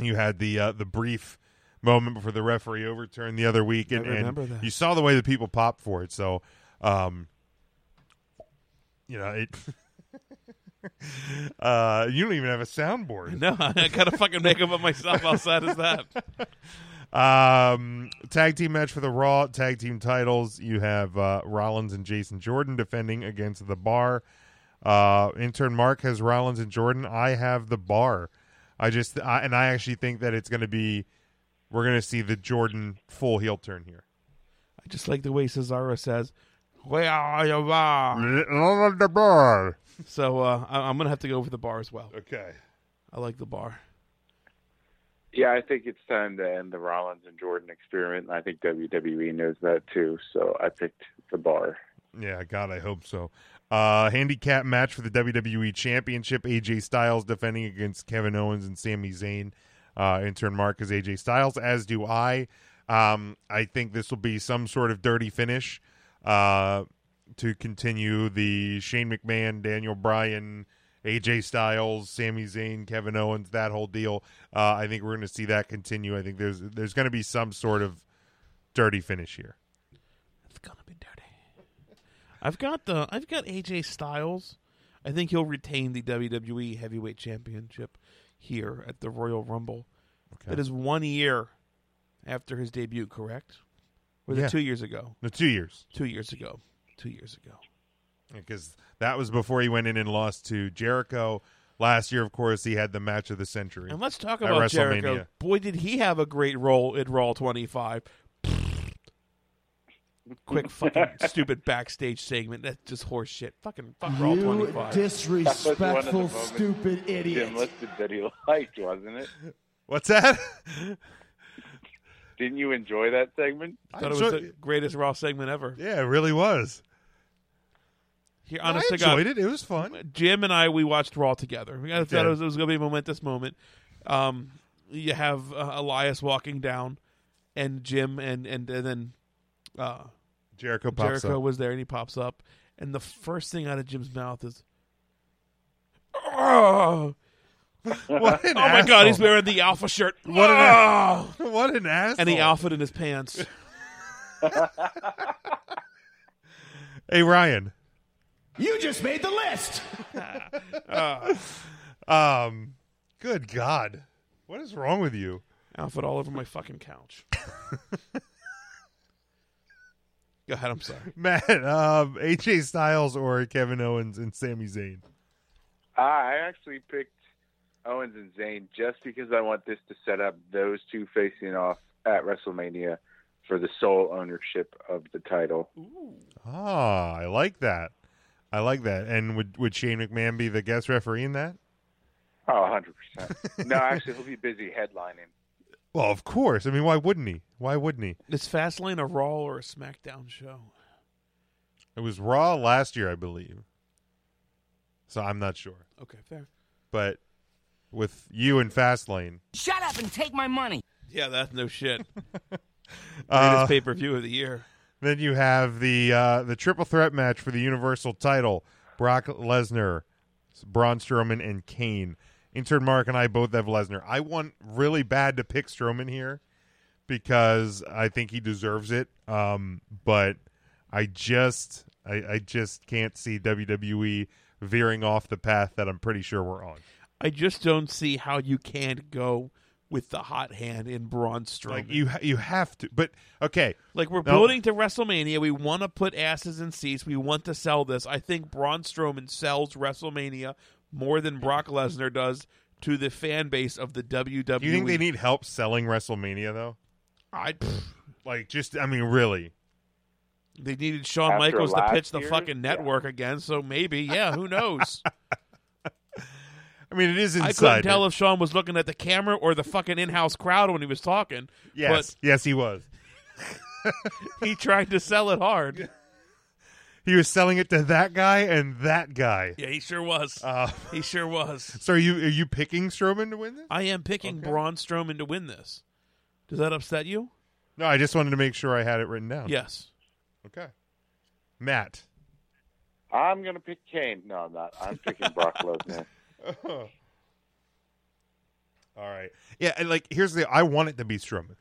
you had the uh, the brief moment before the referee overturned the other week, and, and remember that. you saw the way the people popped for it. So, um, you know it. [LAUGHS] uh, you don't even have a soundboard. No, [LAUGHS] I gotta fucking make up of myself. How sad is that? [LAUGHS] Um, tag team match for the Raw tag team titles. You have uh, Rollins and Jason Jordan defending against the Bar. Uh, intern Mark has Rollins and Jordan. I have the Bar. I just I, and I actually think that it's going to be we're going to see the Jordan full heel turn here. I just like the way Cesaro says, "Where are you?" Bar?" the Bar. So uh, I- I'm gonna have to go over the bar as well. Okay. I like the bar. Yeah, I think it's time to end the Rollins and Jordan experiment. and I think WWE knows that too. So I picked the bar. Yeah, God, I hope so. Uh, handicap match for the WWE Championship. AJ Styles defending against Kevin Owens and Sami Zayn. Uh, intern Mark is AJ Styles, as do I. Um, I think this will be some sort of dirty finish uh, to continue the Shane McMahon, Daniel Bryan, AJ Styles, Sami Zayn, Kevin Owens, that whole deal. Uh, I think we're going to see that continue. I think there's there's going to be some sort of dirty finish here. It's gonna be dirty. I've got the I've got AJ Styles. I think he'll retain the WWE Heavyweight Championship here at the Royal Rumble. Okay. That is one year after his debut, correct? Was Yeah. it two years ago? No, two years. Two years ago. Two years ago. because that was before he went in and lost to Jericho. Last year, of course, he had the match of the century. And let's talk at about WrestleMania. Jericho. Boy, did he have a great role at Raw 25. Quick fucking stupid backstage segment. That's just horse shit. Fucking fuck Raw You 25. That was one disrespectful, of the moments stupid idiot. Jim listed that he [LAUGHS] liked, wasn't it? What's that? Didn't you enjoy that segment? [LAUGHS] I thought it was I'm the greatest Raw segment ever. yeah, it really was. Here, I honest to God, enjoyed it. It was fun. Jim and I we watched Raw together. We I thought did. it was, it was going to be a momentous moment. Um, you have uh, Elias walking down, and Jim and and, and then uh, Jericho pops Jericho up. was there, and he pops up, and the first thing out of Jim's mouth is, "Oh, What an oh my God, he's asshole. wearing the Alpha shirt." [LAUGHS] What an oh! a- [LAUGHS] what an asshole! and he alphaed in his pants. Hey, Ryan. You just made the list. Uh, um, good God, what is wrong with you? [LAUGHS] Outfit all over my fucking couch. Go ahead. I'm sorry. Matt, um, AJ Styles or Kevin Owens and Sami Zayn? Uh, I actually picked Owens and Zayn just because I want this to set up those two facing off at WrestleMania for the sole ownership of the title. Ah, I like that. I like that. And would would Shane McMahon be the guest referee in that? Oh, [LAUGHS] 100%. no, actually, he'll be busy headlining. Well, of course. I mean, why wouldn't he? Why wouldn't he? Is Fastlane a Raw or a SmackDown show? It was Raw last year, I believe. So I'm not sure. Okay, fair. But with you and Fastlane, Shut up and take my money. Yeah, that's no shit. [LAUGHS] Uh, Greatest pay per view of the year. Then you have the uh, the triple threat match for the Universal title: Brock Lesnar, Braun Strowman, and Kane. Intern Mark and I both have Lesnar. I want really bad to pick Strowman here because I think he deserves it. Um, but I just I, I just can't see WWE veering off the path that I'm pretty sure we're on. I just don't see how you can't go with the hot hand in Braun Strowman. Like you ha- you have to, but okay. Like we're Now- building to WrestleMania. We want to put asses in seats. We want to sell this. I think Braun Strowman sells WrestleMania more than Brock Lesnar does to the fan base of the WWE. Do you think they need help selling WrestleMania though? I pff, Like just I mean really. they needed Shawn After Michaels to last pitch the year? fucking network again. So [LAUGHS] maybe, yeah, who knows? I mean it is I inside. couldn't tell if Shawn was looking at the camera or the fucking in-house crowd when he was talking. yes, yes he was. but he tried to sell it hard. He was selling it to that guy and that guy. Yeah, he sure was. he sure was. So are you are you picking Strowman to win this? I am picking Braun Strowman to win this. Does that upset you? No, I just wanted to make sure I had it written down. Yes. Okay. Matt. I'm going to pick Kane. No, I'm not. I'm picking Brock Lesnar. All right. Yeah, and like here's the I want it to be Strowman.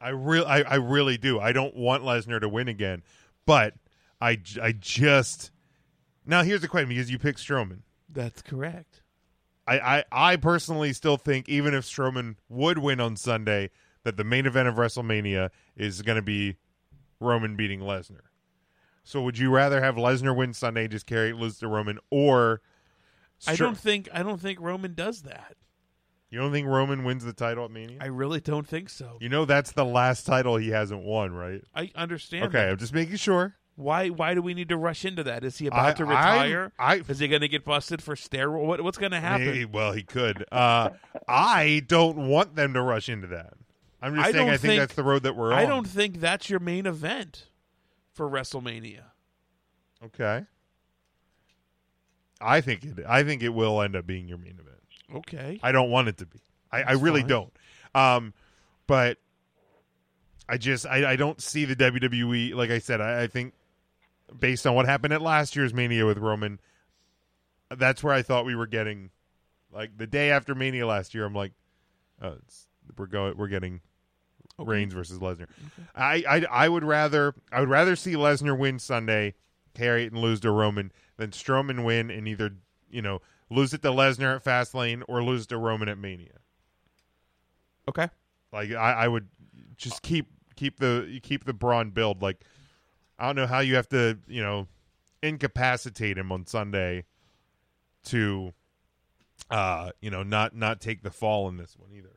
I real I, I really do. I don't want Lesnar to win again, but I j- I just now here's the question because you picked Strowman. That's correct. I, I I personally still think even if Strowman would win on Sunday, that the main event of WrestleMania is going to be Roman beating Lesnar. So would you rather have Lesnar win Sunday, just carry it lose to Roman, or I Stro- don't think I don't think Roman does that. you don't think Roman wins the title at Mania? I really don't think so. You know that's the last title he hasn't won, right? I understand. okay, that. I'm just making sure. Why why do we need to rush into that? Is he about I- to I'm- retire? I- Is he going to get busted for steroid? What, what's going to happen? Maybe- well, he could. Uh, I don't want them to rush into that. I'm just I saying. don't I think, that's the road that we're on. I don't think that's your main event for WrestleMania. Okay. I think it. I think it will end up being your main event. Okay. I don't want it to be. I, I That's really fine. don't. Um, but I just I, I don't see the WWE. Like I said, I, I think based on what happened at last year's Mania with Roman, that's where I thought we were getting. Like the day after Mania last year, I'm like, uh, it's, we're going, we're getting Okay. Reigns versus Lesnar. I, I I would rather I would rather see Lesnar win Sunday, carry it and lose to Roman than Strowman win and either you know lose it to Lesnar at Fastlane or lose to Roman at Mania. Okay. Like I, I would just keep keep the you keep the Braun build. Like I don't know how you have to you know incapacitate him on Sunday to uh you know not not take the fall in this one either.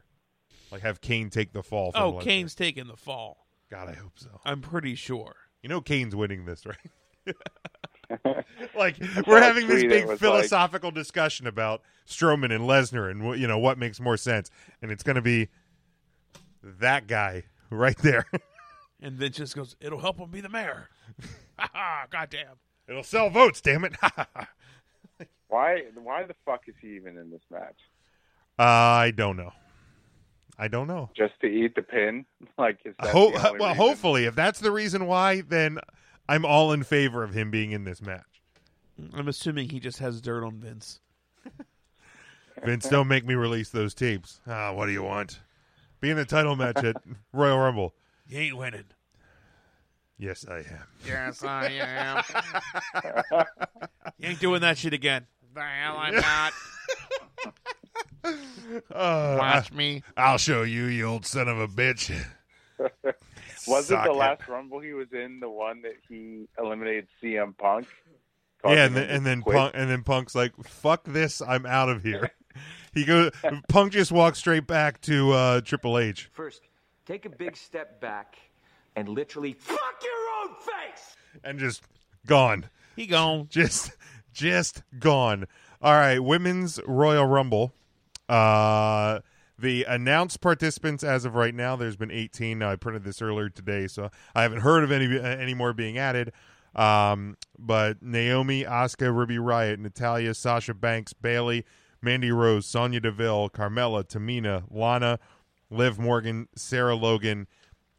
Like have Kane take the fall. From Oh, Lesnar. Kane's taking the fall. God, I hope so. I'm pretty sure. You know Kane's winning this, right? [LAUGHS] like saw we're a having this tweet, it big was philosophical discussion about Strowman and Lesnar and wh- you know what makes more sense, and it's going to be that guy right there. [LAUGHS] And then just goes, it'll help him be the mayor. [LAUGHS] Ha ha! Goddamn. It'll sell votes, damn it. [LAUGHS] uh, Why? Why the fuck is he even in this match? I don't know. I don't know. Just to eat the pin? [LAUGHS] Like is that Ho- the only well, reason? hopefully, if that's the reason why, then I'm all in favor of him being in this match. I'm assuming he just has dirt on Vince. Vince, don't make me release those tapes. Ah, what do [LAUGHS] you want? Be in the title match at Royal Rumble. You ain't winning. Yes, I am. Yes, I am. you ain't doing that shit again. the hell I'm not. Uh, Watch I- me. I'll show you, you old son of a [LAUGHS] bitch. Wasn't Suck the it. last Rumble he was in the one that he eliminated CM Punk? Causing Yeah, and then, him to and then quit? Punk and then Punk's like, "Fuck this, I'm out of here." He goes. Punk just walks straight back to uh, Triple H. First, take a big step back and literally fuck your own face. and just gone. [LAUGHS] He [LAUGHS] gone. Just just gone. All right, women's Royal Rumble. Uh the announced participants as of right now, there's been 18. Now I printed this earlier today, so I haven't heard of any any more being added. Um, but Naomi, Asuka, Ruby Riot, Natalia, Sasha Banks, Bailey, Mandy Rose, Sonya Deville, Carmella, Tamina, Lana, Liv Morgan, Sarah Logan,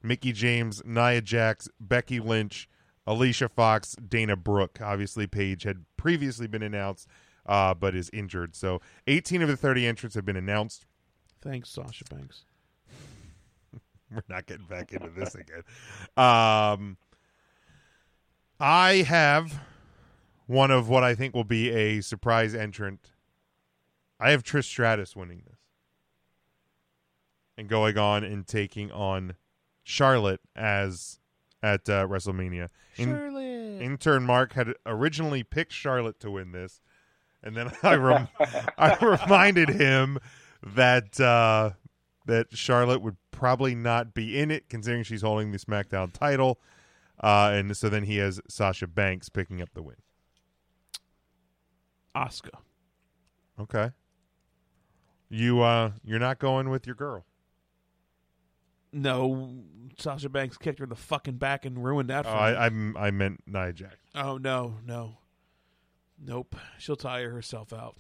Mickey James, Nia Jax, Becky Lynch, Alicia Fox, Dana Brooke. Obviously, Paige had previously been announced, uh, but is injured. So 18 of the 30 entrants have been announced. Thanks, Sasha Banks. [LAUGHS] We're not getting back into this again. Um, I have one of what I think will be a surprise entrant. I have Trish Stratus winning this and going on and taking on Charlotte as at uh, WrestleMania. In- Charlotte. intern Mark had originally picked Charlotte to win this, and then [LAUGHS] I rem- I reminded him that uh, that Charlotte would probably not be in it, considering she's holding the SmackDown title. Uh, and so then he has Sasha Banks picking up the win. Oscar. Okay. You uh you're not going with your girl. No, Sasha Banks kicked her in the fucking back and ruined that Oh, for me. I, I I meant Nia Jax. [LAUGHS] Oh no, no, nope. She'll tire herself out.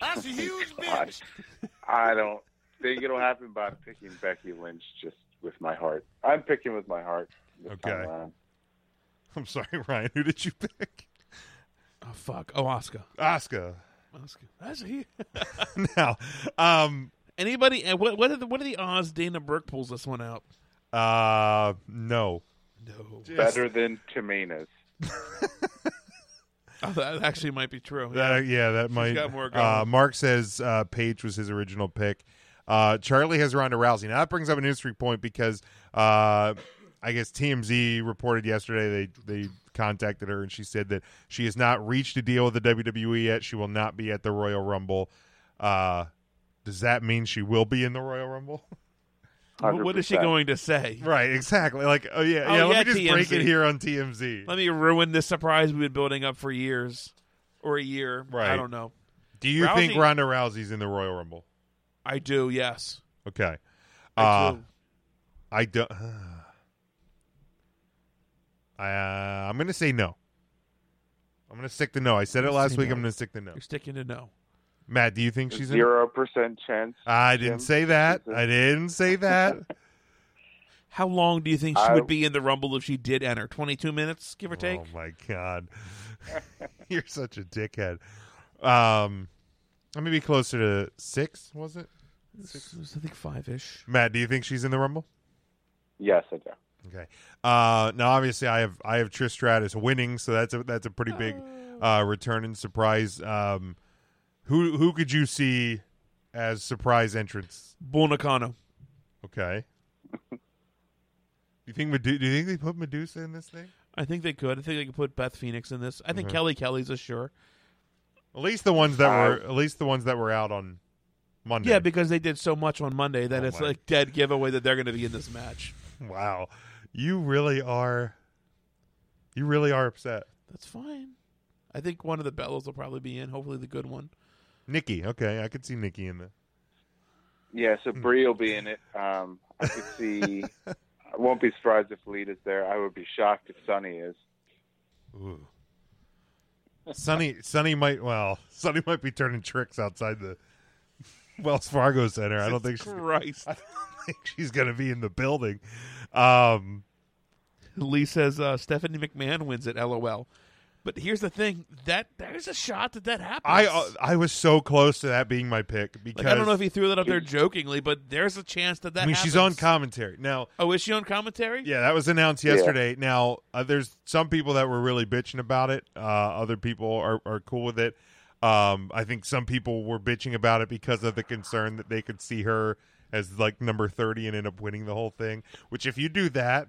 That's a [LAUGHS] huge bitch. I don't think it'll happen, but I'm picking Becky Lynch just with my heart. I'm picking with my heart. this time Okay. around. I'm sorry, [LAUGHS] Ryan. Who did you pick? Oh fuck. Oh, Oscar. Oscar. Oscar. That's he. [LAUGHS] now, um, [LAUGHS] anybody? and What what are the what are the odds Dana Brooke pulls this one out? Uh no. No. Better than Tamina's. [LAUGHS] Oh, that actually might be true. That, yeah, that She's might. got more going. uh, Mark says uh, Paige was his original pick. Uh, Charlie has Ronda Rousey. Now that brings up an interesting point because uh, I guess TMZ reported yesterday they they contacted her and she said that she has not reached a deal with the WWE yet. She will not be at the Royal Rumble. Uh, does that mean she will be in the Royal Rumble? What- what is she 100%. going to say? [LAUGHS] Right, exactly. Like, oh yeah, Oh, yeah. Let yeah, me just break TMZ. it here on TMZ. Let me ruin this surprise we've been building up for years or a year. Right. I don't know. Do you Rousey- think Ronda Rousey's in the Royal Rumble? I do. Yes. Okay. I uh, do. I don't. [SIGHS] I, uh, I'm going to say no. I'm going to stick to no. I said it last Say week. no. I'm going to stick to no. You're sticking to no. Matt, do you think she's in? Zero percent chance. I didn't Jim. say that. I didn't say [LAUGHS] that. How long do you think she I- would be in the Rumble if she did enter? 22 minutes, give or take? Oh my god, [LAUGHS] you're such a [LAUGHS] dickhead. Um, I'm gonna be closer to six. Was it? Six. I think five ish. Matt, do you think she's in the Rumble? Yes, I do. Okay. Uh, now, obviously, I have I have Trish Stratus winning, so that's a that's a pretty big uh, return and surprise. Um, who who could you see as surprise entrance? Bonacano. Okay. You think Medu- do you think they put Medusa in this thing? I think they could. I think they could put Beth Phoenix in this. I think Mhm. Kelly Kelly's a sure. At least the ones that Uh, were at least the ones that were out on Monday. Yeah, because they did so much on Monday that Oh it's my. like dead giveaway that they're going to be in this match. [LAUGHS] Wow, you really are. You really are upset, That's fine. I think one of the Bellas will probably be in. Hopefully, the good one. Nikki. Okay, I could see Nikki in the. Yeah, so Hmm. Brie will be in it. Um, [LAUGHS] I could see. I won't be surprised if Lita's there. I would be shocked if Sunny is. Ooh. Sonny, Sonny might well. [LAUGHS] Sonny might be turning tricks outside the [LAUGHS] Wells Fargo Center. I don't think she's, [LAUGHS] [LAUGHS] Christ. I don't think she's going to be in the building. Um, Lee says uh, Stephanie McMahon wins it. LOL. But here's the thing that there's a shot that that happens. I uh, I was so close to that being my pick because like, I don't know if he threw that up there jokingly, but there's a chance that that. I mean, she's on happens. commentary now. Oh, is she on commentary? Yeah, that was announced yesterday. Now, uh, there's some people that were really bitching about it. Uh, other people are, are cool with it. Um, I think some people were bitching about it because of the concern that they could see her as like number 30 and end up winning the whole thing. Which, if you do that,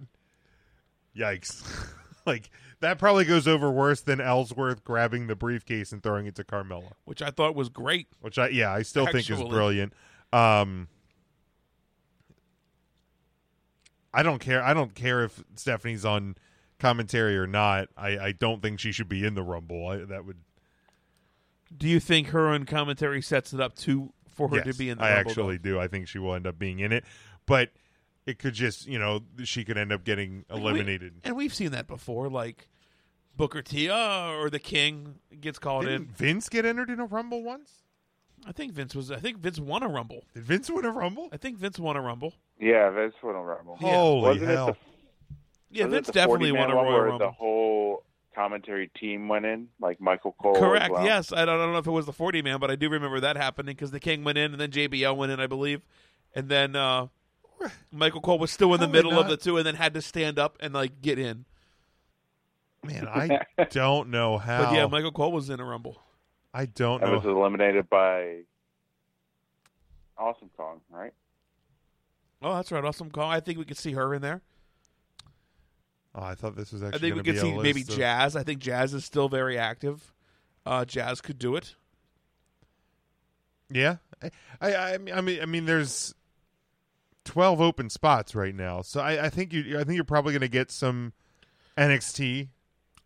yikes. [LAUGHS] like, that probably goes over worse than Ellsworth grabbing the briefcase and throwing it to Carmella. Which I thought was great. Which I, yeah, I still think is Actually. brilliant. Um, I don't care. I don't care if Stephanie's on commentary or not. I, I don't think she should be in the Rumble. I, that would Do you think her on commentary sets it up to for her to Yes, be in the I Rumble, actually though? do. I think she will end up being in it, but it could just you know she could end up getting Like, we- eliminated. and we've seen that before, like Booker T uh, or the King gets called Didn't in. Vince get entered in a Rumble once? I think Vince was. I think Vince won a Rumble. Did Vince win a Rumble? I think Vince won a Rumble. Yeah, Vince won a Rumble. Yeah. Holy Wasn't it hell. the- Yeah, wasn't it Vince the definitely won 40-man a one Royal where Rumble. The whole commentary team went in, like Michael Cole. as Correct. well? Yes, I don't, I don't know if it was the forty man, but I do remember that happening because the King went in and then JBL went in, I believe, and then uh, Michael Cole was still in the Probably middle of not. the two and then had to stand up and like get in. [LAUGHS] Man, I don't know how. But yeah, Michael Cole was in a Rumble. I don't That know. was eliminated by Awesome Kong, right? Oh, that's right. Awesome call. I think we could see her in there. oh, I thought this was actually. I think we gonna could be a see maybe list of- Jazz. I think Jazz is still very active. Uh, Jazz could do it. Yeah, I, I, I mean- I mean, I mean, there's twelve open spots right now, so I, I think you, I think you're probably going to get some NXT.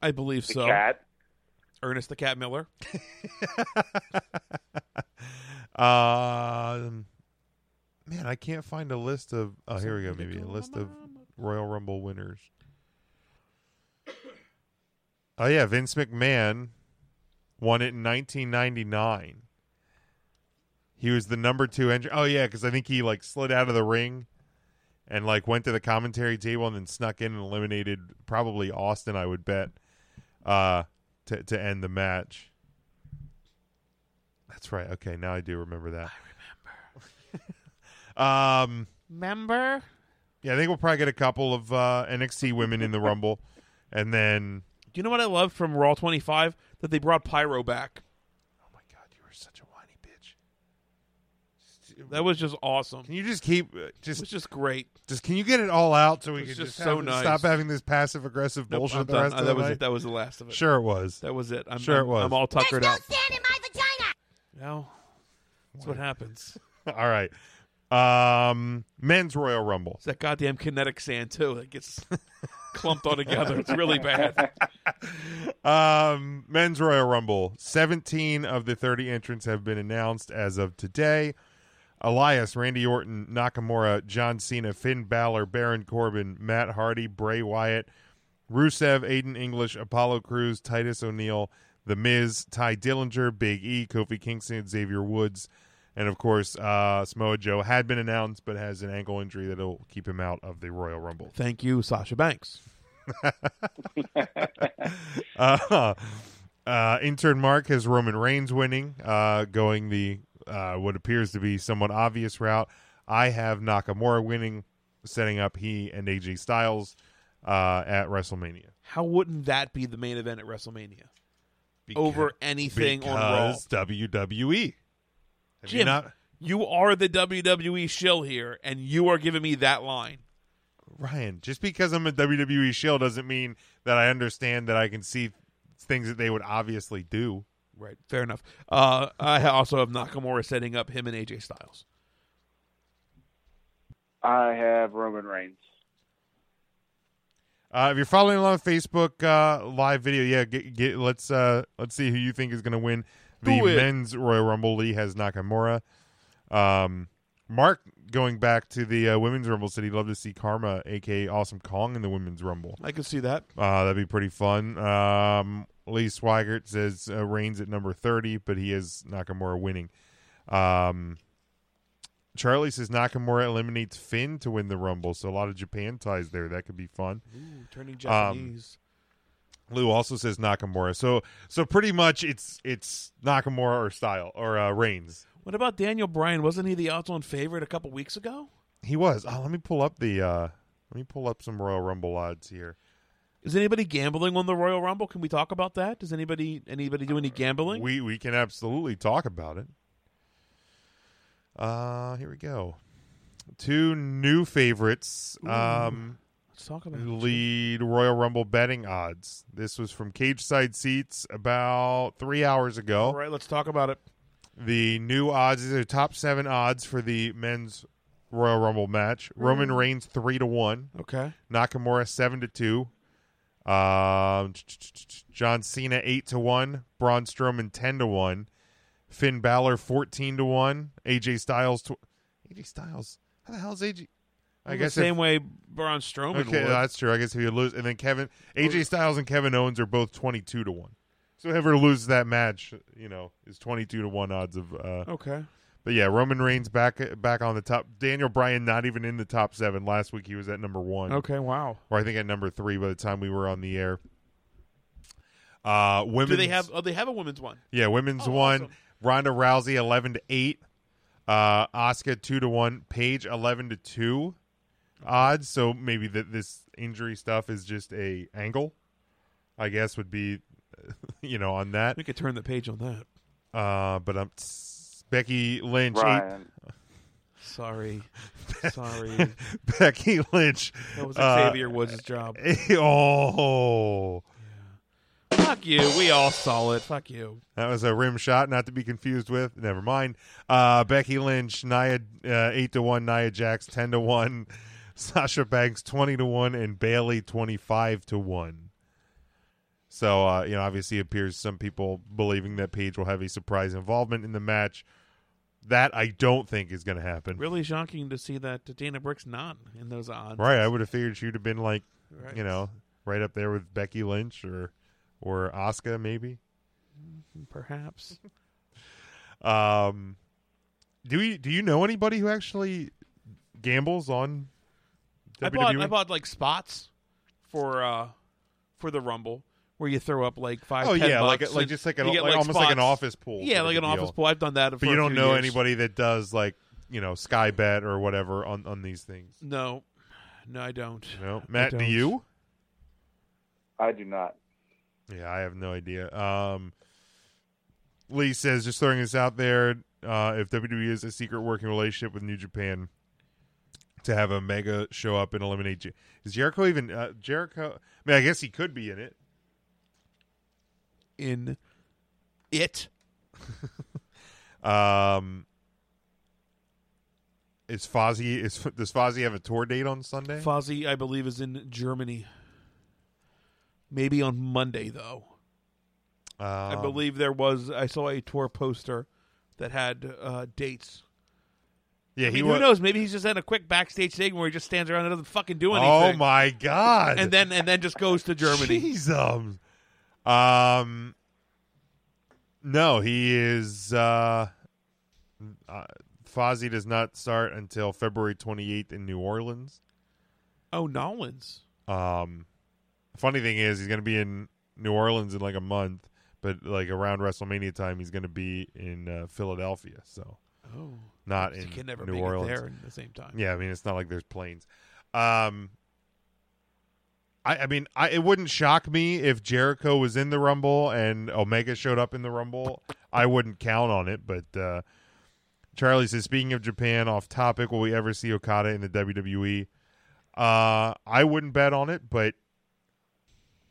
I believe The so. cat. Ernest the Cat Miller. Um, man, I can't find a list of. Oh, here we go. Maybe a list of Royal Rumble winners. [COUGHS] Oh yeah, Vince McMahon won it in 1999. He was the number two entry. Oh yeah, because I think he like slid out of the ring and like went to the commentary table and then snuck in and eliminated probably Austin. I would bet uh, to to end the match. That's right. Okay, now I do remember that. I remember. [LAUGHS] um, Member? yeah, I think we'll probably get a couple of uh, NXT women in the Rumble, and then Do you know what I love from Raw 25? That they brought Pyro back. Oh my god, you are such a whiny bitch. That was just awesome. can you just keep uh, It just was just great. just can you get it all out so we It's can just just, so have- nice. stop having this passive aggressive Nope, bullshit I'm the done. rest Uh, of that the was night? it. That was the last of it. Sure, it was. That was it. I'm, Sure it I'm- was. I'm all tuckered out. in my vagina. Well, that's what happens. all right. Um, men's Royal Rumble. It's that goddamn kinetic sand too that gets [LAUGHS] clumped all together. It's [LAUGHS] really bad. Um, men's Royal Rumble. 17 of the 30 entrants have been announced as of today. Elias, Randy Orton, Nakamura, John Cena, Finn Balor, Baron Corbin, Matt Hardy, Bray Wyatt, Rusev, Aiden English, Apollo Cruz, Titus O'Neil, The Miz, Ty Dillinger, Big E, Kofi Kingston, Xavier Woods, and of course, uh, Samoa Joe had been announced but has an ankle injury that'll keep him out of the Royal Rumble. Thank you, Sasha Banks. uh, [LAUGHS] uh, intern Mark has Roman Reigns winning, uh, going the uh, what appears to be somewhat obvious route. I have Nakamura winning, setting up he and AJ Styles uh, at WrestleMania. How wouldn't that be the main event at WrestleMania? Over anything on Raw. because WWE. Have you Jim, not- you are the WWE shill here, and you are giving me that line. Ryan, just because I'm a WWE shill doesn't mean that I understand that I can see things that they would obviously do. Right. Fair enough. Uh, I ha- also have Nakamura setting up him and AJ Styles. I have Roman Reigns. Uh, if you're following along on Facebook uh, live video, yeah, get, get, let's uh, let's see who you think is going to win the Do it. men's Royal Rumble. Lee has Nakamura. Um, Mark going back to the uh, women's Rumble said he'd love to see Karma, aka Awesome Kong, in the women's Rumble. I could see that. Uh, that'd be pretty fun. Um, Lee Swigert says uh, Reigns at number 30, but he is Nakamura winning. Um, Charlie says Nakamura eliminates Finn to win the Rumble, so a lot of Japan ties there. That could be fun. Um, Ooh, turning Japanese. Lou also says Nakamura. So so pretty much it's it's Nakamura or Style or uh, Reigns. What about Daniel Bryan? Wasn't he the odds on favorite a couple weeks ago? He was. Oh, let me pull up the uh let me pull up some Royal Rumble odds here. Is anybody gambling on the Royal Rumble? Can we talk about that? Does anybody anybody do any gambling? We we can absolutely talk about it. Uh here we go. Two new favorites. Um Let's talk about it. lead Royal Rumble betting odds. This was from Cage Side Seats about three hours ago. All right, let's talk about it. The new odds these are top seven odds for the men's Royal Rumble match. Roman Mm. Reigns three to one. Okay. Nakamura seven to two. Um, John Cena eight to one. Braun Strowman ten to one. Finn Balor fourteen to one. AJ Styles. Tw- AJ Styles. How the hell is AJ? I Well, guess the same if- way Braun Strowman Okay, would. that's true. I guess if you lose, and then Kevin, AJ Styles and Kevin Owens are both twenty-two to one. So whoever loses that match, you know, is twenty-two to one odds of. Uh, Okay. But yeah, Roman Reigns back back on the top. Daniel Bryan not even in the top seven last week. He was at number one. Okay, wow. Or I think at number three by the time we were on the air. Uh, women. Do they have? Oh, they have a women's one. Yeah, women's one. Ronda Rousey eleven to eight. Uh, Oscar two to one. Paige eleven to two. Odds. So maybe that this injury stuff is just a angle. I guess would be, [LAUGHS] you know, on that. We could turn the page on that. Uh, but um, Becky Lynch. eight- Ryan. [LAUGHS] Sorry, sorry. Becky Lynch. That was uh, Xavier Woods' job. [LAUGHS] oh. Fuck you. We all saw it. Fuck you. That was a rim shot, not to be confused with. Never mind. Uh, Becky Lynch, Nia uh, eight to one, Nia Jax ten to one, [LAUGHS] Sasha Banks twenty to one, and Bailey twenty five to one. So uh, you know, obviously, it appears some people believing that Paige will have a surprise involvement in the match. That I don't think is going to happen. Really shocking to see that Dana Brooks not in those odds. Right? I would have figured she'd have been like, Right. you know, right up there with Becky Lynch or or Asuka maybe. Perhaps. Um, do we do you know anybody who actually gambles on E? I WWE? bought I bought like spots for uh for the Rumble where you throw up like five. Oh, 10 yeah, like- bucks like and just like an- you get, like almost like an spots. office pool Yeah, sort like of an office deal. pool. I've done that. but for you a don't few know years. anybody that does like you know Sky Bet or whatever on on these things. No, no, I don't. No, I Matt, do don't. you? I do not. Yeah, I have no idea. Um, Lee says just throwing this out there. Uh, if WWE is a secret working relationship with New Japan, to have a mega show up and eliminate Jer- is Jericho even uh, Jericho? I mean, I guess he could be in it. in it. Um, is Fozzy is does Fozzy have a tour date on Sunday? Um, Fozzy, I believe, is in Germany. Maybe on Monday though. I Um, believe there was. I saw a tour poster that had uh, dates. Yeah, I he mean, wa- who knows? Maybe he's just had a quick backstage thing where he just stands around and doesn't fucking do Oh anything. my god! And then and then just goes to Germany. Jesus. Um. No, he is. Uh, uh, Fozzy does not start until February 28th in New Orleans. Oh, Nolans. Um, funny thing is, he's going to be in New Orleans in like a month, but like around WrestleMania time, he's going to be in uh, Philadelphia. So Oh, not So in you can never New make it Orleans there at the same time. Yeah, I mean it's not like there's planes. Um, I, I mean, I, it wouldn't shock me if Jericho was in the Rumble and Omega showed up in the Rumble. I wouldn't count on it, but uh, Charlie says, speaking of Japan, off topic, will we ever see Okada in the WWE? Uh, I wouldn't bet on it, but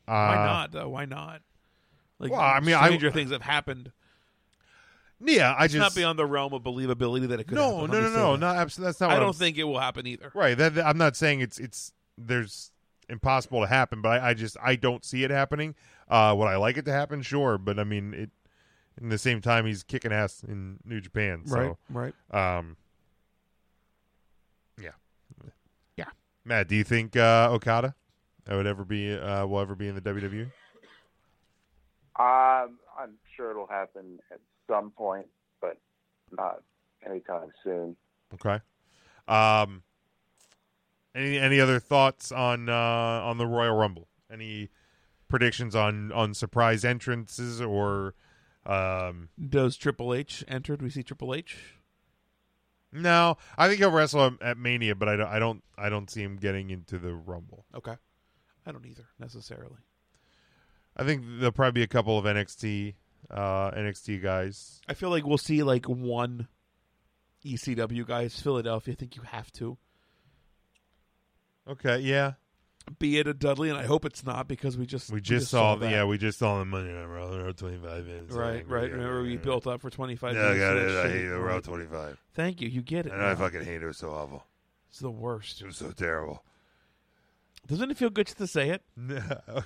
uh, Why not though? Why not? Like, Well, I mean, I- stranger things have happened. Yeah, I it's just not beyond the realm of believability that it could. No, happen. no, Let me no, say no, that. not abso- that's not I what I'm don't s- think it will happen either. Right. That, that- I'm not saying it's it's there's impossible to happen, but I, I just I don't see it happening. Uh, would I like it to happen? Sure, but I mean it. In the same time, he's kicking ass in New Japan. So, Right, right. Um. Yeah. Yeah. Matt, do you think uh, Okada uh, would ever be uh, will ever be in the E? WWE? Um, I'm sure it'll happen at some point, but not anytime soon. Okay. Um. Any any other thoughts on uh, on the Royal Rumble? Any predictions on on surprise entrances or um does Triple H entered? We see Triple H. No, I think he'll wrestle at- at Mania, but I don't I don't I don't see him getting into the Rumble. Okay, I don't either necessarily. I think there'll probably be a couple of NXT uh NXT guys. I feel like we'll see like one ECW guy. It's Philadelphia. I think you have to. Okay, yeah. Be it a Dudley, and I hope it's not because we just We just, saw, the that. yeah, we just saw the Monday Night Raw twenty five minutes. right right. Remember we built up for twenty five. Yeah, I minutes got for that it. I shitty hate it. Raw promo. twenty five. Thank you. You get it. I know I now. fucking hate it. It was so awful. It's the worst. It was so [LAUGHS] terrible. Doesn't it feel good just to say it?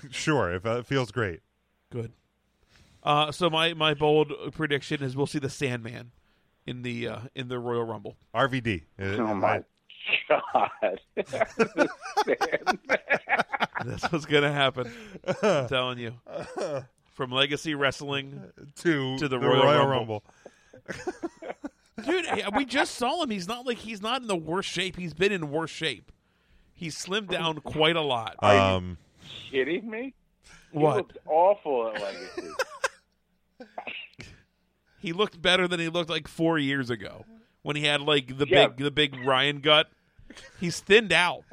sure, if uh, it feels great. Good. Uh, so my my bold prediction is we'll see the Sandman in the uh, in the Royal Rumble. [LAUGHS] RVD. Uh, Oh, my I- [LAUGHS] God. That's what's gonna happen. I'm [LAUGHS] telling you. From Legacy Wrestling to to the, Royal, Rumble. Dude, hey, we just saw him. He's not like he's not in the worst shape. He's been in worse shape. He's slimmed down quite a lot. Um, Kidding me? What? He looked awful [LAUGHS] at Legacy. he looked better than he looked like four years ago when he had like the Yeah. big the big Ryan gut. He's thinned out.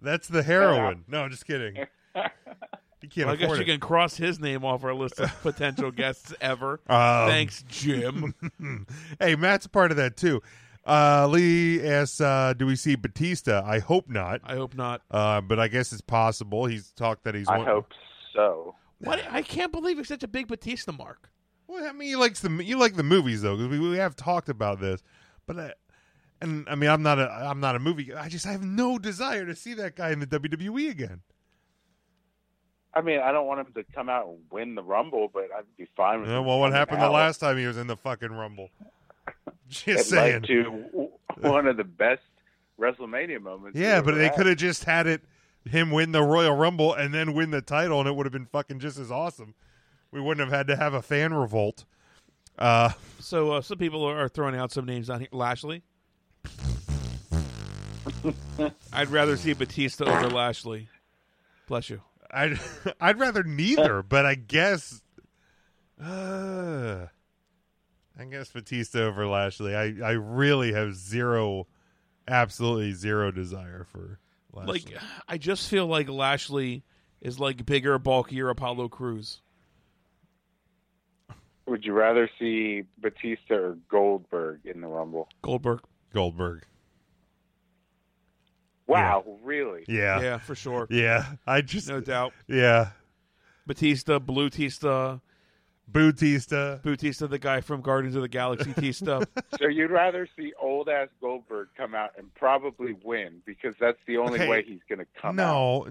That's the heroin. No, I'm just kidding. You can't Well, I guess afford you it. can cross his name off our list of potential guests ever. [LAUGHS] Um, Thanks, [LAUGHS] Jim. hey, Matt's part of that too. Uh, Lee asks, uh, "Do we see Batista?" I hope not. I hope not. Uh, but I guess it's possible. He's talked that he's. I one- hope so. What? I can't believe it's such a big Batista mark. Well, I mean, he likes the you like the movies though, because we, we have talked about this. But I, and I mean, I'm not a I'm not a movie. I just have no desire to see that guy in the WWE again. I mean, I don't want him to come out and win the Rumble, but I'd be fine with Yeah, him well, what coming happened the out. last time he was in the fucking Rumble? It Just saying. led to w- [LAUGHS] one of the best WrestleMania moments. Yeah, we've but ever they had. could have just had it him win the Royal Rumble and then win the title, and it would have been fucking just as awesome. We wouldn't have had to have a fan revolt. Uh, So uh, some people are are throwing out some names on here. Lashley. I'd rather see Batista over Lashley. Bless you. I'd [LAUGHS] I'd rather neither, but I guess. Uh, I guess Batista over Lashley. I I really have zero, absolutely zero desire for Lashley. Like I just feel like Lashley is like bigger, bulkier Apollo Cruz. Would you rather see Batista or Goldberg in the Rumble? Goldberg. Goldberg. Wow, really? Yeah. Yeah, for sure. Yeah, I just no doubt. Yeah, Batista, Blue Tista, Bautista. Bautista, the guy from Guardians of the Galaxy Tista. So you'd rather see old ass Goldberg come out and probably win because that's the only Okay. way he's going to come out.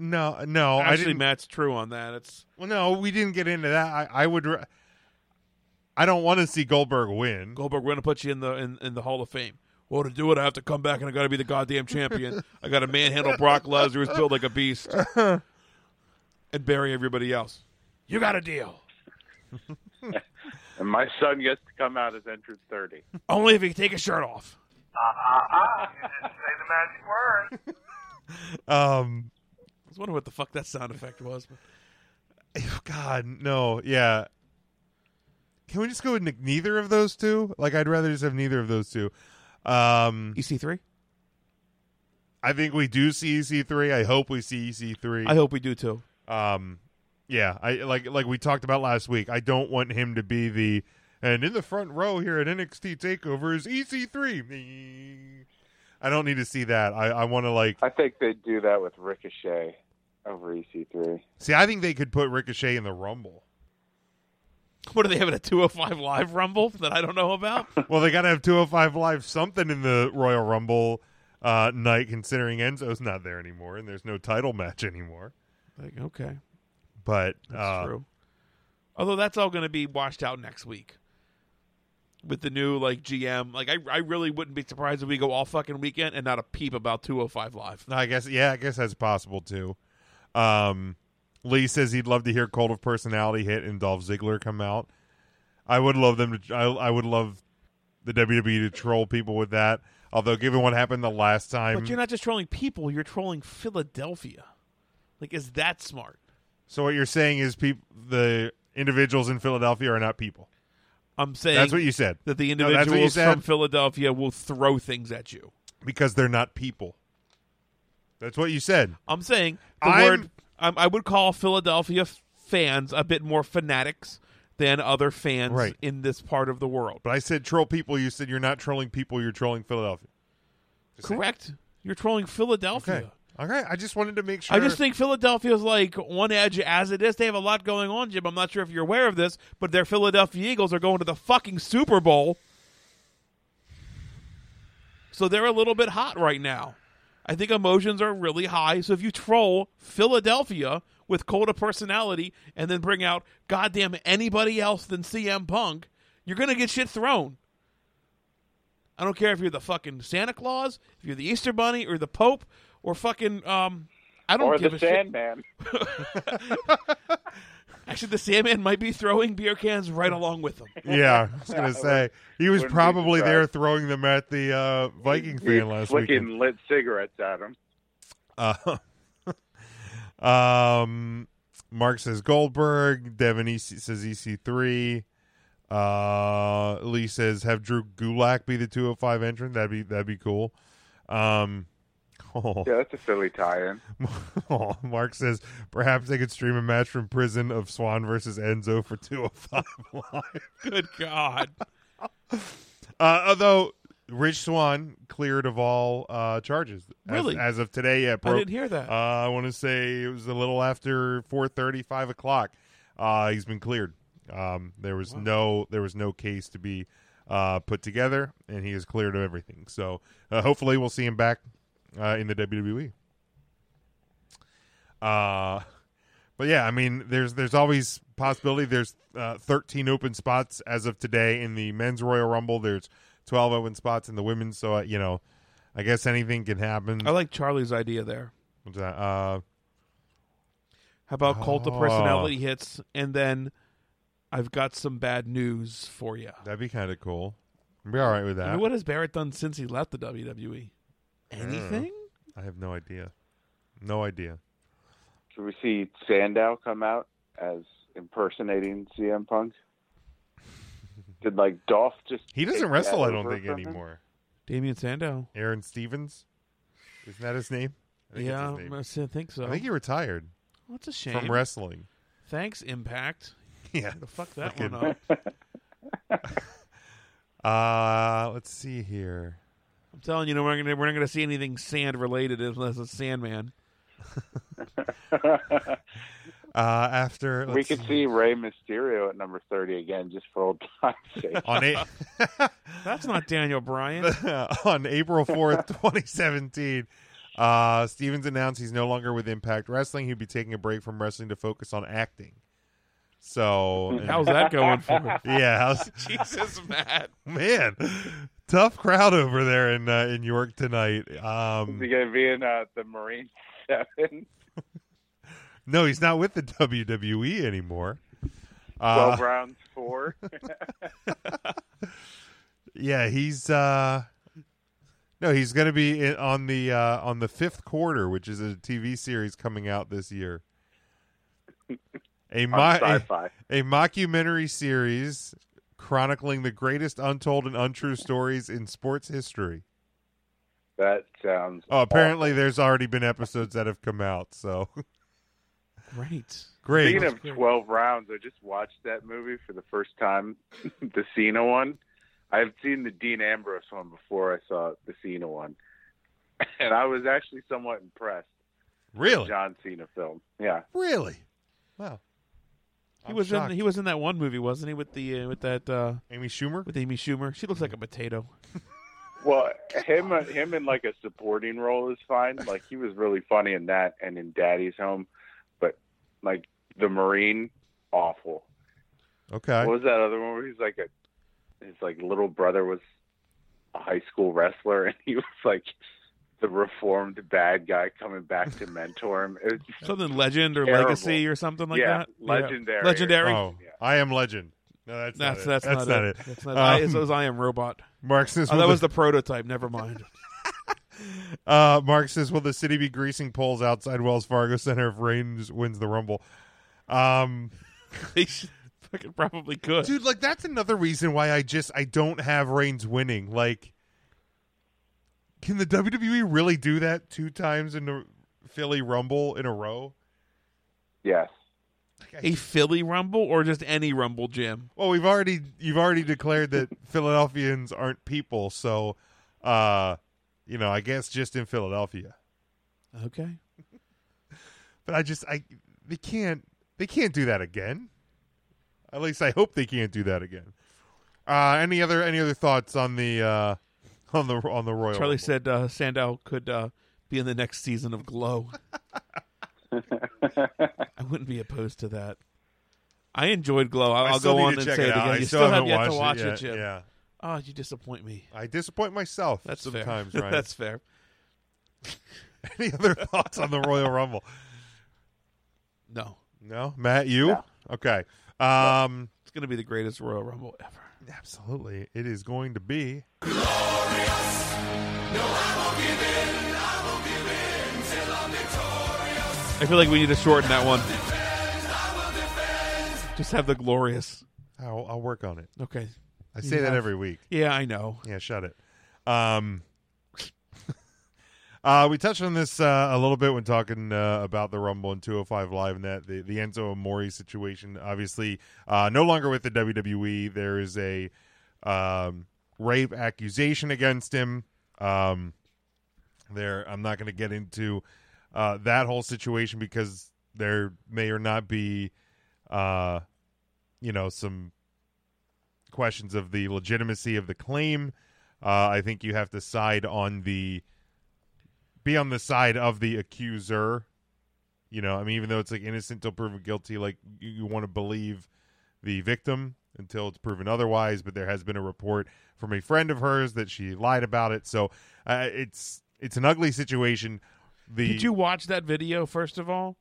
No, no, no. [LAUGHS] I Actually, didn't. Matt's true on that. It's Well, no, we didn't get into that. I, I would. ra- I don't want to see Goldberg win. [LAUGHS] Goldberg. We're gonna put you in the in, in the Hall of Fame. Well, to do it, I have to come back and I got to be the goddamn champion. I got to manhandle Brock Lesnar, who's built like a beast, [LAUGHS] and bury everybody else. You got a deal. And my son gets to come out as entrance 30. Only if you take a shirt off. [LAUGHS] Um. I was wondering what the fuck that sound effect was. But God, no. Yeah. Can we just go with ne- neither of those two? Like, I'd rather just have neither of those two. Um, EC3? I think we do see EC3. I hope we see EC3. I hope we do too. Um, yeah, I like like we talked about last week. I don't want him to be the and in the front row here at NXT Takeover is EC3. I don't need to see that. I, I want to like I think they'd do that with Ricochet over E EC3. see. I think they could put Ricochet in the Rumble. What are they having a 205 live rumble that I don't [LAUGHS] know about? Well, they got to have 205 Live something in the Royal Rumble uh, night, considering Enzo's not there anymore and there's no title match anymore. Like, okay, But that's uh, true. Although that's all going to be washed out next week with the new like GM. Like, I I really wouldn't be surprised if we go all fucking weekend and not a peep about 205 live. I guess, yeah, I guess that's possible too. Um, Lee says he'd love to hear Cold of Personality hit and Dolph Ziggler come out. I would love them to. I, I would love the WWE to troll people with that. Although, given what happened the last time, But you're not just trolling people; you're trolling Philadelphia. Like, is that smart? So what you're saying is people, the individuals in Philadelphia are not people. I'm saying That's what you said. That the No, that's what you individuals said. from Philadelphia will throw things at you. because they're not people. That's what you said. I'm saying the I'm- word I'm, I would call Philadelphia f- fans a bit more fanatics than other fans Right. in this part of the world. But I said troll people. You said you're not trolling people. You're trolling Philadelphia. Correct. You're trolling Philadelphia. Okay. All right. I just wanted to make sure. I just think Philadelphia's like one edge as it is. They have a lot going on, Jim. I'm not sure if you're aware of this, but their Philadelphia Eagles are going to the fucking Super Bowl. So they're a little bit hot right now. I think emotions are really high. So if you troll Philadelphia with cold of personality and then bring out goddamn anybody else than CM Punk, you're going to get shit thrown. I don't care if you're the fucking Santa Claus, if you're the Easter Bunny or the Pope or fucking um I don't or give the a shit. Sandman. Actually, the Sandman might be throwing beer cans right along [LAUGHS] with them. Yeah, I was gonna say he was Wouldn't be probably there surprised. throwing them at the uh, Viking fan last weekend. Flicking lit cigarettes at him. Uh, [LAUGHS] um, Mark says Goldberg. Devin EC says EC3. Uh, Lee says have Drew Gulak be the 205 entrant. That'd be that'd be cool. Um, [LAUGHS] oh, Yeah, that's a Philly tie-in. [LAUGHS] oh, Mark says perhaps they could stream a match from prison of Swan versus Enzo for 205 [LAUGHS] live. Good God. Uh, although Rich Swan cleared of all uh, charges, as- Really? as, of today. Yeah, didn't hear that. Uh, I want to say it was a little after four thirty, five o'clock. Uh, he's been cleared. Um, there was no there was no case to be uh, put together, and he is cleared of everything. So uh, hopefully, we'll see him back uh, in the WWE. Uh, but yeah, I mean, there's there's always possibility. There's uh, 13 open spots as of today in the men's Royal Rumble. There's 12 open spots in the women's. So uh, you know, I guess anything can happen. I like Charlie's idea there. What's that? Uh, How about cult of Oh. personality hits and then I've got some bad news for you. that'd be kind of cool. I'd be all right with that. I mean, what has Barrett done since he left the WWE? Anything? I have no idea. No idea. Should we see Sandow come out as impersonating CM Punk? Did like Dolph just? He doesn't take that wrestle. I don't over think from him? anymore. Damian Sandow. Aaron Stevens, isn't that his name? I think it's Yeah, his name. I s- think so. I think he retired Well, that's a shame. from wrestling. [LAUGHS] Thanks, Impact. Yeah, The fuck that fucking- one up. Uh, let's see here. I'm telling you, we're not gonna we're not gonna see anything sand related unless it's Sandman. Uh, after we let's could see Rey Mysterio at number thirty again, just for old times' sake. [LAUGHS] on a- [LAUGHS] [LAUGHS] That's not Daniel Bryan. on April fourth, twenty seventeen. Uh, Stevens announced he's no longer with Impact Wrestling. He'd be taking a break from wrestling to focus on acting. So How's that [LAUGHS] going for? Yeah, how's, Jesus, Matt. [LAUGHS] man, tough crowd over there in uh, in York tonight. Is Um, he going to be in uh, the Marine [LAUGHS] Seven? no, he's not with the [LAUGHS] WWE anymore. Twelve Uh, rounds [LAUGHS] four. Yeah, he's uh no, he's going to be in, on the uh on the fifth quarter, which is a TV series coming out this year. [LAUGHS] A, mo- on a, sci-fi. a mockumentary series chronicling the greatest untold and untrue stories in sports history. That sounds. Oh, apparently there's already been episodes that have come out, so [LAUGHS] Great. great. Speaking of 12 rounds, I just watched that movie for the first time, [LAUGHS] the Cena one. I've seen the Dean Ambrose one before I saw the Cena one. [LAUGHS] And I was actually somewhat impressed. really? John Cena film. Yeah. Really? Wow. He I'm was shocked. in he was in that one movie, wasn't he? With the uh, with that uh, Amy Schumer? with Amy Schumer. She looks like a potato. Well, him uh, him in like a supporting role is fine. Like he was really funny in that and in Daddy's Home, but like the Marine awful. Okay. What was that other one where he's like a his like little brother was a high school wrestler and he [LAUGHS] was like the reformed bad guy coming back to mentor him. It was just- Something legend or Terrible. legacy or something like Yeah, that. legendary. Legendary. Oh, I am legend. No, that's not That's it. that's, that's not, it. That's not I, Um, it was I am robot. Mark says Oh, with that a- was the prototype. [LAUGHS] Never mind. [LAUGHS] Uh, Mark says, "Will the city be greasing poles outside Wells Fargo Center if Reigns wins the Rumble?" Um, they should fucking probably could. dude, like that's another reason why I just I don't have Reigns winning. Like, can the WWE really do that two times in the Philly Rumble in a row? Yes. a Philly Rumble or just any Rumble, Jim? Well, we've already you've already declared [LAUGHS] that Philadelphians aren't people, so uh you know, I guess just in Philadelphia. Okay. But I just I they can't they can't do that again. At least I hope they can't do that again. Uh any other any other thoughts on the uh on the on the Royal Charlie Rumble? said uh, Sandow could uh, be in the next season [LAUGHS] of Glow. I wouldn't be opposed to that. I enjoyed Glow. I'll, I I'll still go need on to and check say it it out. again. I You still still have haven't yet to watch watched it it, yet, Jim. yeah. Oh, you disappoint me. I disappoint myself That's fair. [LAUGHS] [LAUGHS] sometimes, right? That's fair. any other thoughts on the Royal Rumble? No, No? Matt, you? No. Okay. Um it's going to be the greatest Royal Rumble ever. Absolutely. It is going to be. I feel like we need to shorten that one. Just have the glorious. I'll, I'll work on it. Okay. I You say that have- every week. Yeah, I know. Yeah, shut it. Um, [LAUGHS] uh, we touched on this uh, a little bit when talking uh, about the Rumble and 205 Live and that the, the Enzo Amore situation. Obviously, uh, no longer with the WWE. There is a um, rape accusation against him. Um, there, I'm not going to get into uh, that whole situation because there may or not be, uh, you know, some questions of the legitimacy of the claim. Uh, I think you have to side on the be on the side of the accuser. You know, I mean, even though it's like innocent till proven guilty, like you, you want to believe the victim until it's proven otherwise. But there has been a report from a friend of hers that she lied about it, so uh, it's it's an ugly situation. The Did you watch that video first of all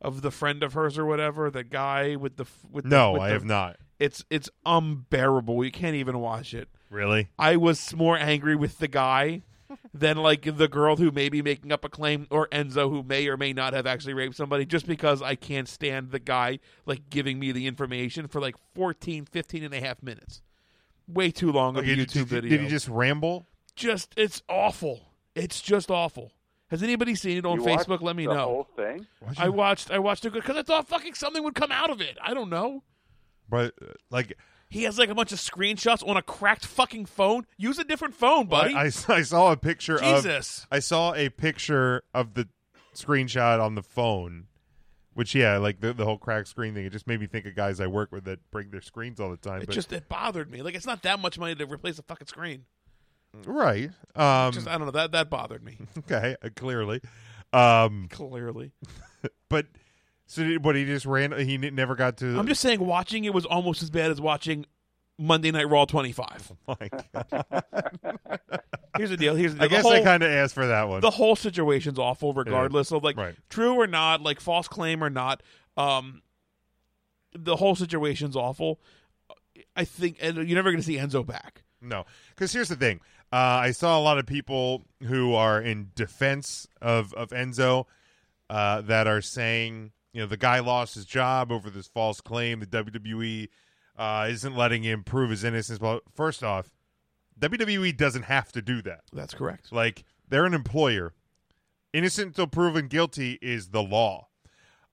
of the friend of hers or whatever, the guy with the f- with the- No, with I the- have not. It's it's unbearable. You can't even watch it. really? I was more angry with the guy than like the girl who may be making up a claim or Enzo who may or may not have actually raped somebody just because I can't stand the guy like giving me the information for like 14 15 and a half minutes. Way too long of Okay, a did- YouTube did- video. Did he just ramble? just it's awful. It's just awful. Has anybody seen it on You watched Facebook? Let me the know. whole thing? Why'd I you- watched. I watched it because I thought fucking something would come out of it. I don't know. But uh, like He has like a bunch of screenshots on a cracked fucking phone. Use a different phone, buddy. I, I, I saw a picture Jesus. of I saw a picture of the screenshot on the phone, which yeah, like the, the whole crack screen thing. It just made me think of guys I work with that break their screens all the time. it but, just it bothered me. Like it's not that much money to replace a fucking screen. right, um, just I don't know that that bothered [LAUGHS] me. okay, uh, clearly, um, Clearly, but so did, but he just ran. He n- never got to. [LAUGHS] I'm just saying watching it was almost as bad as watching Monday Night Raw 25. my God. Here's the deal. Here's the deal. I guess the I whole, kind of asked for that one. the whole situation's awful, regardless of like Right. true or not, like false claim or not. Um, the whole situation's awful. I think, and you're never going to see Enzo back. No, because here's the thing. Uh, I saw a lot of people who are in defense of of Enzo uh, that are saying, you know, the guy lost his job over this false claim. The WWE uh, isn't letting him prove his innocence. Well, first off, WWE doesn't have to do that. That's correct. Like they're an employer. Innocent until proven guilty is the law.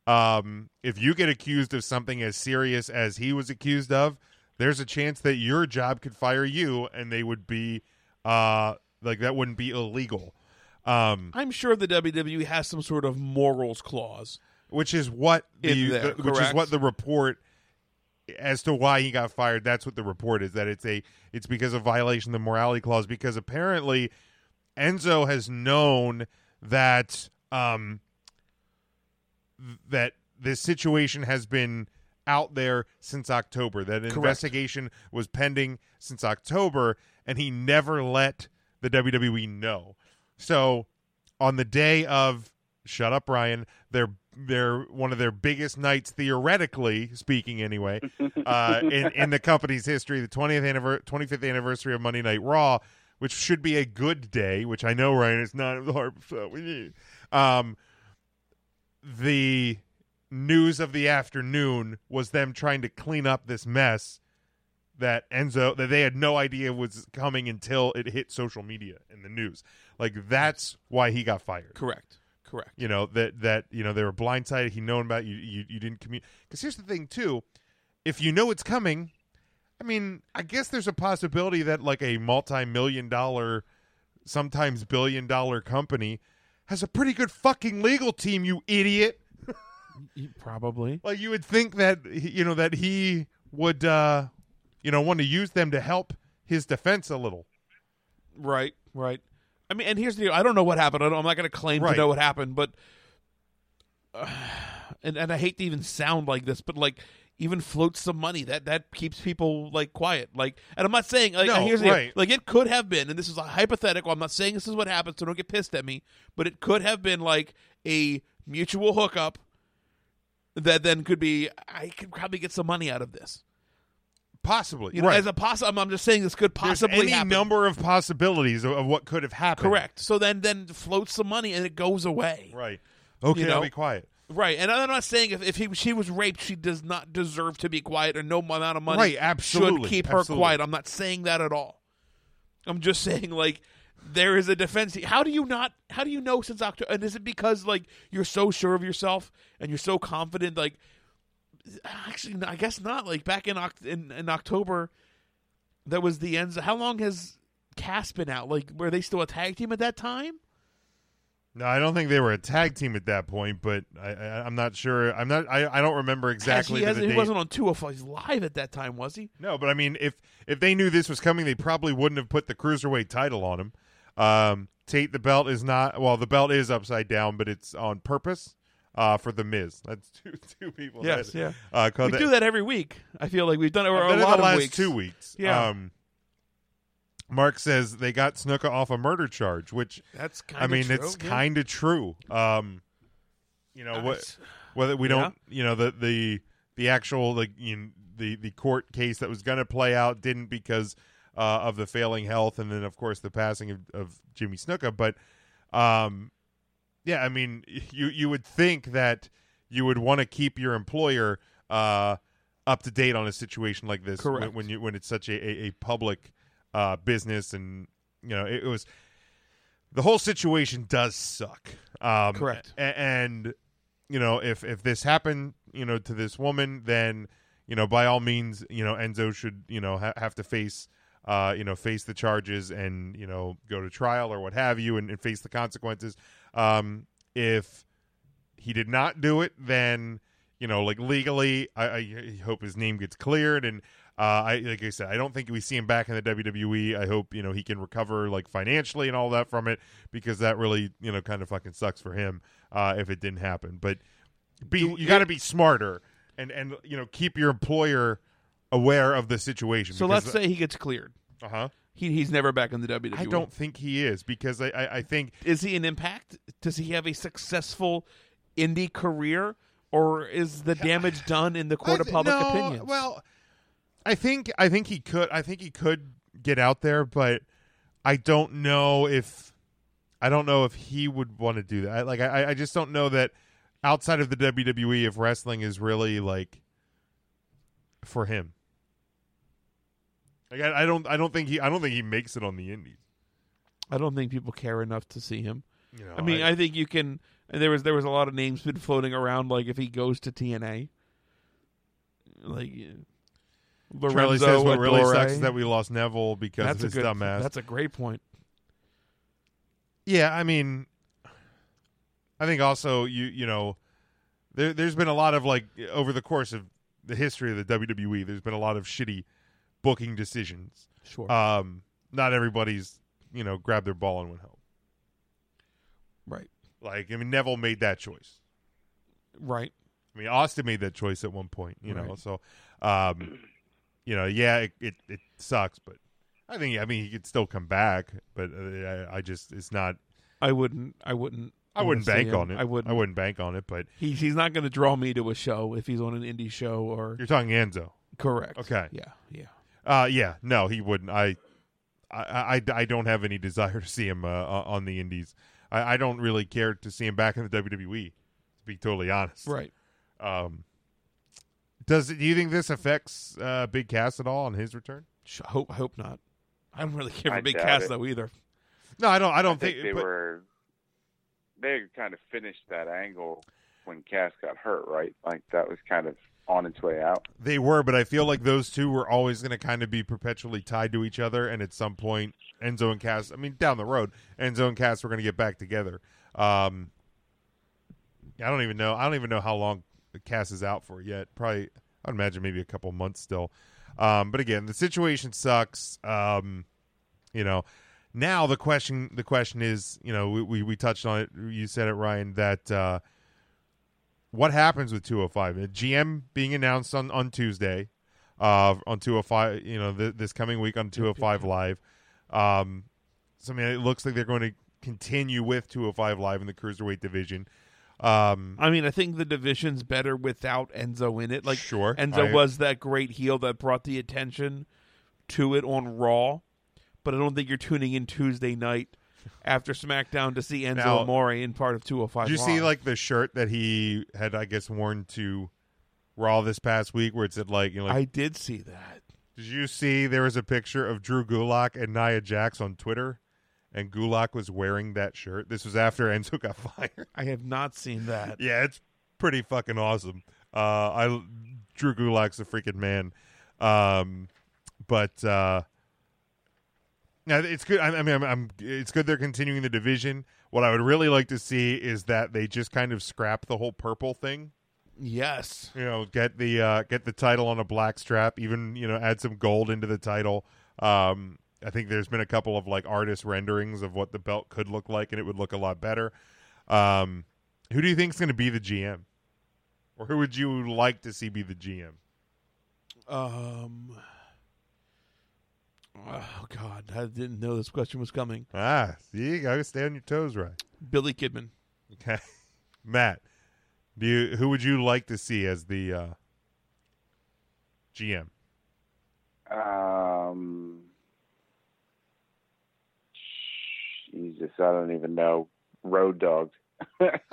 Um, if you get accused of something as serious as he was accused of, there's a chance that your job could fire you, and they would be, uh, like that wouldn't be illegal. Um, I'm sure the WWE has some sort of morals clause. which is what the, In there, the- which is correct? what the report as to why he got fired that's what the report is that it's a it's because of violation of the morality clause because apparently Enzo has known that um th- that this situation has been out there since October that an Correct. investigation was pending since October and he never let the WWE know so on the day of shut up Ryan their their one of their biggest nights theoretically speaking anyway uh, in in the company's history the 20th anniver- 25th anniversary of Monday Night Raw which should be a good day which I know Ryan it's not it was hard so we need um the news of the afternoon was them trying to clean up this mess that Enzo that they had no idea was coming until it hit social media and the news. Like that's why he got fired. Correct. Correct. You know that that you know they were blindsided. He known about it. you. You, you didn't communicate. Because here's the thing too, if you know it's coming, I mean, I guess there's a possibility that like a multi-million dollar, sometimes billion dollar company has a pretty good fucking legal team. You idiot. Probably. Like you would think that you know that he would uh you know want to use them to help his defense a little. Right, right. I mean, and here's the deal. I don't know what happened. I don't, I'm not going to claim Right. to know what happened, but uh, and and I hate to even sound like this, but like even floats some money that that keeps people like quiet. Like, and I'm not saying like No, here's the deal. right. like it could have been, and this is a hypothetical. I'm not saying this is what happened, so don't get pissed at me. But it could have been like a mutual hookup that then could be I could probably get some money out of this. Possibly. You know, right. as a possible, I'm, I'm just saying this could There's possibly any happen. number of possibilities of, of what could have happened. Correct. So then then floats some money and it goes away. Right. Okay, You know? I'll be quiet. Right. And I'm not saying if, if he, she was raped, she does not deserve to be quiet or no amount of money Right, absolutely, should keep her absolutely. quiet. I'm not saying that at all. I'm just saying like there is a defense. How do you not how do you know since October and is it because like you're so sure of yourself and you're so confident like actually no, I guess not like back in Oct- in, in October that was the end. How long has Cass been out? Like were they still a tag team at that time? No, I don't think they were a tag team at that point, but I, I, I'm not sure. I'm not. I, I don't remember exactly. to Actually, he, the hasn't- he date. wasn't on 205 live at that time, was he? No, but I mean, if if they knew this was coming, they probably wouldn't have put the cruiserweight title on him. Um, Tate, the belt is not. Well, the belt is upside down, but it's on purpose uh, for the Miz. That's [LAUGHS] two two people. Yes, that, yeah. Uh, we called do that every week. I feel like we've done it or I've a done it lot the last of weeks. two weeks. Yeah, Um, Mark says they got Snuka off a murder charge, which That's I kinda mean, true, it's yeah. kind of true. Um, you know what? Nice. Whether we Yeah. don't, you know, the the the actual like you know, the the court case that was going to play out didn't because uh, of the failing health, and then of course the passing of, of Jimmy Snuka. But um, yeah, I mean, you you would think that you would want to keep your employer uh, up to date on a situation like this when- Correct. when you when it's such a, a, a public uh, business, and you know it, it was the whole situation does suck. Um, Correct. a- and you know if if this happened, you know, to this woman, then you know by all means, you know, Enzo should you know ha- have to face. Uh, you know, face the charges and you know go to trial or what have you, and, and face the consequences. Um, if he did not do it, then you know, like legally, I, I- I hope his name gets cleared. And uh, I, like I said, I don't think we see him back in the WWE. I hope you know he can recover like financially and all that from it because that really you know kind of fucking sucks for him uh, if it didn't happen. But be you got to be smarter and and you know keep your employer aware of the situation. So because- let's say he gets cleared. Uh huh. He, he's never back in the WWE. I don't think he is because I I, I think Is he an impact? Does he have a successful indie career, or is the damage done in the court of I- public no, opinion? Well, I think I think he could. I think he could get out there, but I don't know if I don't know if he would want to do that. I, like I, I just don't know that outside of the WWE, if wrestling is really like for him. Like I, I don't I don't think he I don't think he makes it on the indies. I don't think people care enough to see him. You know, I mean, I- I, think you can. And there was there was a lot of names been floating around. Like if he goes to TNA, like Lorenzo Charlie says what really Adore. sucks is that we lost Neville because that's of his a good, dumbass. That's a great point. Yeah, I mean, I think also you you know, there there's been a lot of like over the course of the history of the WWE, there's been a lot of shitty booking decisions. Sure. Um, not everybody's you know grabbed their ball and went home. Right. Like I mean, Neville made that choice. Right. I mean, Austin made that choice at one point. You know, Right. so um, you know, yeah, it it, it sucks, but. I think I mean he could still come back, but uh, I, I just it's not I wouldn't. I wouldn't. I wouldn't wanna see bank him. on it. I wouldn't. I wouldn't bank on it, but He, he's not going to draw me to a show if he's on an indie show or You're talking Enzo. correct. Okay. Yeah. Yeah. Uh, yeah. No, he wouldn't. I, I, I, I don't have any [LAUGHS] desire to see him uh, uh, on the Indies. I, I don't really care to see him back in the WWE. To be E, totally honest, Right. Um, does do you think this affects uh, Big Cass at all on his return? I hope I hope not. I don't really care I for Big doubt Cass it. though either. No, I don't. I don't think, think. they but- were. They kind of finished that angle when Cass got hurt, right? Like that was kind of on its way out. They were, but I feel like those two were always going to kind of be perpetually tied to each other, and at some point, Enzo and Cass. I mean, down the road, Enzo and Cass were going to get back together. Um, I don't even know. I don't even know how long Cass is out for yet. Probably, I'd imagine maybe a couple months still. Um, but again, the situation sucks. Um, you know, now the question the question is, you know, we we, we touched on it. You said it, Ryan, that. Uh, what happens with 205 Uh, gm being announced on on tuesday uh on 205 you know th- this coming week on 205 live um so i mean it looks like they're going to continue with 205 live in the cruiserweight division um I mean, I think the division's better without Enzo in it. Like, Sure, Enzo I- was that great heel that brought the attention to it on Raw, but I don't think you're tuning in Tuesday night after SmackDown to see Enzo Now- Amore in part of 205. did you see Live. like the shirt that he had i guess worn to raw this past week where it said like you know like, I did see that. Did you see there was a picture of Drew Gulak and Nia Jax on Twitter? And Gulak was wearing that shirt. This was after Enzo got [LAUGHS] fired. I have not seen that. yeah, it's pretty fucking awesome. Uh, I Drew Gulak's a freaking man. Um, but uh, now it's good. I, I mean, I'm, I'm. It's good they're continuing the division. What I would really like to see is that they just kind of scrap the whole purple thing Yes. you know get the uh get the title on a black strap even you know add some gold into the title um i think there's been a couple of like artist renderings of what the belt could look like and it would look a lot better um who do you think's going to be the gm or who would you like to see be the gm Um. Oh God, I didn't know this question was coming. ah see you gotta stay on your toes right Billy Kidman. okay [LAUGHS] matt do you who would you like to see as the uh gm Um, Jesus, I don't even know. Road Dog. Uh,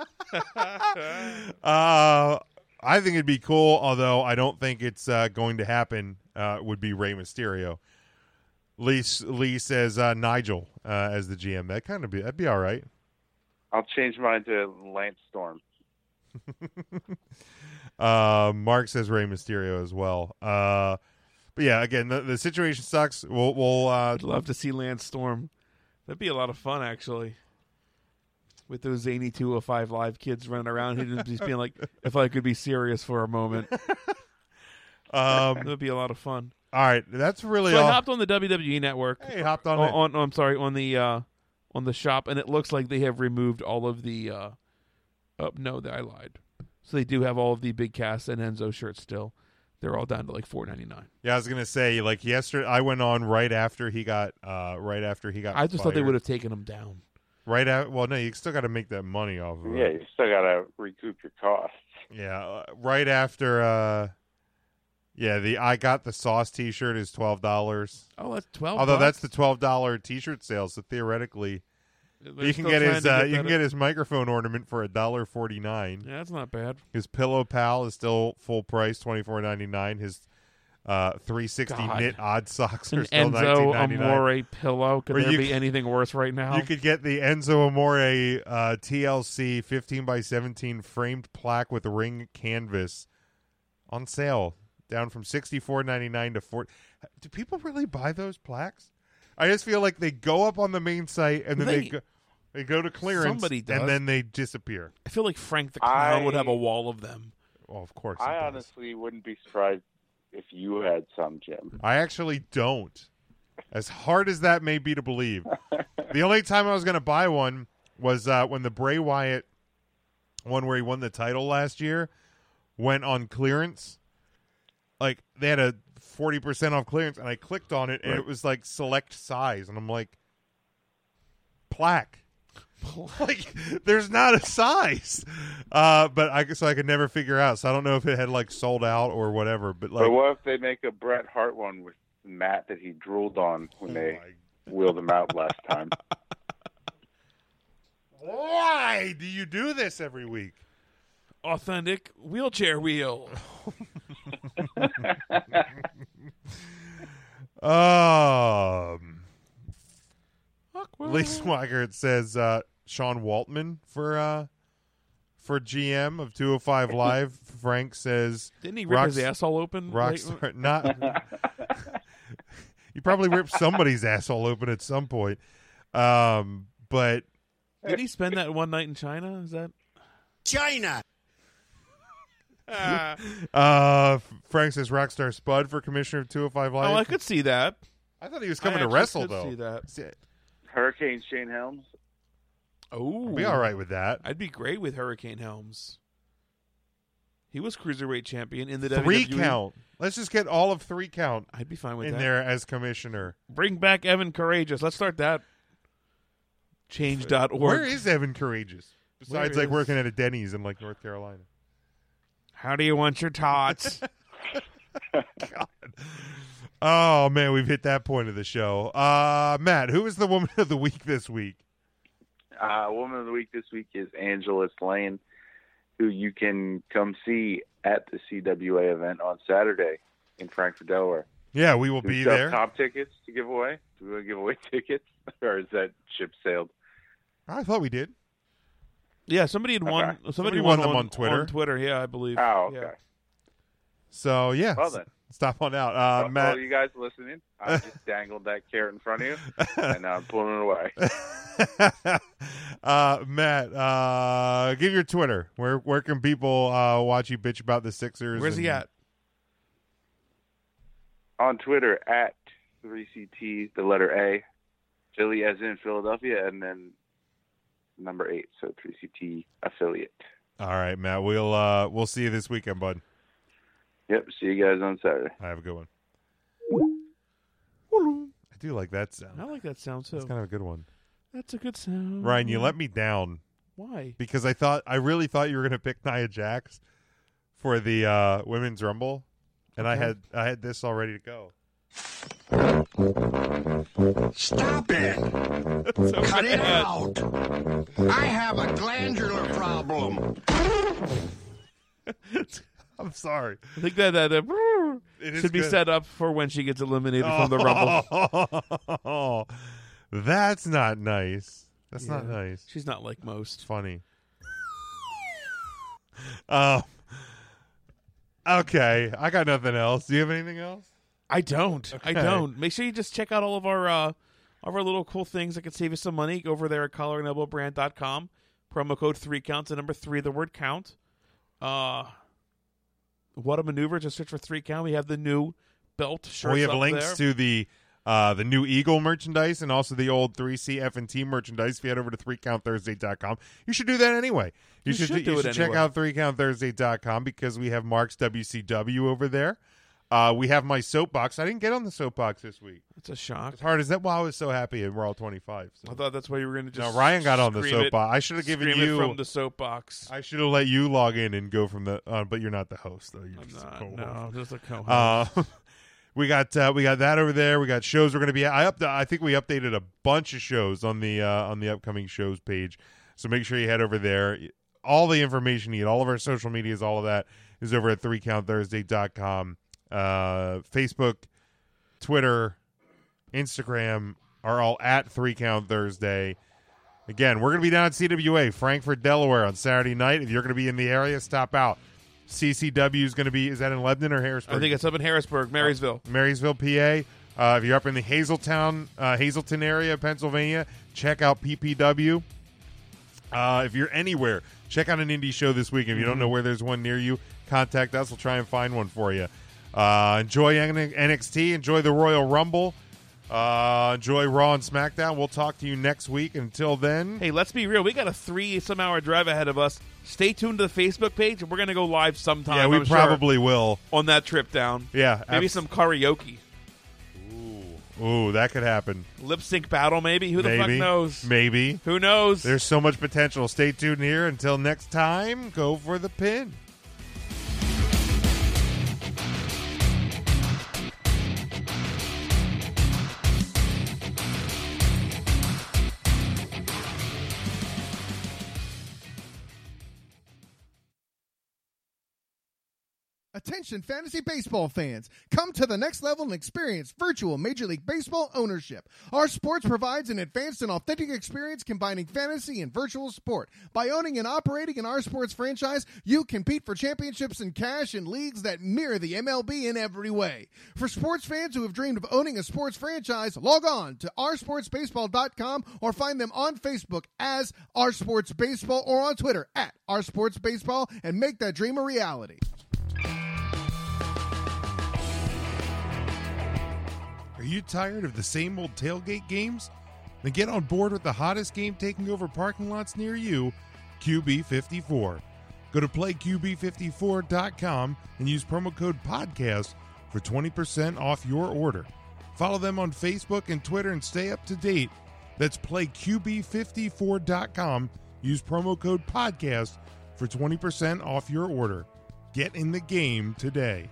I think it'd be cool, although I don't think it's uh, going to happen. Uh, would be Rey Mysterio. Lee Lee says uh, Nigel uh, as the GM. That kind of be that'd be all right. I'll change mine to Lance Storm. Uh, Mark says Rey Mysterio as well. Uh, but yeah, again, the, the situation sucks. We'll we'll uh, I'd love to see Lance Storm. That'd be a lot of fun, actually. With those zany 205 live kids running around, [LAUGHS] he'd just being like, if I could be serious for a moment. Um, [LAUGHS] That'd be a lot of fun. all right. That's really so I all. hopped Oh, on the WWE network. Hey, hopped on it. on, I'm sorry, on the uh, on the shop, and it looks like they have removed all of the. Uh, oh, no, I lied. So they do have all of the big cast and Enzo shirts still. They're all down to like 4.99. yeah, I was gonna say like yesterday. I went on right after he got uh, right after he got. I just thought they fired. would have taken them down. right out. Well, no, you still got to make that money off of it. Yeah, you still got to recoup your costs. Yeah, uh, right after. uh Yeah, the I got the sauce T-shirt is twelve dollars. Oh, that's 12 Although that's bucks? the twelve dollar T-shirt sale, so theoretically, They're you can still get trying his to uh, get you can better. get his microphone ornament for a dollar forty nine. Yeah, that's not bad. His Pillow Pal is still full price twenty four ninety nine. His uh, three sixty God. knit odd socks are still An nineteen Enzo ninety nine. Amore pillow. Could Or there you be c- anything worse right now? You could get the Enzo Amore uh, TLC 15 by 17 framed plaque with ring canvas on sale, down from 64.99 to 40. Do people really buy those plaques? I just feel like they go up on the main site and then they, They- go, they go to clearance Somebody does. and then they disappear. I feel like Frank the Clown would have I- a wall of them. Well, of course. I it does. honestly wouldn't be surprised if you had some, Jim. I actually don't. As hard as that may be to believe, the only time I was going to buy one was uh, when the Bray Wyatt one where he won the title last year went on clearance. Like they had a forty percent off clearance, and I clicked on it, and it was like select size, and I'm like, plaque. [LAUGHS] like there's not a size, uh, but I so I could never figure out. So I don't know if it had like sold out or whatever. But like but what if they make a Bret Hart one with Matt that he drooled on when they wheeled him out last time? Why do you do this every week? authentic wheelchair wheel. Um, Mm. Lee Swigert says uh, Sean Waltman for uh, for GM of [LAUGHS] 205 Live. Frank says Didn't he rip his asshole open late- Rockstar, [LAUGHS] not. you probably ripped somebody's asshole open at some point, um, but Did he spend that one night in China? Is that [LAUGHS] China? Oh, uh, Frank says Rockstar Spud for commissioner of 205 Live. Oh, I could see that. I thought he was coming to wrestle though. Hurricane Shane Helms. Oh, I'd be all right with that. I'd be great with Hurricane Helms. He was cruiserweight champion in the Three WWE. count. Let's just get all of three count. I'd be fine with in that. there as commissioner. Bring back Evan Courageous. Let's start that. Change.org. Where is Evan Courageous? Besides, Where like is- working at a Denny's in like North Carolina. How do you want your tots? Oh man, we've hit that point of the show. Uh, Matt, who is the woman of the week this week? Uh, Woman of the Week this week is Angela Lane, who you can come see at the CWA event on Saturday in Frankfort, Delaware. Yeah, we will Do we be still have there. Top tickets to give away? Do we want to give away [LAUGHS] tickets, or is that ship sailed? I thought we did. [LAUGHS] Yeah, somebody had won. Okay. Somebody, Somebody won, won them on Twitter. Twitter, yeah, I believe. Oh, okay. Yeah. So yeah, Well then. s- stop on out, uh, Well, Matt. all you guys listening, [LAUGHS] I just dangled that carrot in front of you, and I'm pulling it away. [LAUGHS] uh, Matt, uh, give your Twitter. Where where can people uh, watch you bitch about the Sixers? Where's he and- at? on Twitter at 3CT, the letter A, Philly as in Philadelphia, and then number eight, so 3CT affiliate. All right, Matt. We'll uh, we'll see you this weekend, bud. Yep, see you guys on Saturday. Have a good one. I do like that sound. I like that sound too. That's kind of a good one. That's a good sound. Ryan, you let me down Why? because I thought I really thought you were going to pick Nia Jax for the uh, women's rumble, and I Okay. had I had this all ready to go. Stop it! [LAUGHS] Cut it uh, out! I have a glandular problem. I'm sorry. I think that that uh, It is should be good. set up for when she gets eliminated from the rumble. Oh, [LAUGHS] that's not nice. That's not Yeah. nice. She's not like most. Funny. Um. Okay, I got nothing else. Do you have anything else? I don't. I Okay. don't. Make sure you just check out all of our uh, all of our little cool things that can save you some money. Go over there at collarandelbowbrand.com. Promo code three counts and number three, the word count. Uh what a maneuver. Just search for three count. We have the new belt shirts. we have up links there. to the uh, the new Eagle merchandise and also the old 3CF and T merchandise. If you head over to 3countthursday.com, you should do that anyway. You, You should do you it should check anyway. out 3countthursday.com because we have Mark's WCW over there. Uh, we have my soapbox. I didn't get on the soapbox this week. It's a shock. As hard as that, well, I was so happy and we're all 25. I So. thought that's why you were going to just. No, Ryan got on the scream it- soapbox. I should have given scream it you- from the soapbox. I should have let you log in and go from the, uh, but you're not the host though. You're I'm just a not. co-host. No, I'm just a [LAUGHS] Uh, co-host. we got uh, we got that over there. We got shows we're going to be. At. I up. I think we updated a bunch of shows on the uh, on the upcoming shows page. So make sure you head over there. All the information you need, all of our social medias, all of that is over at 3countthursday.com. Uh, Facebook, Twitter, Instagram are all at Three Count Thursday. Again, we're going to be down at CWA, Frankfort, Delaware on Saturday night. If you're going to be in the area, stop out. CCW is going to be, is that in Lebanon or Harrisburg? I think it's up in Harrisburg, Marysville. Marysville, PA. Uh, if you're up in the Hazeltown, uh, Hazelton area, of Pennsylvania, check out PPW. Uh, if you're anywhere, check out an indie show this week. If Mm-hmm. you don't know where there's one near you, contact us. We'll try and find one for you. Uh, enjoy N- NXT. Enjoy the Royal Rumble. Uh, enjoy Raw and SmackDown. We'll talk to you next week. Until then, Hey, let's be real. We got a three some hour drive ahead of us. Stay tuned to the Facebook page. We're going to go live sometime. yeah, we I'm sure, probably will. on that trip down. Yeah, maybe abs- some karaoke, Ooh, that could happen. lip sync battle. Maybe who the Maybe. fuck knows? Maybe. Who knows? There's so much potential. Stay tuned here. Until next time, go for the pin. Attention fantasy baseball fans, come to the next level and experience virtual Major League Baseball ownership. Our sports provides an advanced and authentic experience combining fantasy and virtual sport. By owning and operating an R Sports franchise, you compete for championships and cash in leagues that mirror the MLB in every way. For sports fans who have dreamed of owning a sports franchise, log on to rsportsbaseball.com or find them on Facebook as R Sports Baseball or on Twitter at R Sports Baseball and make that dream a reality. Are you tired of the same old tailgate games? Then get on board with the hottest game taking over parking lots near you, QB54. Go to playqb54.com and use promo code PODCAST for 20% off your order. Follow them on Facebook and Twitter and stay up to date. That's playqb54.com. Use promo code PODCAST for 20% off your order. Get in the game today.